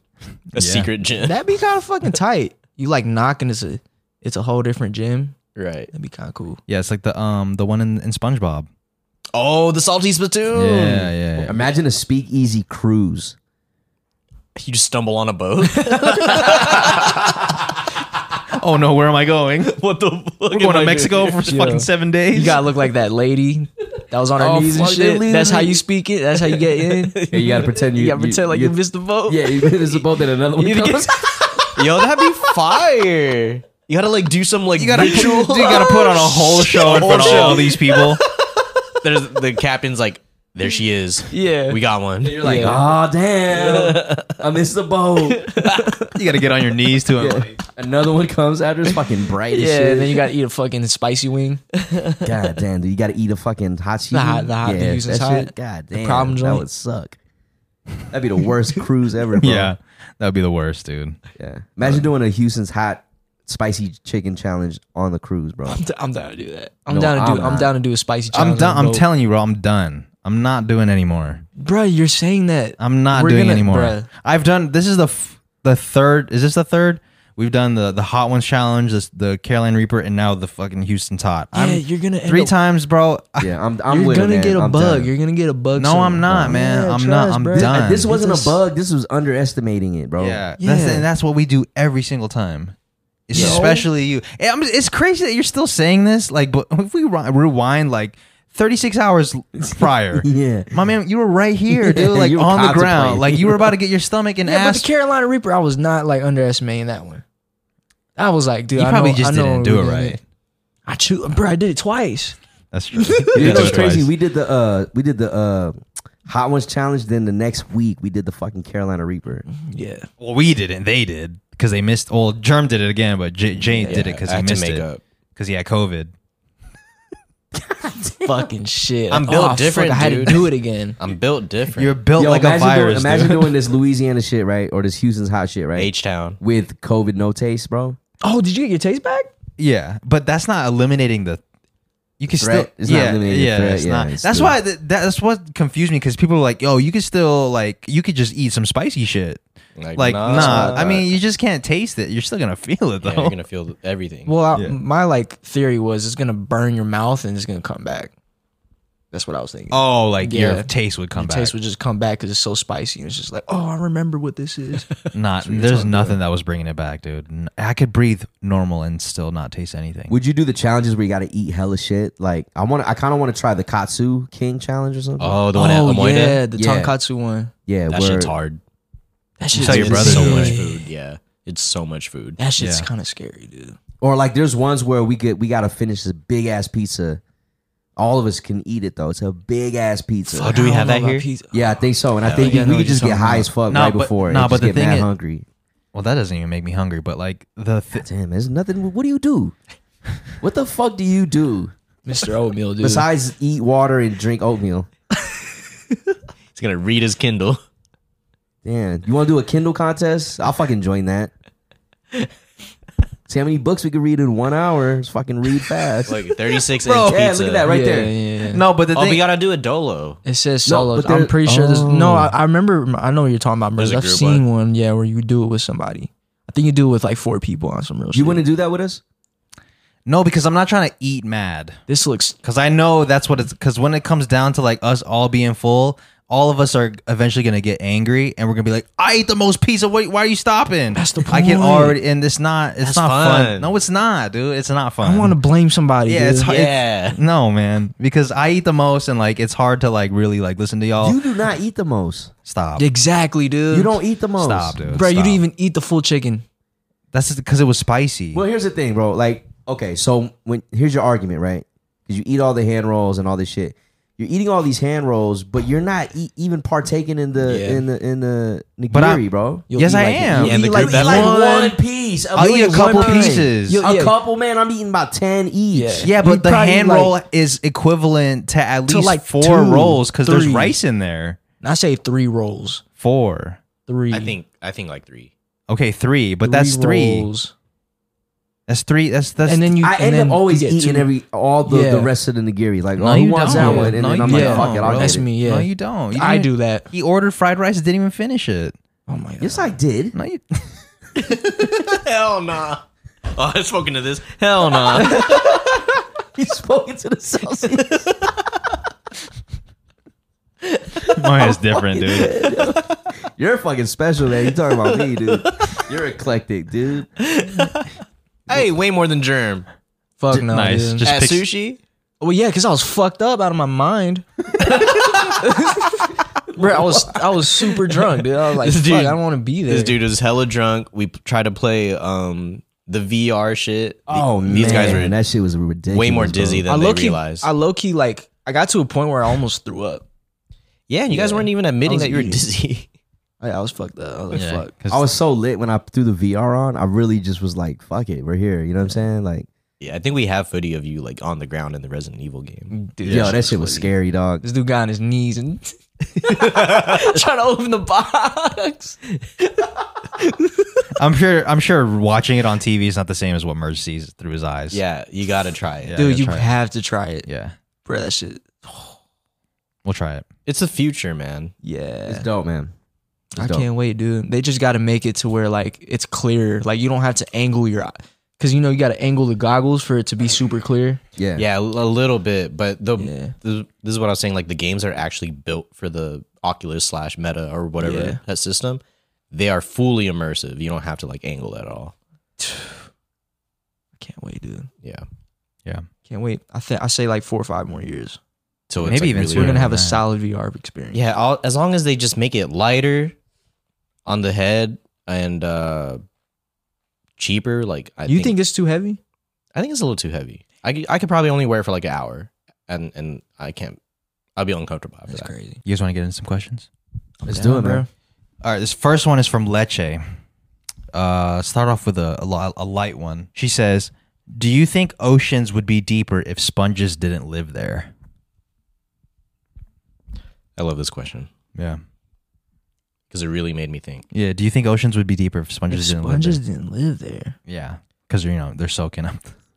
Speaker 2: a secret gym,
Speaker 4: (laughs) that'd be kind of fucking tight. You like knocking? It's a it's a whole different gym.
Speaker 2: right?
Speaker 4: That'd be kind of cool.
Speaker 1: Yeah, it's like the um the one in, in SpongeBob.
Speaker 2: Oh, the salty spittoon.
Speaker 1: Yeah, yeah. yeah.
Speaker 3: Imagine a speakeasy cruise.
Speaker 2: You just stumble on a boat.
Speaker 1: Oh no, where am I
Speaker 4: (laughs)
Speaker 1: going?
Speaker 2: what the? Fuck
Speaker 1: We're going to Mexico for fucking seven days.
Speaker 4: You gotta look like that lady that was on her
Speaker 3: Oh,
Speaker 4: knees and
Speaker 3: fuck, they
Speaker 4: shit.
Speaker 3: leave
Speaker 4: That's
Speaker 3: me.
Speaker 4: how you speak it. That's how you get (laughs) in.
Speaker 3: Yeah, you gotta pretend
Speaker 4: You gotta pretend like you missed the
Speaker 3: (laughs)
Speaker 4: boat.
Speaker 3: Yeah, you there's a boat that another one
Speaker 4: (laughs) You gotta
Speaker 3: comes.
Speaker 2: Yo, that'd be fire. You gotta like do some like
Speaker 1: You gotta,
Speaker 2: ritual.
Speaker 1: put, (laughs) you gotta put on a
Speaker 4: (laughs)
Speaker 1: whole
Speaker 2: (laughs)
Speaker 1: show in front of
Speaker 2: Whole
Speaker 1: all
Speaker 2: show.
Speaker 1: these people.
Speaker 2: There's the captain's like, there she is.
Speaker 4: (laughs) Yeah.
Speaker 2: we got one.
Speaker 3: You're like, oh
Speaker 4: (laughs)
Speaker 3: damn, I missed the boat.
Speaker 1: You gotta get on your knees
Speaker 3: (laughs)
Speaker 1: to him.
Speaker 3: Another one comes after. It's fucking bright as
Speaker 4: Yeah,
Speaker 3: shit.
Speaker 4: and then you gotta eat a fucking spicy wing.
Speaker 3: (laughs) God damn, dude, you gotta eat a fucking hot cheese.
Speaker 4: hot- the hot
Speaker 3: yeah,
Speaker 4: D's
Speaker 3: that
Speaker 4: is
Speaker 3: shit.
Speaker 4: hot.
Speaker 3: God
Speaker 4: The
Speaker 3: damn,
Speaker 4: problem
Speaker 3: that
Speaker 4: joint.
Speaker 3: would suck. That'd be the
Speaker 4: (laughs)
Speaker 3: worst cruise ever.
Speaker 1: (laughs)
Speaker 3: Bro.
Speaker 1: Yeah, that would be the worst, dude.
Speaker 3: yeah. Imagine doing a Houston's hot spicy chicken challenge on the cruise, bro.
Speaker 4: I'm, d- (laughs) I'm down to do that. I'm
Speaker 3: No,
Speaker 4: down to do.
Speaker 3: I'm
Speaker 4: I'm
Speaker 3: not.
Speaker 4: down to do a spicy.
Speaker 1: I'm
Speaker 4: challenge on
Speaker 1: done.
Speaker 4: the
Speaker 1: I'm
Speaker 4: boat.
Speaker 1: telling you, bro. I'm done. I'm not doing anymore.
Speaker 4: Bruh, you're saying that.
Speaker 1: I'm not
Speaker 4: We're
Speaker 1: doing
Speaker 4: gonna-
Speaker 1: anymore.
Speaker 4: bruh.
Speaker 1: I've done this is the f- the third. Is this the third? We've done the the hot ones challenge, this, the Caroline Reaper, and now the fucking Houston's hot.
Speaker 4: Yeah,
Speaker 1: I'm-
Speaker 4: you're gonna end
Speaker 1: three
Speaker 4: up-
Speaker 1: times, bro. I-
Speaker 3: Yeah, I'm. I'm
Speaker 4: you're
Speaker 3: with it,
Speaker 4: gonna
Speaker 3: man.
Speaker 4: get a
Speaker 3: I'm
Speaker 4: bug.
Speaker 3: done.
Speaker 4: You're gonna get a bug.
Speaker 1: no,
Speaker 4: soon,
Speaker 1: I'm not,
Speaker 4: bro.
Speaker 1: man.
Speaker 4: Yeah,
Speaker 1: I'm not.
Speaker 4: trust,
Speaker 1: I'm
Speaker 4: bruh.
Speaker 1: done.
Speaker 3: This wasn't
Speaker 4: This-
Speaker 3: a bug. This was underestimating it, bro.
Speaker 1: yeah,
Speaker 4: Yeah.
Speaker 1: That's, and that's what we do every single time. Especially you. And I'm- It's crazy that you're still saying this. Like, but if we ri- rewind like 36
Speaker 3: (laughs)
Speaker 1: hours prior,
Speaker 3: (laughs) Yeah.
Speaker 1: my man, you were right here, dude.
Speaker 3: (laughs) Yeah,
Speaker 1: Like
Speaker 3: you were
Speaker 1: on the
Speaker 3: contemplating.
Speaker 1: ground, like you were about to get your stomach and
Speaker 4: Yeah, but
Speaker 1: ass.
Speaker 4: the Carolina Reaper, I was not like underestimating that one. I was like, dude,
Speaker 1: you
Speaker 4: I
Speaker 1: probably
Speaker 4: know,
Speaker 1: just
Speaker 4: I know
Speaker 1: didn't
Speaker 4: we're
Speaker 1: do it
Speaker 4: doing
Speaker 1: right.
Speaker 4: I chew, bro. I did it twice.
Speaker 3: (laughs)
Speaker 1: That's true.
Speaker 3: You know
Speaker 1: That's
Speaker 3: what's crazy?
Speaker 1: twice.
Speaker 3: We did the uh, we did the uh, hot ones challenge. Then the next week we did the fucking Carolina Reaper.
Speaker 4: Yeah,
Speaker 1: Well, we didn't. They did because they missed. Well, Germ did it again, but J- Jane did it because
Speaker 2: I
Speaker 1: he
Speaker 2: had to
Speaker 1: missed
Speaker 2: make
Speaker 1: it
Speaker 2: up.
Speaker 1: because he had COVID.
Speaker 4: (laughs) fucking shit. Oh,
Speaker 2: I'm built
Speaker 4: fuck,
Speaker 2: different,
Speaker 4: I had
Speaker 2: dude.
Speaker 4: to do
Speaker 1: (laughs)
Speaker 4: it again.
Speaker 2: I'm built different.
Speaker 1: You're built
Speaker 3: Yo,
Speaker 1: like a
Speaker 3: imagine
Speaker 1: virus.
Speaker 3: Doing, imagine
Speaker 1: dude.
Speaker 3: doing this Louisiana shit, right, or this Houston's hot shit, right,
Speaker 2: H Town.
Speaker 3: with COVID no taste, bro.
Speaker 4: Oh, did you get your taste back?
Speaker 1: yeah, but that's not eliminating the. You can
Speaker 3: Threat.
Speaker 1: still,
Speaker 3: It's not
Speaker 1: yeah,
Speaker 3: eliminating the
Speaker 1: yeah,
Speaker 3: threat,
Speaker 1: it's
Speaker 3: yeah,
Speaker 1: not.
Speaker 3: it's
Speaker 1: that's
Speaker 3: still-
Speaker 1: why th- that's what confused me because people were like, "Yo, you could still like, you could just eat some spicy shit."
Speaker 2: Like,
Speaker 1: Like,
Speaker 2: nah, it's
Speaker 1: nah,
Speaker 2: not.
Speaker 1: I mean, you just can't taste it. You're still gonna (laughs) feel it though.
Speaker 2: Yeah, you're gonna feel everything.
Speaker 4: Well, I,
Speaker 1: Yeah.
Speaker 4: my like theory was it's gonna burn your mouth and it's gonna come back. That's what I was thinking.
Speaker 1: Oh, like
Speaker 4: Yeah.
Speaker 1: your taste would come
Speaker 4: Your
Speaker 1: back.
Speaker 4: taste would just come back because it's so spicy. And it's just like, oh, I remember what
Speaker 1: (laughs)
Speaker 4: this is.
Speaker 2: (laughs)
Speaker 1: not there's nothing that was bringing it back, dude. N- I could breathe normal and still not taste anything.
Speaker 3: Would you do the challenges where you got to eat hella shit? Like I want, I kind of want to try the Katsu King challenge or something.
Speaker 2: Oh, the one at Lemoyne.
Speaker 4: yeah, the
Speaker 3: Yeah.
Speaker 4: tonkatsu one.
Speaker 3: yeah,
Speaker 2: That
Speaker 3: where-
Speaker 2: shit's hard.
Speaker 4: That shit's
Speaker 1: tell your brother
Speaker 2: so
Speaker 1: to
Speaker 2: much
Speaker 1: do
Speaker 2: food. Yeah, it's so much food.
Speaker 4: That shit's
Speaker 1: Yeah.
Speaker 4: kind of scary, dude.
Speaker 3: Or like there's ones where we could we gotta finish this big ass pizza. All of us can eat it though. It's a big ass pizza.
Speaker 2: Oh, do we
Speaker 4: I don't
Speaker 2: have
Speaker 4: know
Speaker 2: that
Speaker 4: about
Speaker 2: here?
Speaker 4: pizza.
Speaker 3: yeah, I think so. And I
Speaker 2: Yeah,
Speaker 3: think
Speaker 4: like, I know
Speaker 3: we
Speaker 4: what
Speaker 3: could just
Speaker 4: you're
Speaker 3: get
Speaker 4: talking
Speaker 3: high
Speaker 4: about.
Speaker 3: as fuck
Speaker 1: No,
Speaker 3: right
Speaker 1: but-
Speaker 3: before. and
Speaker 1: no,
Speaker 3: just
Speaker 1: but the
Speaker 3: get
Speaker 1: thing
Speaker 3: mad
Speaker 1: is-
Speaker 3: hungry.
Speaker 1: well, that doesn't even make me hungry, but like the th-
Speaker 3: Damn, there's nothing. What do you do? What the fuck do you do
Speaker 4: Mr. Oatmeal, dude.
Speaker 3: besides eat water and drink oatmeal?
Speaker 2: He's gonna read his (laughs) Kindle.
Speaker 3: Damn, you want to do a Kindle contest? I'll fucking join that. See how many books we can read in one hour. Just fucking read fast.
Speaker 2: Like 36
Speaker 1: Bro,
Speaker 2: inch
Speaker 3: yeah,
Speaker 2: pizza.
Speaker 3: look at that right
Speaker 4: Yeah,
Speaker 3: there.
Speaker 4: yeah, yeah.
Speaker 1: no, but the
Speaker 2: Oh,
Speaker 1: thing
Speaker 2: we gotta do a dolo.
Speaker 4: It says solos.
Speaker 3: but there-
Speaker 4: I'm pretty sure there's no.
Speaker 3: Oh.
Speaker 4: I, I remember. I know what you're talking about.
Speaker 2: There's
Speaker 4: Merz.
Speaker 2: a
Speaker 4: I've
Speaker 2: group
Speaker 4: seen one. Yeah, where you do it with somebody. I think you do it with like four people on some real.
Speaker 3: You
Speaker 4: shit.
Speaker 3: want to do that with us?
Speaker 1: no, because I'm not trying to eat mad.
Speaker 4: This looks.
Speaker 1: Because I know that's what it's. Because when it comes down to like us all being full, all of us are eventually gonna get angry, and we're gonna be like, "I ate the most pizza. Wait, why are you stopping?"
Speaker 4: That's the
Speaker 1: I can
Speaker 4: point.
Speaker 1: already, and it's not. It's
Speaker 2: That's
Speaker 1: not fun.
Speaker 2: fun.
Speaker 1: No, it's not, dude. It's not fun.
Speaker 4: I want to blame somebody.
Speaker 1: Yeah, it's
Speaker 4: dude.
Speaker 1: hard.
Speaker 2: Yeah.
Speaker 1: No, man, because I eat the most, and like it's hard to like really like listen to y'all.
Speaker 3: You do not eat the most.
Speaker 1: Stop.
Speaker 4: Exactly, dude.
Speaker 3: You don't eat the most.
Speaker 1: Stop, dude.
Speaker 4: bro. You
Speaker 1: stop.
Speaker 4: didn't even eat the full chicken.
Speaker 1: That's because it was spicy.
Speaker 3: Well, here's the thing, bro. Like, okay, so when here's your argument, right? Because you eat all the hand rolls and all this shit. You're eating all these hand rolls, but you're not e- even partaking in the
Speaker 4: Yeah.
Speaker 3: in the in the
Speaker 1: I-
Speaker 3: nigiri, bro.
Speaker 4: You'll
Speaker 1: yes,
Speaker 4: eat
Speaker 1: I
Speaker 4: like-
Speaker 1: am.
Speaker 2: you And eat the
Speaker 3: like,
Speaker 2: group that
Speaker 3: like
Speaker 1: one-
Speaker 3: one piece.
Speaker 1: I'll eat a
Speaker 3: one
Speaker 1: couple
Speaker 3: piece.
Speaker 1: pieces.
Speaker 4: You'll-
Speaker 3: a
Speaker 4: yeah.
Speaker 3: couple, man. I'm eating about ten each.
Speaker 4: Yeah.
Speaker 1: yeah,
Speaker 3: You
Speaker 1: but the
Speaker 3: probably
Speaker 1: hand
Speaker 3: like-
Speaker 1: roll is equivalent to at
Speaker 4: To,
Speaker 1: least
Speaker 4: like,
Speaker 1: four
Speaker 4: two,
Speaker 1: rolls because there's
Speaker 4: three.
Speaker 1: rice in there.
Speaker 4: And I say three rolls.
Speaker 1: Four.
Speaker 4: Three.
Speaker 2: I think I think like three.
Speaker 1: Okay, three, but that's three.
Speaker 4: rolls.
Speaker 1: That's three. That's that's.
Speaker 4: And then you.
Speaker 3: I
Speaker 4: and
Speaker 3: end
Speaker 4: then
Speaker 3: up always
Speaker 4: you get
Speaker 3: eating
Speaker 4: two.
Speaker 3: every all the, the
Speaker 4: Yeah.
Speaker 3: rest of the nigiri. Like,
Speaker 1: No,
Speaker 3: oh, who
Speaker 1: you
Speaker 3: wants
Speaker 1: don't.
Speaker 3: that one? And
Speaker 1: No,
Speaker 3: then
Speaker 1: you
Speaker 3: I'm like,
Speaker 4: don't,
Speaker 3: fuck it, I'll
Speaker 1: bro.
Speaker 3: get
Speaker 4: That's
Speaker 3: it.
Speaker 4: me. Yeah.
Speaker 1: no, you don't. You
Speaker 4: I
Speaker 1: didn't-
Speaker 4: do that.
Speaker 1: He ordered fried rice, didn't even finish it.
Speaker 4: Oh my god.
Speaker 3: Yes, I did.
Speaker 1: (laughs)
Speaker 3: (laughs)
Speaker 1: No, you.
Speaker 2: (laughs) Hell nah. Oh, I've spoken to this. Hell nah.
Speaker 3: He's spoken to the Celsius.
Speaker 1: Mine is different, (laughs) dude.
Speaker 3: You're fucking special, man. You talking about me, dude? You're eclectic, dude.
Speaker 2: (laughs) hey, way more than germ.
Speaker 4: Fuck no.
Speaker 1: nice.
Speaker 4: dude.
Speaker 1: Just
Speaker 2: At
Speaker 1: pick-
Speaker 2: sushi?
Speaker 4: Well, yeah, because I was fucked up out of my mind. (laughs) Bro, I was I was super drunk, dude. I was like,
Speaker 2: This
Speaker 4: fuck,
Speaker 2: dude-
Speaker 4: I don't want to be there.
Speaker 2: This dude is hella drunk. We p- tried to play um the VR shit.
Speaker 3: Oh
Speaker 2: The-
Speaker 3: man,
Speaker 2: these guys were
Speaker 3: that shit was ridiculous.
Speaker 2: way more
Speaker 3: bro.
Speaker 2: dizzy
Speaker 4: I
Speaker 2: than they
Speaker 4: low key,
Speaker 2: realized.
Speaker 4: I low key like I got to a point where I almost threw up.
Speaker 2: yeah, and you guys
Speaker 4: Yeah.
Speaker 2: weren't even admitting
Speaker 4: was
Speaker 2: that you were
Speaker 4: eating.
Speaker 2: dizzy. (laughs)
Speaker 4: I, I was fucked up. I was like,
Speaker 1: Yeah,
Speaker 4: fuck.
Speaker 1: 'cause-
Speaker 3: I was so lit when I threw the VR on. I really just was like, "Fuck it, we're here." You know what I'm saying? Like,
Speaker 2: yeah, I think we have footage of you like on the ground in the Resident Evil (laughs) game.
Speaker 4: Dude,
Speaker 3: yo, that shit was
Speaker 4: funny.
Speaker 3: scary, dog.
Speaker 4: This dude got on his knees and (laughs) trying to open the box.
Speaker 1: I'm sure. I'm sure watching it on TV is not the same as what Merge sees through his eyes.
Speaker 2: Yeah, you gotta try it.
Speaker 1: Yeah,
Speaker 4: Dude,
Speaker 1: gotta
Speaker 4: you
Speaker 1: try it.
Speaker 4: have to try it.
Speaker 1: Yeah,
Speaker 4: Bro, that shit.
Speaker 1: we'll try it.
Speaker 2: It's the future, man.
Speaker 4: Yeah.
Speaker 3: It's dope, man. It's
Speaker 4: I
Speaker 3: dope.
Speaker 4: can't wait, dude. They just got to make it to where like it's clear. Like you don't have to angle your eye. Cause you know you got to angle the goggles for it to be super clear.
Speaker 3: Yeah,
Speaker 2: (laughs) Yeah, a little bit, but the,
Speaker 4: Yeah. (sighs)
Speaker 2: the this is what I was saying. Like the games are actually built for the Oculus slash Meta or whatever
Speaker 4: Yeah.
Speaker 2: that system. They are fully immersive. You don't have to like angle at all.
Speaker 4: Can't wait, dude.
Speaker 2: Yeah,
Speaker 4: Can't wait. I think I say like four or five more years.
Speaker 2: so it's
Speaker 1: Maybe
Speaker 2: like,
Speaker 1: even
Speaker 2: really
Speaker 1: sooner
Speaker 4: We're
Speaker 1: than
Speaker 4: gonna have a
Speaker 1: that.
Speaker 4: solid VR experience.
Speaker 2: Yeah, all, as long as they just make it lighter on the head and uh cheaper, like I
Speaker 4: you think, it's too heavy?
Speaker 2: I think it's a little too heavy. I could, I could probably only wear it for like an hour, and and I can't. I'll be uncomfortable after that.
Speaker 4: crazy.
Speaker 1: You guys want to get into some questions?
Speaker 3: let's do it, man.
Speaker 1: All right, this first one is from Leche. Uh, start off with a, a, li- a light one. She says, "Do you think oceans would be deeper if sponges didn't live there?"
Speaker 2: I love this question
Speaker 1: Yeah,
Speaker 2: because it really made me think.
Speaker 1: yeah. Do you think oceans would be deeper if sponges
Speaker 4: If
Speaker 1: didn't
Speaker 4: sponges
Speaker 1: live
Speaker 4: didn't live there.
Speaker 1: there? Yeah, because you know they're soaking up.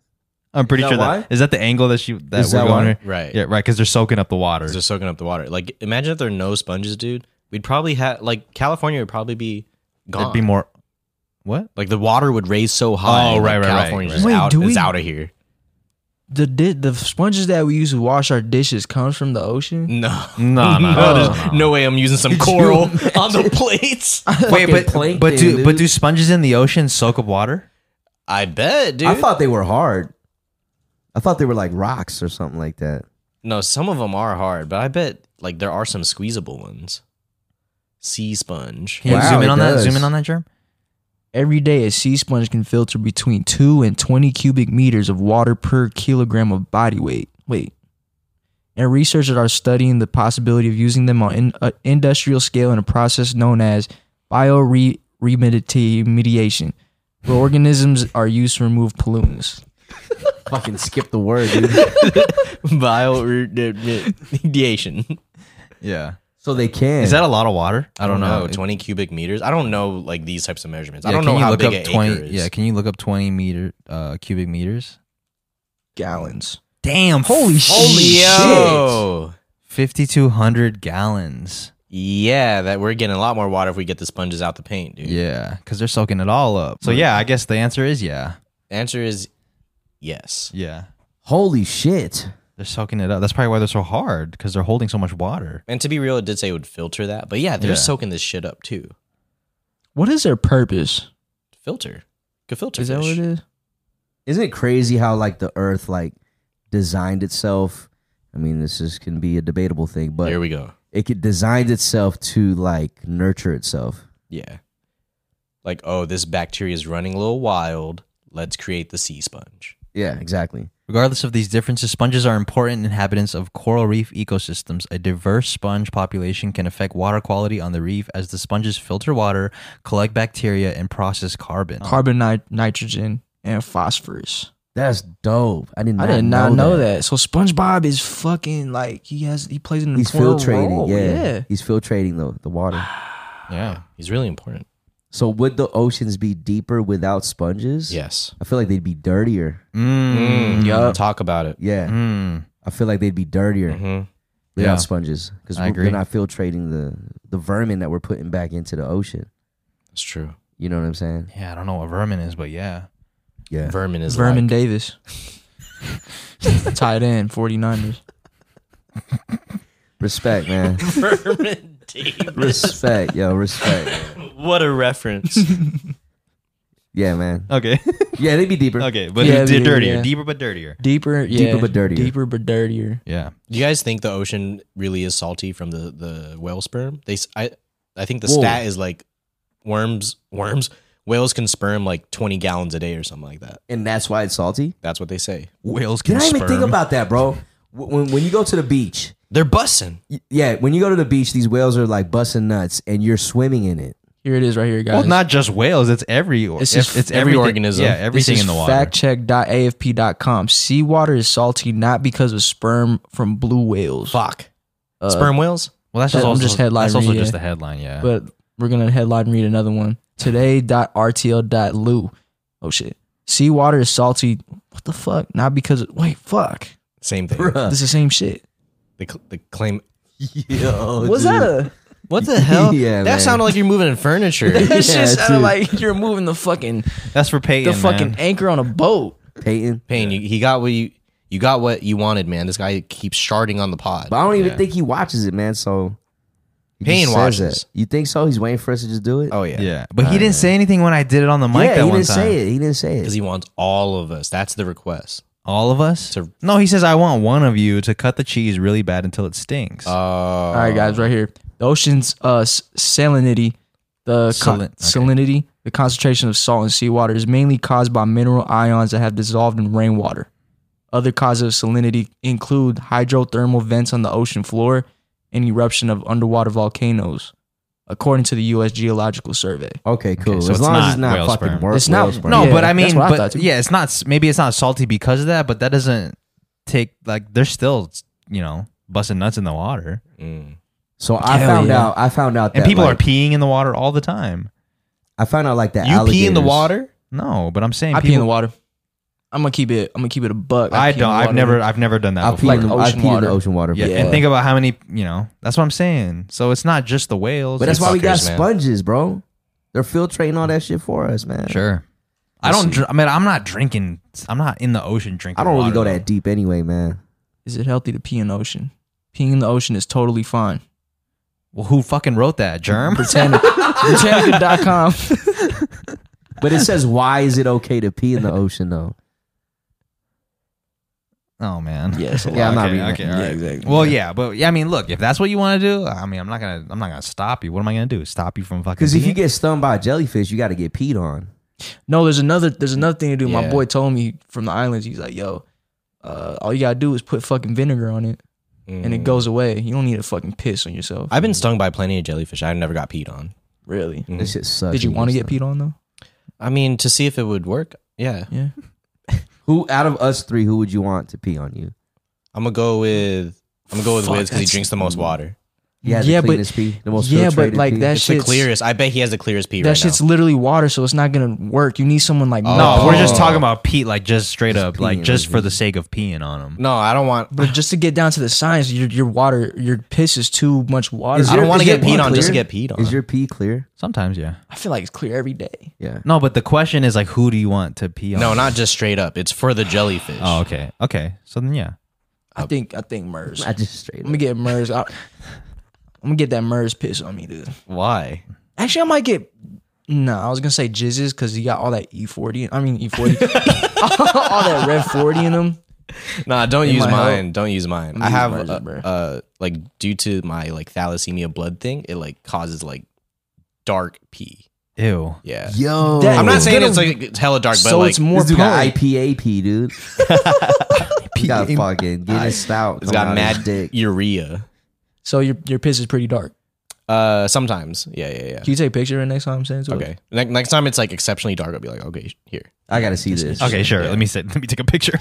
Speaker 1: (laughs) I'm pretty
Speaker 3: Is that
Speaker 1: sure that
Speaker 3: why?
Speaker 1: is that the angle that she that
Speaker 3: Is
Speaker 1: we're
Speaker 3: that
Speaker 1: going.
Speaker 3: why?
Speaker 1: here?
Speaker 2: Right.
Speaker 1: Yeah, right. Because they're soaking up the water.
Speaker 2: They're soaking up the water. Like imagine if there are no sponges, dude. We'd probably have like California would probably be gone.
Speaker 1: There'd be more. What?
Speaker 2: like the water would raise so high.
Speaker 1: Oh,
Speaker 2: like,
Speaker 1: right, right, right,
Speaker 2: California's
Speaker 1: right.
Speaker 2: just
Speaker 4: Wait,
Speaker 2: out,
Speaker 4: do
Speaker 2: is
Speaker 4: we-
Speaker 2: out of here.
Speaker 4: the di- the sponges that we use to wash our dishes comes from the ocean.
Speaker 2: (laughs) No,
Speaker 1: No, no,
Speaker 2: (laughs) no,
Speaker 1: no.
Speaker 2: there's no way I'm (laughs) using some coral on the plates.
Speaker 1: Wait, but
Speaker 3: plankton,
Speaker 1: but do but
Speaker 3: dude.
Speaker 1: do sponges in the ocean soak up water?
Speaker 2: I bet, dude.
Speaker 3: I thought they were hard. I thought they were like rocks or something like that.
Speaker 2: no, some of them are hard, but I bet like there are some squeezable ones. Sea sponge. (laughs)
Speaker 1: Can you
Speaker 3: Wow,
Speaker 1: zoom in
Speaker 3: it
Speaker 1: on that?
Speaker 3: does.
Speaker 1: Zoom in on that, germ.
Speaker 4: Every day, a sea sponge can filter between two and twenty cubic meters of water per kilogram of body weight. Wait. And researchers are studying the possibility of using them on in, uh, industrial scale in a process known as bioremediation, where organisms are used to remove pollutants.
Speaker 3: Fucking skip the word, dude.
Speaker 2: er, Bioremediation.
Speaker 1: Yeah.
Speaker 3: So they can.
Speaker 1: Is that a lot of water?
Speaker 2: I don't know. Twenty cubic meters. I don't know like these types of measurements. I
Speaker 1: Yeah,
Speaker 2: don't
Speaker 1: can
Speaker 2: know
Speaker 1: you
Speaker 2: how
Speaker 1: look up
Speaker 2: big an acre is.
Speaker 1: Yeah, can you look up twenty meter uh, cubic meters?
Speaker 4: Gallons.
Speaker 1: Damn! Holy
Speaker 2: Holy yo.
Speaker 1: Fifty two hundred gallons.
Speaker 2: Yeah, that we're getting a lot more water if we get the sponges out the paint, dude.
Speaker 1: Yeah, because they're soaking it all up. So yeah, I guess the answer is yeah.
Speaker 2: Answer is yes.
Speaker 1: Yeah,
Speaker 3: Holy shit.
Speaker 1: they're soaking it up. That's probably why they're so hard because they're holding so much water.
Speaker 2: And to be real, it did say it would filter that, but yeah, they're
Speaker 1: Yeah.
Speaker 2: soaking this shit up too.
Speaker 4: What is their purpose?
Speaker 2: Filter, could filter.
Speaker 4: Is that what
Speaker 2: fish.
Speaker 4: it is?
Speaker 3: Isn't it crazy how like the earth like designed itself? I mean, this is can be a debatable thing, but
Speaker 2: Here we go.
Speaker 3: it could designed itself to like nurture itself.
Speaker 2: Yeah. Like, oh, this bacteria is running a little wild. Let's create the sea sponge.
Speaker 3: Yeah, exactly.
Speaker 1: Regardless of these differences, sponges are important inhabitants of coral reef ecosystems. A diverse sponge population can affect water quality on the reef as the sponges filter water, collect bacteria, and process carbon.
Speaker 4: Oh. Carbon, ni- nitrogen, and phosphorus.
Speaker 3: That's dope. I did not,
Speaker 4: I did not know,
Speaker 3: that.
Speaker 4: that. So SpongeBob is fucking like he has he plays an
Speaker 3: He's
Speaker 4: important
Speaker 3: filtrating.
Speaker 4: role.
Speaker 3: yeah. He's filtrating the the water.
Speaker 1: Yeah.
Speaker 2: Ah, He's really important.
Speaker 3: So would the oceans be deeper without sponges?
Speaker 2: Yes.
Speaker 3: I feel like they'd be dirtier.
Speaker 1: Mm.
Speaker 2: yeah. Mm-hmm. Talk about it.
Speaker 3: Yeah.
Speaker 1: Mm.
Speaker 3: I feel like they'd be dirtier
Speaker 2: hmm
Speaker 3: without
Speaker 1: Mm-hmm. Yeah.
Speaker 3: sponges because
Speaker 1: I
Speaker 3: they're
Speaker 1: agree.
Speaker 3: not filtrating the the vermin that we're putting back into the ocean.
Speaker 2: That's true.
Speaker 3: You know what I'm saying?
Speaker 1: Yeah, I don't know what vermin is, but yeah.
Speaker 3: Yeah.
Speaker 2: Vermin is
Speaker 4: Vermin
Speaker 2: like-
Speaker 4: Davis. (laughs) Tight end, 49ers.
Speaker 3: Respect, man.
Speaker 2: (laughs) Vermin Davis.
Speaker 3: respect, yo. Respect.
Speaker 2: what a reference.
Speaker 3: Yeah, man.
Speaker 1: Okay.
Speaker 3: Yeah, they'd be deeper.
Speaker 1: (laughs) okay. But
Speaker 4: Yeah,
Speaker 1: they're
Speaker 4: yeah,
Speaker 1: dirtier.
Speaker 4: yeah.
Speaker 1: Deeper but dirtier.
Speaker 4: Deeper, yeah.
Speaker 3: Deeper but dirtier.
Speaker 4: Deeper but dirtier.
Speaker 1: Yeah.
Speaker 2: Do you guys think the ocean really is salty from the the whale sperm? They s- I I think the
Speaker 3: Whoa.
Speaker 2: stat is like worms worms whales can sperm like 20 gallons a day or something like that.
Speaker 3: And that's why it's salty.
Speaker 2: That's what they say.
Speaker 1: Whales can
Speaker 3: Did I even
Speaker 1: sperm.
Speaker 3: think about that, bro? Wh- When when you go to the beach,
Speaker 2: They're bussing.
Speaker 3: y- yeah, when you go to the beach, these whales are like busting nuts, and you're swimming in it.
Speaker 4: Here it is right here, guys.
Speaker 1: well, not just whales. It's every. Or,
Speaker 4: It's just
Speaker 1: it's
Speaker 2: every
Speaker 1: everything-
Speaker 2: organism.
Speaker 1: Yeah,
Speaker 2: This
Speaker 1: everything in the water.
Speaker 4: factcheck.afp.com. Seawater is salty not because of sperm from blue whales.
Speaker 2: Fuck.
Speaker 4: Uh,
Speaker 2: sperm whales?
Speaker 1: well, that's
Speaker 4: that-
Speaker 1: just
Speaker 4: I'm
Speaker 1: also
Speaker 4: just headline
Speaker 1: That's also
Speaker 4: reading
Speaker 1: just
Speaker 4: it.
Speaker 1: the headline. Yeah.
Speaker 4: But we're going to headline read another one. Today.rtl.lu. Oh, shit. Seawater is salty. What the fuck? Not because of. Wait, fuck.
Speaker 2: Same thing.
Speaker 3: Bruh.
Speaker 4: (laughs) This is the same shit.
Speaker 2: They, cl- they claim
Speaker 3: Yo,
Speaker 4: What's
Speaker 3: dude.
Speaker 4: that a.
Speaker 2: (laughs) What (laughs) the hell?
Speaker 3: Yeah,
Speaker 2: that
Speaker 3: man.
Speaker 2: sounded like you're moving in furniture. (laughs)
Speaker 4: That
Speaker 3: Yeah,
Speaker 4: shit sounded
Speaker 3: dude.
Speaker 4: like you're moving the fucking
Speaker 1: that's for
Speaker 4: the
Speaker 1: Peyton.
Speaker 4: fucking
Speaker 1: man.
Speaker 4: anchor on a boat.
Speaker 3: Peyton?
Speaker 2: Payne, you, he got what you you got what you wanted, man. This guy keeps sharding on the pod.
Speaker 3: But I don't even think he watches it, man. So he just
Speaker 2: Payne
Speaker 3: says
Speaker 2: watches.
Speaker 3: it. You think so? He's waiting for us to just do it.
Speaker 2: Oh yeah.
Speaker 1: Yeah, but he didn't say anything when I did it on the mic.
Speaker 3: yeah,
Speaker 1: that
Speaker 3: he
Speaker 1: one
Speaker 3: didn't
Speaker 1: time.
Speaker 3: say it. He didn't say
Speaker 2: Cuz
Speaker 3: it.
Speaker 2: he wants all of us. That's the request.
Speaker 1: All of us?
Speaker 2: To-
Speaker 1: no, he says I want one of you to cut the cheese really bad until it stinks.
Speaker 2: Uh,
Speaker 4: All right, guys, right here. The ocean's uh, s- salinity, the con-
Speaker 1: Salin- okay.
Speaker 4: salinity, the concentration of salt in seawater is mainly caused by mineral ions that have dissolved in rainwater. Other causes of salinity include hydrothermal vents on the ocean floor and eruption of underwater volcanoes, according to the U.S. Geological Survey.
Speaker 3: Okay, cool.
Speaker 1: so
Speaker 3: as
Speaker 1: it's
Speaker 3: long as it's
Speaker 1: not
Speaker 3: not
Speaker 1: whale
Speaker 3: fucking
Speaker 1: sperm.
Speaker 3: work.
Speaker 4: It's not-
Speaker 3: whale sperm.
Speaker 1: no,
Speaker 4: yeah,
Speaker 1: but I
Speaker 4: that's
Speaker 1: mean,
Speaker 4: what I
Speaker 1: but
Speaker 4: thought too.
Speaker 1: yeah, it's not. Maybe it's not salty because of that, but that doesn't take like they're still you know busting nuts in the water,
Speaker 2: mm.
Speaker 3: So I
Speaker 4: Hell
Speaker 3: found
Speaker 4: yeah.
Speaker 3: out. I found out that
Speaker 1: and people
Speaker 3: like,
Speaker 1: are peeing in the water all the time.
Speaker 3: I found out like that.
Speaker 2: You pee in the
Speaker 3: alligators-
Speaker 2: water?
Speaker 1: No, but I'm saying
Speaker 4: I
Speaker 1: people,
Speaker 4: pee in the water. I'm gonna keep it. I'm gonna keep it a buck.
Speaker 1: I
Speaker 4: pee in
Speaker 1: don't.
Speaker 4: the
Speaker 1: I've
Speaker 4: water.
Speaker 1: never. I've never done that.
Speaker 3: I pee,
Speaker 1: before.
Speaker 3: in the,
Speaker 4: Like
Speaker 3: I
Speaker 4: ocean
Speaker 3: pee in the
Speaker 4: water.
Speaker 3: ocean water.
Speaker 1: yeah,
Speaker 3: bro.
Speaker 1: and think about how many. You know, that's what I'm saying. So it's not just the whales.
Speaker 3: But that's why we got
Speaker 2: Fuckers, man.
Speaker 3: sponges, bro. They're filtrating all that shit for us, man.
Speaker 1: sure. I don't. Dr- I mean, I'm not drinking. I'm not in the ocean drinking.
Speaker 3: I don't really
Speaker 1: water,
Speaker 3: go
Speaker 1: though.
Speaker 3: that deep anyway, man.
Speaker 4: Is it healthy to pee in the ocean? Peeing in the ocean is totally fine.
Speaker 1: Well, who fucking wrote that?
Speaker 3: (laughs)
Speaker 1: Germ. (laughs)
Speaker 4: Britannica, Britannica.com.
Speaker 3: But it says why is it okay to pee in the ocean
Speaker 4: (laughs)
Speaker 3: though?
Speaker 1: oh man.
Speaker 4: Yes.
Speaker 3: Yeah, I'm not reading
Speaker 1: Okay.
Speaker 3: that.
Speaker 1: all
Speaker 4: Yeah,
Speaker 1: right.
Speaker 4: exactly.
Speaker 1: Well, yeah, but yeah, I mean, look, if that's what you want to do, I mean, I'm not gonna, I'm not gonna stop you. What am I gonna do? Stop you from fucking?
Speaker 3: Because if you
Speaker 1: peeing?
Speaker 3: get stung by a jellyfish, you got to get peed on.
Speaker 4: No, there's another there's another thing to do. My
Speaker 2: Yeah.
Speaker 4: boy told me from the islands, he's like, yo, uh, all you gotta do is put fucking vinegar on it and
Speaker 2: Mm.
Speaker 4: it goes away. You don't need to fucking piss on yourself.
Speaker 2: I've been stung by plenty of jellyfish. I never got peed on.
Speaker 4: really?
Speaker 3: This shit sucks.
Speaker 4: Mm-hmm. Did you
Speaker 3: when
Speaker 4: want to get
Speaker 3: stung.
Speaker 4: peed on though?
Speaker 2: I mean, to see if it would work. Yeah,
Speaker 4: Yeah.
Speaker 3: Who out of us three, who would you want to pee on you?
Speaker 2: I'm gonna go with I'm gonna go with
Speaker 4: Fuck,
Speaker 2: Wiz because he
Speaker 4: that's-
Speaker 2: drinks the most water.
Speaker 3: He has
Speaker 4: Yeah,
Speaker 3: the
Speaker 4: but-
Speaker 3: cleanest pee, the most
Speaker 4: yeah, but
Speaker 3: filtrated
Speaker 4: like
Speaker 3: pee.
Speaker 4: that
Speaker 2: It's the
Speaker 4: shit's
Speaker 2: clearest. I bet he has the clearest pee
Speaker 4: that
Speaker 2: right
Speaker 4: shit's
Speaker 2: now. Oh.
Speaker 4: literally water, so it's not gonna work. You need someone like
Speaker 1: no,
Speaker 4: Mike
Speaker 1: we're just
Speaker 4: Paul.
Speaker 1: talking about Pete, like just straight up,
Speaker 3: Oh. peeing
Speaker 1: like
Speaker 3: on
Speaker 1: just for
Speaker 3: him.
Speaker 1: the sake of peeing on him.
Speaker 2: No, I don't want.
Speaker 4: But just to get down to the science, your your water, your piss is too much water.
Speaker 3: Is
Speaker 2: I
Speaker 4: I,
Speaker 3: your-
Speaker 2: don't want
Speaker 3: is
Speaker 2: to
Speaker 3: your
Speaker 2: get peed
Speaker 3: pee
Speaker 2: on just to
Speaker 3: clear?
Speaker 2: get peed on.
Speaker 3: Is your pee clear?
Speaker 1: Sometimes, yeah.
Speaker 4: I feel like it's clear every day.
Speaker 3: Yeah.
Speaker 1: No, but the question is like, who do you want to pee on?
Speaker 2: no, not just straight up. It's for the jellyfish.
Speaker 1: Oh, okay, okay. So then, yeah.
Speaker 4: I think I think MERS.
Speaker 3: (laughs) I
Speaker 4: I'm
Speaker 3: just straight. Up.
Speaker 4: gonna get MERS. I, I'm gonna get that MERS piss on me, dude.
Speaker 2: why?
Speaker 4: Actually, I might get. No, I was gonna say jizzes because he got all that E forty. I mean E forty, (laughs) all that red forty in him.
Speaker 2: Nah, don't use
Speaker 4: might
Speaker 2: mine. Don't use mine. I
Speaker 4: use
Speaker 2: have
Speaker 4: mine,
Speaker 2: uh,
Speaker 4: bro.
Speaker 2: uh, like due to my like thalassemia blood thing, it like causes like dark pee.
Speaker 1: Ew.
Speaker 2: Yeah.
Speaker 3: Yo,
Speaker 4: That-
Speaker 2: I'm not
Speaker 4: It's
Speaker 2: saying
Speaker 4: gonna-
Speaker 2: it's like it's hella dark, but
Speaker 4: so
Speaker 2: like
Speaker 4: it's more
Speaker 3: this dude got
Speaker 4: potent.
Speaker 3: IPA pee,
Speaker 4: (laughs)
Speaker 3: dude. he got fucking get it stout.
Speaker 2: it's
Speaker 3: come
Speaker 2: got
Speaker 3: out his
Speaker 2: mad
Speaker 3: dick.
Speaker 2: urea.
Speaker 4: So your your piss is pretty dark.
Speaker 2: Uh, sometimes. Yeah, yeah,
Speaker 4: Can
Speaker 2: yeah.
Speaker 4: you take a picture of it next time I'm saying it to us?
Speaker 2: Okay. Ne- next time it's like exceptionally dark, I'll be like, okay, here.
Speaker 3: I gotta see this.
Speaker 1: Okay, sure.
Speaker 2: Yeah.
Speaker 1: Let me say, let me take a picture.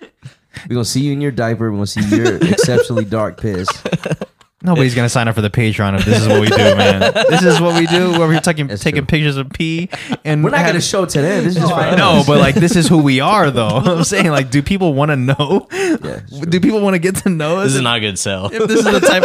Speaker 3: We're gonna see you in your diaper. We're gonna see your exceptionally dark piss.
Speaker 1: (laughs) Nobody's gonna sign up for the Patreon if this is what we do, (laughs) man. This is what we do. Where we're taking
Speaker 3: That's
Speaker 1: taking
Speaker 3: true.
Speaker 1: pictures of pee, and
Speaker 3: We're not
Speaker 1: having- (laughs)
Speaker 3: gonna show to them. This is just for us.
Speaker 1: No, but like this is who we are, though. (laughs)
Speaker 3: (laughs)
Speaker 1: I'm saying, like, do people want to know?
Speaker 3: Yeah, it's
Speaker 1: do people want to get to know us?
Speaker 2: This is not a good sell.
Speaker 1: If (laughs) this is the type.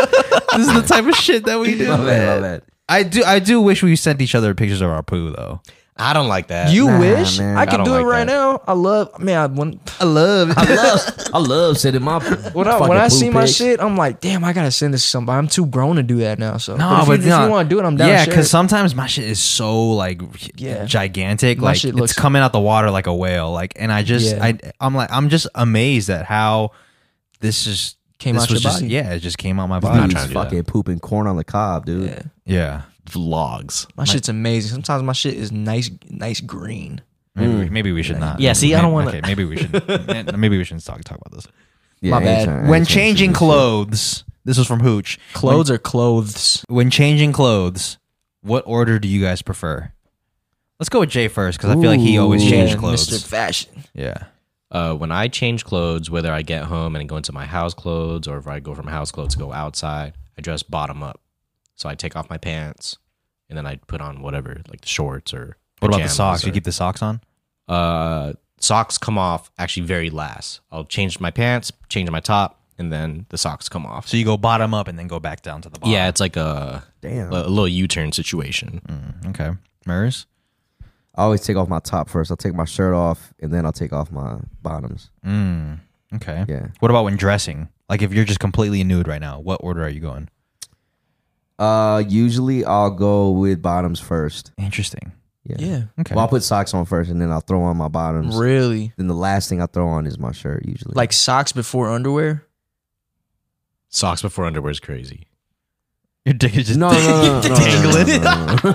Speaker 1: this is the type of shit that we do.
Speaker 3: (laughs) My bad, my bad.
Speaker 1: I do. I do wish we sent each other pictures of our poo, though.
Speaker 2: I don't like that.
Speaker 4: You
Speaker 3: Nah,
Speaker 4: wish
Speaker 3: man.
Speaker 4: I
Speaker 3: I
Speaker 4: could
Speaker 2: don't
Speaker 4: do it
Speaker 2: like
Speaker 4: right
Speaker 2: that.
Speaker 4: now. I love man. I, when
Speaker 1: I love. It.
Speaker 3: I love, I love sending my
Speaker 4: (laughs) when I, when I see my shit, I'm like, damn, I gotta send this to somebody. I'm too grown to do that now. So
Speaker 1: No,
Speaker 4: if
Speaker 1: but
Speaker 4: you,
Speaker 1: no.
Speaker 4: want to do it, I'm down.
Speaker 1: yeah,
Speaker 4: because
Speaker 1: because sometimes my shit is so like
Speaker 4: Yeah.
Speaker 1: gigantic,
Speaker 4: My
Speaker 1: like
Speaker 4: shit
Speaker 1: it's
Speaker 4: looks-
Speaker 1: coming out the water like a whale, like. And I just,
Speaker 4: Yeah.
Speaker 1: I, I'm like, I'm just amazed at how this just
Speaker 4: Came
Speaker 1: this
Speaker 4: out
Speaker 1: was
Speaker 4: your
Speaker 1: just,
Speaker 4: body.
Speaker 1: Yeah, it just came out my
Speaker 3: I'm not
Speaker 1: body.
Speaker 2: trying to do that.
Speaker 3: fucking pooping corn on the cob, dude.
Speaker 4: Yeah.
Speaker 1: Yeah,
Speaker 2: vlogs.
Speaker 4: my shit's amazing. Sometimes my shit is nice, nice green.
Speaker 1: maybe
Speaker 4: Mm.
Speaker 1: we, maybe we should not.
Speaker 2: Yeah, see, I
Speaker 1: Maybe-
Speaker 2: don't wanna-
Speaker 1: Okay, maybe we
Speaker 4: (laughs)
Speaker 1: should. maybe we shouldn't talk talk about this.
Speaker 3: Yeah,
Speaker 4: My
Speaker 3: I ain't
Speaker 4: bad.
Speaker 3: trying- I ain't
Speaker 1: When
Speaker 3: trying to see
Speaker 1: changing
Speaker 3: this shit.
Speaker 1: clothes, this was from Hooch.
Speaker 4: Clothes are clothes.
Speaker 1: When changing clothes, what order do you guys prefer? Let's go with Jay first because I feel like he always
Speaker 3: Ooh.
Speaker 1: changed
Speaker 4: Yeah,
Speaker 1: clothes.
Speaker 4: Mr. Fashion.
Speaker 1: Yeah.
Speaker 2: Uh, when I change clothes, whether I get home and go into my house clothes or if I go from house clothes to go outside, I dress bottom up. So I take off my pants and then I put on whatever, like the shorts or
Speaker 1: What about the
Speaker 2: pajamas
Speaker 1: socks?
Speaker 2: or-
Speaker 1: You keep the socks on?
Speaker 2: uh, socks come off actually very last. I'll change my pants, change my top, and then the socks come off.
Speaker 1: So you go bottom up and then go back down to the bottom.
Speaker 2: yeah, it's like a
Speaker 3: Damn.
Speaker 2: a, a little U turn situation.
Speaker 1: Mm, Okay. Murs?
Speaker 3: I always take off my top first. I'll take my shirt off and then I'll take off my bottoms.
Speaker 1: Mm. Okay.
Speaker 3: Yeah.
Speaker 1: What about when dressing? Like if you're just completely nude right now, what order are you going?
Speaker 3: Uh, usually I'll go with bottoms first.
Speaker 1: Interesting.
Speaker 3: Yeah.
Speaker 4: Yeah.
Speaker 1: Okay.
Speaker 3: Well, I'll put socks on first and then I'll throw on my bottoms.
Speaker 4: Really?
Speaker 3: Then the last thing I throw on is my shirt usually.
Speaker 4: Like socks
Speaker 3: (laughs)
Speaker 4: before underwear?
Speaker 2: Socks before underwear is crazy.
Speaker 1: your dick is just
Speaker 3: no, no, no, no, no, no,
Speaker 1: dangling.
Speaker 3: no, no,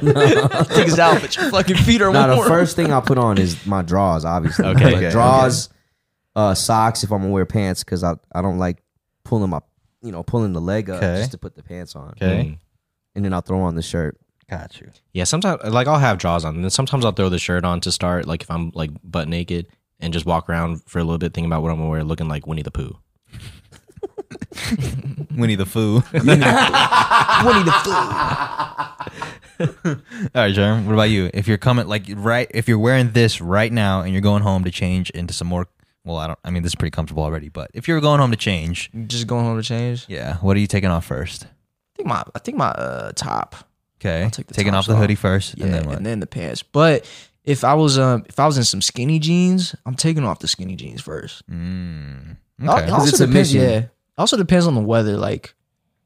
Speaker 3: no, no.
Speaker 4: Take it out, but your fucking feet are
Speaker 3: Now the
Speaker 4: warm.
Speaker 3: first thing I put on is my drawers, obviously.
Speaker 2: Okay,
Speaker 3: But
Speaker 2: okay,
Speaker 3: drawers, uh, socks if I'm gonna wear pants because I I don't like pulling my you know pulling the leg up
Speaker 1: Okay.
Speaker 3: just to put the pants on,
Speaker 1: Okay.
Speaker 2: Mm.
Speaker 3: and then I'll throw on the shirt.
Speaker 1: Got you.
Speaker 2: Yeah, sometimes like I'll have draws on, and then sometimes I'll throw the shirt on to start, like if I'm like butt naked, and just walk around for a little bit, thinking about what I'm gonna wear, looking like Winnie the Pooh.
Speaker 1: Winnie the Foo.
Speaker 4: Winnie the Pooh.
Speaker 1: (laughs) All right, Jerm. What about you? If you're coming, like right, if you're wearing this right now and you're going home to change into some more, well, I don't. I mean, this is pretty comfortable already. But if you're going home to change,
Speaker 4: Just going home to change.
Speaker 1: yeah, what are you taking off first?
Speaker 4: I think my I think my uh, top.
Speaker 1: Okay.
Speaker 4: I'll take the
Speaker 1: Taking off
Speaker 4: tops
Speaker 1: the
Speaker 4: off.
Speaker 1: hoodie first,
Speaker 4: yeah,
Speaker 1: and then what?
Speaker 4: the pants. But if I was um if I was in some skinny jeans, I'm taking off the skinny jeans first.
Speaker 1: Mm, okay.
Speaker 4: Al- also
Speaker 3: it's a
Speaker 4: depends,
Speaker 3: mission.
Speaker 4: yeah. Also depends on the weather. Like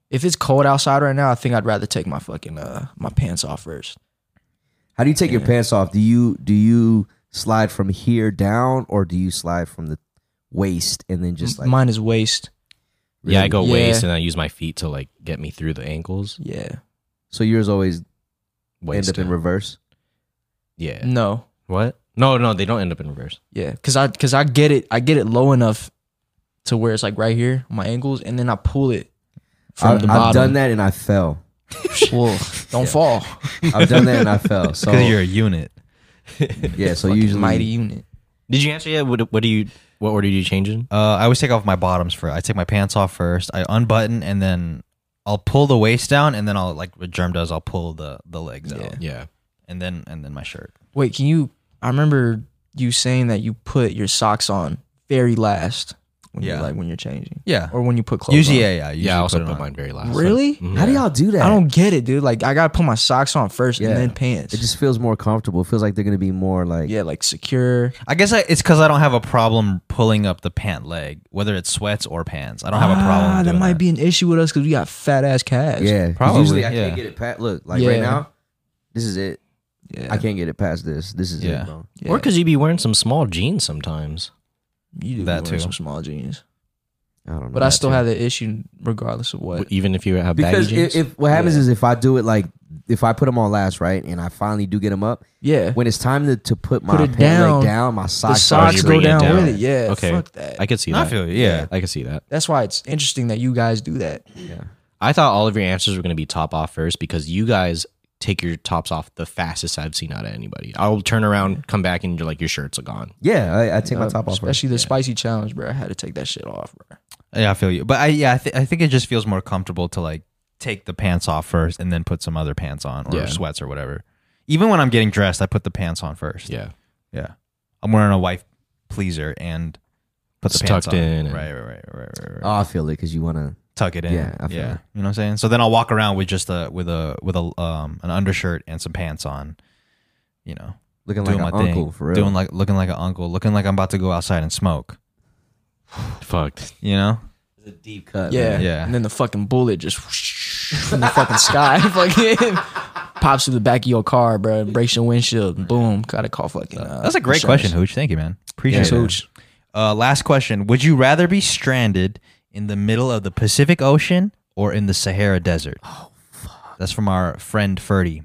Speaker 4: if it's cold outside right now, I think I'd rather take my fucking uh my pants off first.
Speaker 3: How do you take your pants off? Do you do you slide from here down, or do you slide from the waist and then just like
Speaker 4: Mine is waist.
Speaker 2: Yeah, I go
Speaker 4: Yeah.
Speaker 2: waist and I use my feet to like get me through the ankles.
Speaker 4: Yeah.
Speaker 3: so yours always
Speaker 2: Waist.
Speaker 3: end up in reverse?
Speaker 2: yeah.
Speaker 4: No.
Speaker 2: What? No, no, they don't end up in reverse.
Speaker 4: Yeah. Cause I cause I get it I get it low enough to where it's like right here on my ankles, and then I pull it
Speaker 3: I,
Speaker 4: from the bottom.
Speaker 3: I've done that and I fell.
Speaker 4: Well, don't fall.
Speaker 3: I've done that and I fell. So
Speaker 1: Because you're a unit.
Speaker 3: yeah, so
Speaker 4: Fucking
Speaker 3: usually
Speaker 4: mighty unit.
Speaker 2: Did you answer yet? What, what do you? What order do you change in?
Speaker 1: Uh, I always take off my bottoms first. I take my pants off first. I unbutton and then I'll pull the waist down, and then I'll like what Germ does. I'll pull the the legs out,
Speaker 2: Yeah.
Speaker 1: and then and then my shirt.
Speaker 4: Wait, can you? I remember you saying that you put your socks on very last when
Speaker 1: Yeah.
Speaker 4: you're like when you're changing,
Speaker 1: Yeah.
Speaker 4: or when you put clothes.
Speaker 1: Usually,
Speaker 4: on.
Speaker 1: yeah, yeah. I Usually
Speaker 2: yeah, I also
Speaker 1: it
Speaker 2: put,
Speaker 1: on.
Speaker 2: mine very last.
Speaker 4: Really?
Speaker 2: Mhm.
Speaker 3: How do y'all do that?
Speaker 4: I don't get it, dude. Like I gotta put my socks on first
Speaker 3: Yeah.
Speaker 4: and then pants.
Speaker 3: It just feels more comfortable. It feels like they're gonna be more like
Speaker 4: yeah, like secure.
Speaker 1: I guess I, it's because I don't have a problem pulling up the pant leg, whether it's sweats or pants. I don't have a problem.
Speaker 4: Ah, that
Speaker 1: doing
Speaker 4: might be an issue with us because we got fat ass calves.
Speaker 3: yeah. 'Cause
Speaker 1: Probably,
Speaker 3: Usually I
Speaker 1: yeah.
Speaker 3: can't get it past. Look, like
Speaker 4: Yeah.
Speaker 3: right now, this is it.
Speaker 4: yeah.
Speaker 3: I can't get it past this. This is
Speaker 1: Yeah.
Speaker 3: it, bro.
Speaker 4: yeah.
Speaker 2: Or because you be wearing some small jeans sometimes.
Speaker 4: you do
Speaker 1: That
Speaker 4: that too.
Speaker 1: too.
Speaker 4: Some small jeans,
Speaker 3: I don't know.
Speaker 4: but I still have the issue regardless of what.
Speaker 2: Even if you have baggy
Speaker 3: because
Speaker 2: jeans.
Speaker 3: if, if what happens
Speaker 4: Yeah.
Speaker 3: is if I do it like if I put them on last right and I finally do get them up
Speaker 4: Yeah,
Speaker 3: when it's time to, to put my
Speaker 4: Put it
Speaker 3: pant
Speaker 4: down.
Speaker 3: leg down my
Speaker 4: the
Speaker 3: socks, are
Speaker 2: already
Speaker 3: already
Speaker 4: socks go
Speaker 2: bringing it
Speaker 4: down,
Speaker 2: down.
Speaker 4: with it. Yeah,
Speaker 2: Okay.
Speaker 4: fuck that.
Speaker 2: I could see
Speaker 1: I
Speaker 2: that.
Speaker 1: feel you, yeah.
Speaker 2: I could see that.
Speaker 4: That's why it's interesting that you guys do that.
Speaker 2: I thought all of your answers were going to be top off first because you guys take your tops off the fastest I've seen out of anybody. I'll turn around, come back, and you're like, your shirts are gone.
Speaker 3: yeah I, I take my
Speaker 4: Um,
Speaker 3: top off first.
Speaker 4: Especially the spicy challenge, bro. I had to take that shit off, bro.
Speaker 1: Yeah, I feel you. But I yeah, I, th- I think it just feels more comfortable to like take the pants off first and then put some other pants on or
Speaker 2: Yeah.
Speaker 1: sweats or whatever. Even when I'm getting dressed, I put the pants on first.
Speaker 2: Yeah.
Speaker 1: Yeah. I'm wearing a wife pleaser and put the
Speaker 2: It's
Speaker 1: pants
Speaker 2: tucked
Speaker 1: on.
Speaker 2: in and-
Speaker 1: Right, right, right, right, right, right.
Speaker 3: oh I feel it because you want to
Speaker 1: Tuck it in.
Speaker 3: yeah, I feel
Speaker 1: yeah.
Speaker 3: it.
Speaker 1: You know what I'm saying? So then I'll walk around with just a with a with a um an undershirt and some pants on. You know,
Speaker 3: looking like an
Speaker 1: doing my
Speaker 3: uncle
Speaker 1: thing,
Speaker 3: for real
Speaker 1: doing like looking like an uncle, looking like I'm about to go outside and smoke.
Speaker 2: Fuck.
Speaker 1: You know,
Speaker 3: deep cut
Speaker 4: Yeah.
Speaker 3: man.
Speaker 1: Yeah.
Speaker 4: And then the fucking bullet just whoosh from the fucking sky (laughs) fucking pops through the back of your car, bro. Breaks your windshield. and Boom. Gotta call fucking. Uh,
Speaker 1: that's a great
Speaker 4: insurance.
Speaker 1: question, Hooch. Thank you, man. Appreciate
Speaker 4: Thanks,
Speaker 1: it.
Speaker 4: Hooch.
Speaker 1: Uh, last question: Would you rather be stranded in the middle of the Pacific Ocean or in the Sahara Desert? Oh, fuck. That's from our friend Ferdy.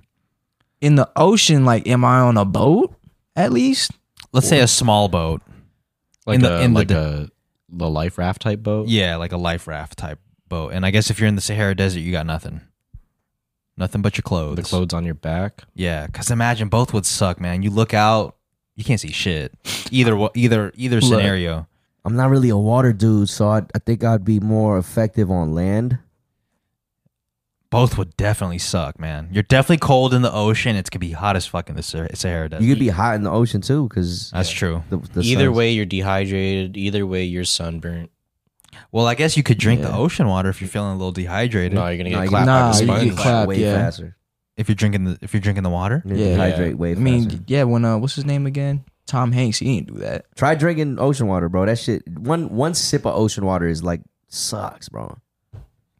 Speaker 4: In the ocean, like, am I on a boat at least?
Speaker 1: Let's say a small boat.
Speaker 2: Like
Speaker 1: In the-
Speaker 2: a,
Speaker 1: in the
Speaker 2: like
Speaker 1: d-
Speaker 2: a the life raft type boat.
Speaker 1: Yeah, like a life raft type boat. And I guess if you're in the Sahara Desert, you got nothing. Nothing but your clothes.
Speaker 2: The clothes on your back.
Speaker 1: Yeah, because imagine both would suck, man. You look out, you can't see shit. Either wa- either either scenario.
Speaker 3: I'm not really a water dude so I, I think I'd be more effective on land
Speaker 1: Both would definitely suck, man. You're definitely cold in the ocean. It's gonna be hot as fuck in the Sah- Sahara Desert.
Speaker 3: you could be hot in the ocean too because
Speaker 1: That's true.
Speaker 3: the, the
Speaker 2: either
Speaker 3: sun's-
Speaker 2: way, you're dehydrated. Either way, you're sunburnt.
Speaker 1: Well, I guess you could drink the
Speaker 4: Yeah.
Speaker 1: ocean water if you're feeling a little dehydrated.
Speaker 2: No, you're gonna
Speaker 3: Nah,
Speaker 2: get
Speaker 3: you-
Speaker 2: clapped
Speaker 4: Nah,
Speaker 2: like a
Speaker 4: you
Speaker 2: sponge.
Speaker 4: get clapped,
Speaker 3: way
Speaker 4: yeah.
Speaker 3: faster
Speaker 1: if you're drinking the if you're drinking the water.
Speaker 3: you
Speaker 4: Yeah.
Speaker 3: dehydrate way
Speaker 4: I
Speaker 3: faster
Speaker 4: mean, yeah, when, uh, what's his name again? Tom Hanks. He didn't do that.
Speaker 3: try drinking ocean water bro that shit one one sip of ocean water is like sucks bro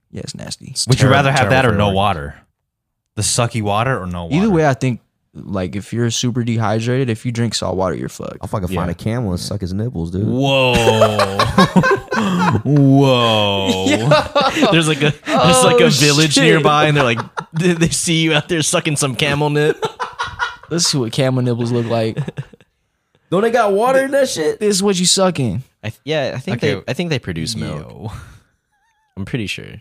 Speaker 4: Yeah, it's nasty.
Speaker 2: It's
Speaker 1: Would you
Speaker 2: terrible-
Speaker 1: rather have that
Speaker 2: terrible
Speaker 1: or
Speaker 2: for
Speaker 1: no
Speaker 2: everyone.
Speaker 1: water? The sucky water or no water?
Speaker 4: Either way, I think, like, if you're super dehydrated, if you drink salt water, you're fucked.
Speaker 3: I'll fucking find
Speaker 2: Yeah.
Speaker 3: a camel and suck his nipples dude
Speaker 1: Whoa.
Speaker 2: (laughs)
Speaker 1: Whoa.
Speaker 2: (laughs) There's like a there's like a
Speaker 4: (laughs) Oh,
Speaker 2: village
Speaker 4: shit.
Speaker 2: nearby, and they're like (laughs) they, they see you out there sucking some camel
Speaker 4: (laughs)
Speaker 2: nip.
Speaker 4: Let's see what camel nibbles look like.
Speaker 3: Don't they got water in that shit?
Speaker 4: this is what you sucking.
Speaker 2: I th- yeah, I think
Speaker 1: Okay.
Speaker 2: they I think they produce milk.
Speaker 1: Yo.
Speaker 2: I'm pretty sure.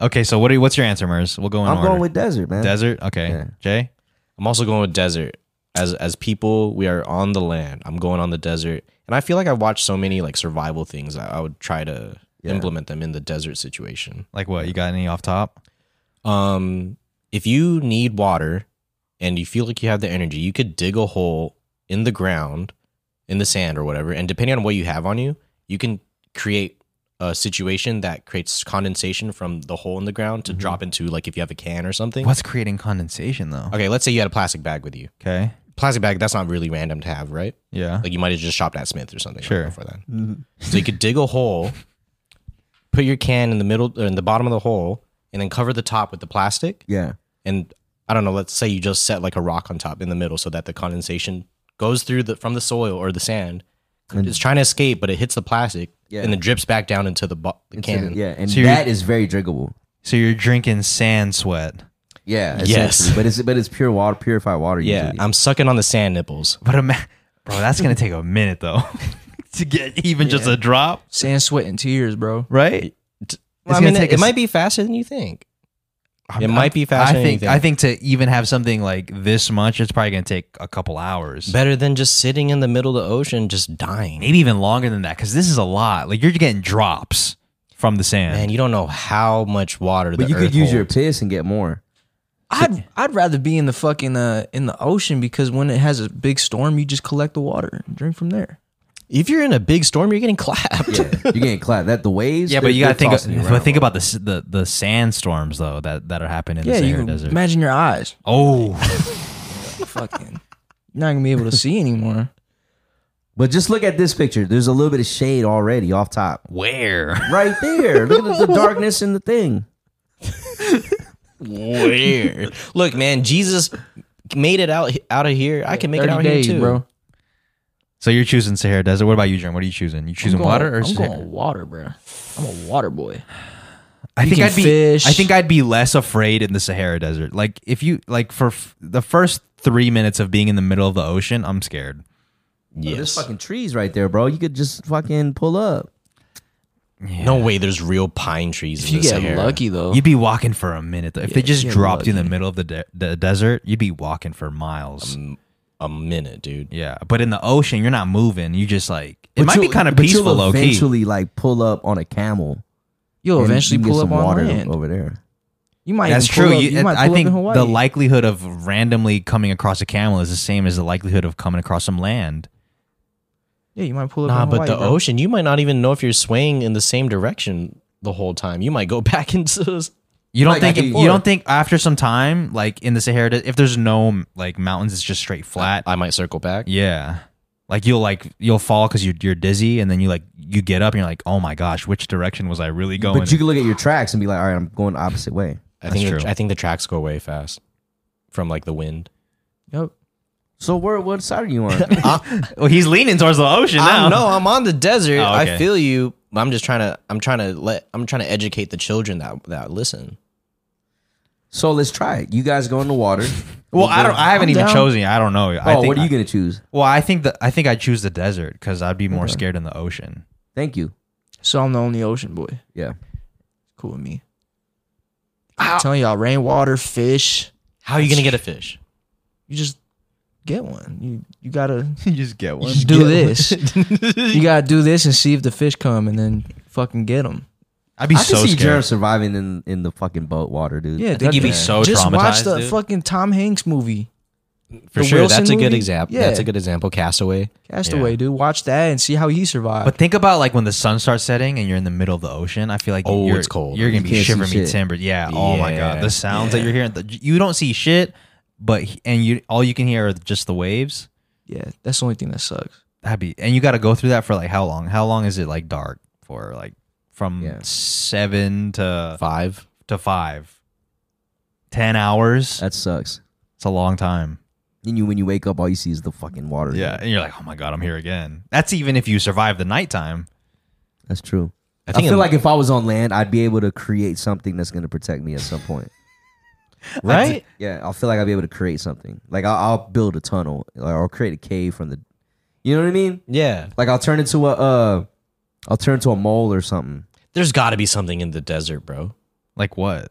Speaker 1: Okay, so what are, what's your answer, Mers? We'll go in
Speaker 3: I'm
Speaker 1: order.
Speaker 3: going with desert, man.
Speaker 1: desert. Okay.
Speaker 3: Yeah.
Speaker 1: Jay?
Speaker 2: I'm also going with desert. As as people, we are on the land. I'm going on the desert, and I feel like I've watched so many like survival things. I, I would try to implement them in the desert situation.
Speaker 1: Like what? You got any off top?
Speaker 2: Um, if you need water and you feel like you have the energy, you could dig a hole in the ground, in the sand or whatever, and depending on what you have on you, you can create a situation that creates condensation from the hole in the ground to drop into like if you have a can or something.
Speaker 1: What's creating condensation though?
Speaker 2: Okay, let's say you had a plastic bag with you.
Speaker 1: Okay.
Speaker 2: Plastic bag, that's not really random to have, right?
Speaker 1: Yeah.
Speaker 2: Like you might have just shopped at Smith or something
Speaker 1: Sure.
Speaker 2: before then. So you could dig a hole, put your can in the middle or in the bottom of the hole, and then cover the top with the plastic.
Speaker 3: Yeah.
Speaker 2: And I don't know, let's say you just set like a rock on top in the middle so that the condensation goes through the from the soil or the sand. it's trying to escape, but it hits the plastic
Speaker 3: Yeah.
Speaker 2: and then drips back down into the, bo- the
Speaker 3: So,
Speaker 2: can.
Speaker 3: yeah, and
Speaker 1: So you're-
Speaker 3: that is very drinkable.
Speaker 1: so you're drinking sand sweat.
Speaker 3: Yeah.
Speaker 2: Yes.
Speaker 3: essentially. But it's but it's pure water, purified water.
Speaker 2: Yeah,
Speaker 3: usually.
Speaker 2: I'm sucking on the sand nipples.
Speaker 1: But ima- bro, that's gonna take a minute though (laughs) to get even just a drop,
Speaker 4: Sand, sweat, and tears, bro.
Speaker 1: right?
Speaker 2: Well, I
Speaker 1: gonna
Speaker 2: mean,
Speaker 1: take a
Speaker 2: it,
Speaker 1: s-
Speaker 2: might be faster than you think.
Speaker 1: I'm-
Speaker 2: it
Speaker 1: I'm-
Speaker 2: might be
Speaker 1: I
Speaker 2: faster than you
Speaker 1: think I think to even have something like this much, it's probably gonna take a couple hours.
Speaker 2: Better than just sitting in the middle of the ocean, just dying.
Speaker 1: Maybe even longer than that, because this is a lot. Like you're getting drops from the sand.
Speaker 2: Man, you don't know how much water.
Speaker 3: But
Speaker 2: the
Speaker 3: you
Speaker 2: Earth
Speaker 3: could use your
Speaker 2: holds.
Speaker 3: piss and get more.
Speaker 4: I'd I'd rather be in the fucking uh in the ocean because when it has a big storm, you just collect the water and drink from there.
Speaker 2: If you're in a big storm, you're getting (laughs) clapped.
Speaker 3: (laughs) Yeah. You're getting clapped. That the waves.
Speaker 1: yeah,
Speaker 3: they're-
Speaker 1: but you gotta
Speaker 3: they're
Speaker 1: think.
Speaker 3: tossing you
Speaker 1: Of,
Speaker 3: around,
Speaker 1: but think
Speaker 3: bro.
Speaker 1: about the s- the the sandstorms though that that are happening in
Speaker 4: Yeah,
Speaker 1: the
Speaker 4: you
Speaker 1: Sahara
Speaker 4: can
Speaker 1: Desert.
Speaker 4: imagine your eyes. (laughs)
Speaker 1: oh, (laughs)
Speaker 4: fucking, you're not gonna be able to see anymore.
Speaker 3: But just look at this picture. There's a little bit of shade already off top.
Speaker 1: where?
Speaker 3: Right there. Look at the, the darkness in the thing.
Speaker 2: Weird. Look, man, Jesus made it out out of here. I can make it out
Speaker 4: days,
Speaker 2: here too,
Speaker 4: bro.
Speaker 1: So you're choosing Sahara Desert. What about you, Jern? What are you choosing? You choosing
Speaker 4: I'm going-
Speaker 1: water or
Speaker 4: I'm
Speaker 1: Sahara?
Speaker 4: going water, bro. I'm a water boy.
Speaker 1: I
Speaker 4: You
Speaker 1: think
Speaker 4: can
Speaker 1: I'd be.
Speaker 4: fish.
Speaker 1: I think I'd be less afraid in the Sahara Desert. Like if you like for f- the first three minutes of being in the middle of the ocean, I'm scared.
Speaker 3: There's
Speaker 2: Yes.
Speaker 3: fucking trees right there, bro. You could just fucking pull up.
Speaker 2: No way. There's real pine trees.
Speaker 4: If
Speaker 2: in
Speaker 4: you
Speaker 2: the
Speaker 4: get
Speaker 2: Sahara.
Speaker 4: lucky though,
Speaker 1: You'd be walking for a minute though. If they just
Speaker 4: yeah,
Speaker 1: dropped you in the
Speaker 4: lucky. Um,
Speaker 1: middle of the, de- the desert, you'd be walking for miles.
Speaker 2: a minute, dude.
Speaker 1: Yeah, but in the ocean, you're not moving. You just like it
Speaker 3: But
Speaker 1: might be
Speaker 3: you'll-
Speaker 1: kind of
Speaker 3: but
Speaker 1: peaceful,
Speaker 3: You'll
Speaker 1: low key.
Speaker 3: eventually like pull up on a camel.
Speaker 4: you'll
Speaker 3: and
Speaker 4: eventually
Speaker 3: you can get
Speaker 4: pull up
Speaker 3: some
Speaker 4: on
Speaker 3: water
Speaker 4: land.
Speaker 3: over there.
Speaker 4: You might.
Speaker 1: That's
Speaker 4: even pull
Speaker 1: true.
Speaker 4: Up,
Speaker 1: You-
Speaker 4: you, might pull
Speaker 1: I
Speaker 4: up
Speaker 1: think
Speaker 4: in Hawaii.
Speaker 1: the likelihood of randomly coming across a camel is the same as the likelihood of coming across some land.
Speaker 4: Yeah, you might pull up.
Speaker 2: Nah,
Speaker 4: in
Speaker 2: but
Speaker 4: Hawaii,
Speaker 2: the
Speaker 4: bro.
Speaker 2: ocean, you might not even know if you're swaying in the same direction the whole time. You might go (laughs) back into.
Speaker 1: You don't
Speaker 3: Like,
Speaker 1: think
Speaker 3: back and
Speaker 1: you don't
Speaker 3: forth.
Speaker 1: think after some time, like in the Sahara, Des- if there's no like mountains, it's just straight flat.
Speaker 2: I might circle back.
Speaker 1: yeah, like you'll like you'll fall because you're you're dizzy, and then you like you get up and you're like, oh my gosh, which direction was I really going?
Speaker 3: But you can look at your tracks and be like, all right, I'm going the opposite way.
Speaker 2: I
Speaker 1: That's
Speaker 2: think
Speaker 1: true.
Speaker 2: The, I think the tracks go way fast from like the wind.
Speaker 4: Yep.
Speaker 3: So where what side are
Speaker 1: (laughs)
Speaker 3: you on?
Speaker 1: well, he's leaning towards the ocean now.
Speaker 2: I know I'm on the (laughs) desert.
Speaker 1: Oh, okay.
Speaker 2: I feel you. but I'm just trying to. I'm trying to let. I'm trying to educate the children that that listen.
Speaker 3: so let's try it. You guys go in the water.
Speaker 1: (laughs) Well, I don't. I haven't
Speaker 4: I'm
Speaker 1: even
Speaker 4: down.
Speaker 1: chosen. Yet. I don't know. I
Speaker 3: Oh,
Speaker 1: think,
Speaker 3: what are you gonna choose?
Speaker 1: Well, I think that I think I choose the desert because I'd be more scared in the ocean.
Speaker 3: Thank you.
Speaker 4: So I'm the only ocean boy.
Speaker 3: Yeah.
Speaker 4: Cool with me. I'm telling y'all, rainwater, fish.
Speaker 2: How are you gonna get a fish?
Speaker 4: You just get one. You you gotta
Speaker 1: (laughs) you just get
Speaker 4: you just do this.
Speaker 1: (laughs)
Speaker 4: you gotta do this and see if the fish come, and then fucking get them.
Speaker 1: I'd be
Speaker 3: I
Speaker 1: so
Speaker 3: can see
Speaker 1: scared.
Speaker 3: Jerem surviving in, in the fucking boat water, dude.
Speaker 4: Yeah,
Speaker 1: think you'd be
Speaker 4: definitely.
Speaker 1: so
Speaker 4: Just watch
Speaker 1: traumatized,
Speaker 4: the
Speaker 1: dude.
Speaker 4: fucking Tom Hanks movie,
Speaker 2: For
Speaker 4: The
Speaker 2: sure,
Speaker 4: Wilson
Speaker 2: that's a good
Speaker 4: movie?
Speaker 2: example.
Speaker 4: Yeah.
Speaker 2: That's a good example. Castaway.
Speaker 4: Castaway, dude. Watch that and see how he survived.
Speaker 1: But think about like when the sun starts setting and you're in the middle of the ocean. I feel like
Speaker 2: Oh,
Speaker 1: you're,
Speaker 2: it's cold.
Speaker 1: You're gonna
Speaker 3: You
Speaker 1: be
Speaker 3: can't see
Speaker 1: shivering me
Speaker 3: shit.
Speaker 1: timbers. Yeah. Oh my
Speaker 2: Yeah.
Speaker 1: god, the sounds that you're hearing. The, you don't see shit, but he- and you all you can hear are just the waves.
Speaker 4: yeah, that's the only thing that sucks.
Speaker 1: That'd be and you got to go through that for like how long? How long is it like dark for? Like from
Speaker 3: Yeah.
Speaker 1: seven to
Speaker 2: Five.
Speaker 1: to five. Ten hours.
Speaker 3: That sucks.
Speaker 1: It's a long time.
Speaker 3: Then you when you wake up, all you see is the fucking water.
Speaker 1: Yeah, and you're like, oh my god, I'm here again. That's even if you survive the nighttime.
Speaker 3: That's true. I,
Speaker 2: think
Speaker 3: feel
Speaker 2: in-
Speaker 3: like if I was on land, I'd be able to create something that's going to protect me at some point.
Speaker 2: Right.
Speaker 3: Yeah, I feel like I'll be able to create something. Like I'll, I'll build a tunnel like, or create a cave from the. You know what I mean?
Speaker 2: Yeah.
Speaker 3: Like I'll turn into a. Uh, I'll turn into a mole or something.
Speaker 2: There's got to be something in the desert, bro.
Speaker 1: Like what?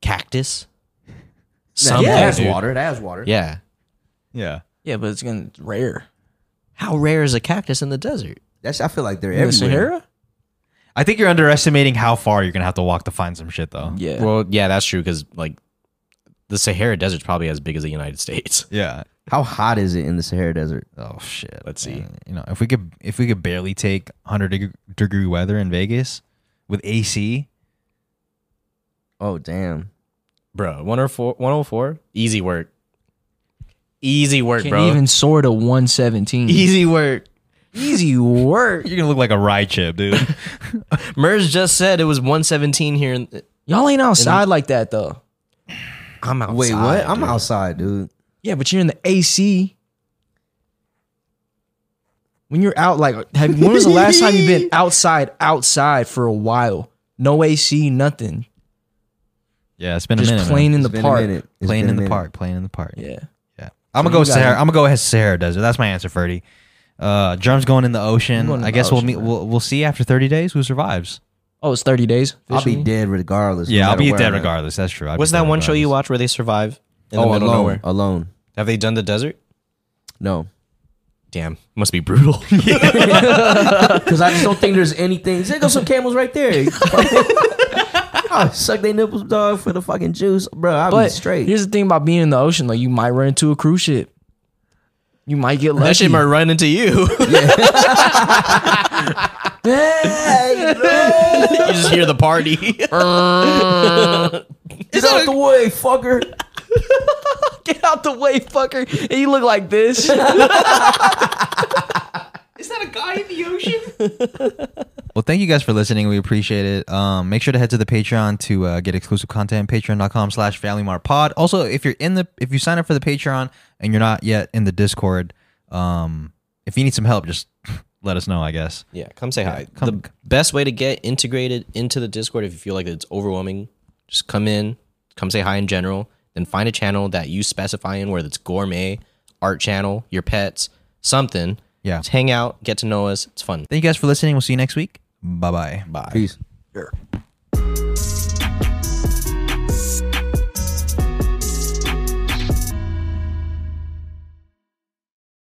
Speaker 2: Cactus.
Speaker 3: Now,
Speaker 2: Something.
Speaker 3: yeah, it has
Speaker 2: dude.
Speaker 3: water. It has water.
Speaker 2: Yeah.
Speaker 1: Yeah.
Speaker 4: Yeah, but it's gonna it's rare.
Speaker 2: How rare is a cactus in the desert?
Speaker 3: That's. I feel like they're
Speaker 4: In the
Speaker 3: everywhere.
Speaker 4: Sahara?
Speaker 1: I think you're underestimating how far you're gonna have to walk to find some shit, though.
Speaker 4: Yeah.
Speaker 2: Well, yeah, that's true because like the Sahara Desert's probably as big as the United States. (laughs)
Speaker 1: Yeah,
Speaker 3: How hot is it in the Sahara Desert?
Speaker 1: Oh shit.
Speaker 2: Let's see.
Speaker 1: man. You know, if we could if we could barely take 100 deg- degree weather in Vegas with AC,
Speaker 3: Oh damn.
Speaker 2: bro. 104, 104? Easy work. Easy work,
Speaker 4: Can
Speaker 2: bro.
Speaker 4: even soar to 117.
Speaker 2: Easy work.
Speaker 4: Easy work.
Speaker 1: you're going to look like a ride chip, dude.
Speaker 2: Mers just said it was 117 here. In,
Speaker 4: Y'all ain't outside like that though.
Speaker 2: I'm outside.
Speaker 3: Wait, what? I'm
Speaker 2: dude.
Speaker 3: outside, dude.
Speaker 4: Yeah, but you're in the AC. When you're out, like, have, when was the last time
Speaker 3: (laughs)
Speaker 4: you've been outside, outside for a while? No AC, nothing.
Speaker 1: yeah, it's been a
Speaker 4: Just
Speaker 1: minute. man.
Speaker 4: playing in the
Speaker 3: It's been a
Speaker 4: park.
Speaker 3: minute. It's
Speaker 1: playing
Speaker 3: been a
Speaker 1: in the
Speaker 3: minute.
Speaker 1: park, playing in the park.
Speaker 4: Yeah.
Speaker 1: Yeah. I'm gonna go
Speaker 4: you got
Speaker 1: Sahara.
Speaker 4: it.
Speaker 1: I'm gonna go ahead Sahara Desert. That's my answer, Ferdy. Uh, Germ's going in the ocean.
Speaker 4: going in
Speaker 1: I
Speaker 4: the
Speaker 1: guess we'll
Speaker 4: ocean,
Speaker 1: meet.
Speaker 4: bro.
Speaker 1: We'll, we'll see after 30 days who survives.
Speaker 4: Oh, it's 30 days.
Speaker 3: I'll be
Speaker 4: officially?
Speaker 3: dead regardless. no
Speaker 1: Yeah, I'll
Speaker 3: matter
Speaker 1: be
Speaker 3: where
Speaker 1: dead
Speaker 3: I'm at.
Speaker 1: regardless. That's true. I'll be
Speaker 2: What's
Speaker 1: dead
Speaker 2: that one show you
Speaker 1: regardless.
Speaker 2: watch where they survive in the
Speaker 3: Oh,
Speaker 2: middle
Speaker 3: alone.
Speaker 2: of nowhere?
Speaker 3: Alone.
Speaker 2: Have they done the desert?
Speaker 3: No,
Speaker 2: Damn, must be brutal.
Speaker 3: because I just don't think there's anything. There go some camels right there.
Speaker 4: (laughs)
Speaker 3: I suck they nipples, dog, for the fucking juice, bro. I'll
Speaker 4: But
Speaker 3: be straight.
Speaker 4: here's the thing about being in the ocean. Like, you might run into a cruise ship. You might get
Speaker 2: (laughs)
Speaker 4: lucky.
Speaker 2: that shit might run into you. (laughs) you
Speaker 3: Hey,
Speaker 2: just (laughs) hear the party.
Speaker 3: get out the way, fucker.
Speaker 4: (laughs) get out the way, fucker. And you look
Speaker 3: (laughs)
Speaker 4: like this.
Speaker 1: Well, thank you guys for listening. We appreciate it. Um, make sure to head to the Patreon to uh, get exclusive content. Patreon.com slash Pod. Also, if you're in the if you sign up for the Patreon and you're not yet in the Discord, um, if you need some help, just (laughs) let us know. I guess.
Speaker 2: Yeah, come say hi.
Speaker 1: come-
Speaker 2: the best way to get integrated into the Discord if you feel like it's overwhelming, just come in, come say hi in general, then find a channel that you specify in, whether it's gourmet, art channel, your pets, something.
Speaker 1: Yeah.
Speaker 2: Just hang out, get to know us. It's fun.
Speaker 1: Thank you guys for listening. We'll see you next week. Bye bye.
Speaker 2: Bye.
Speaker 3: Peace.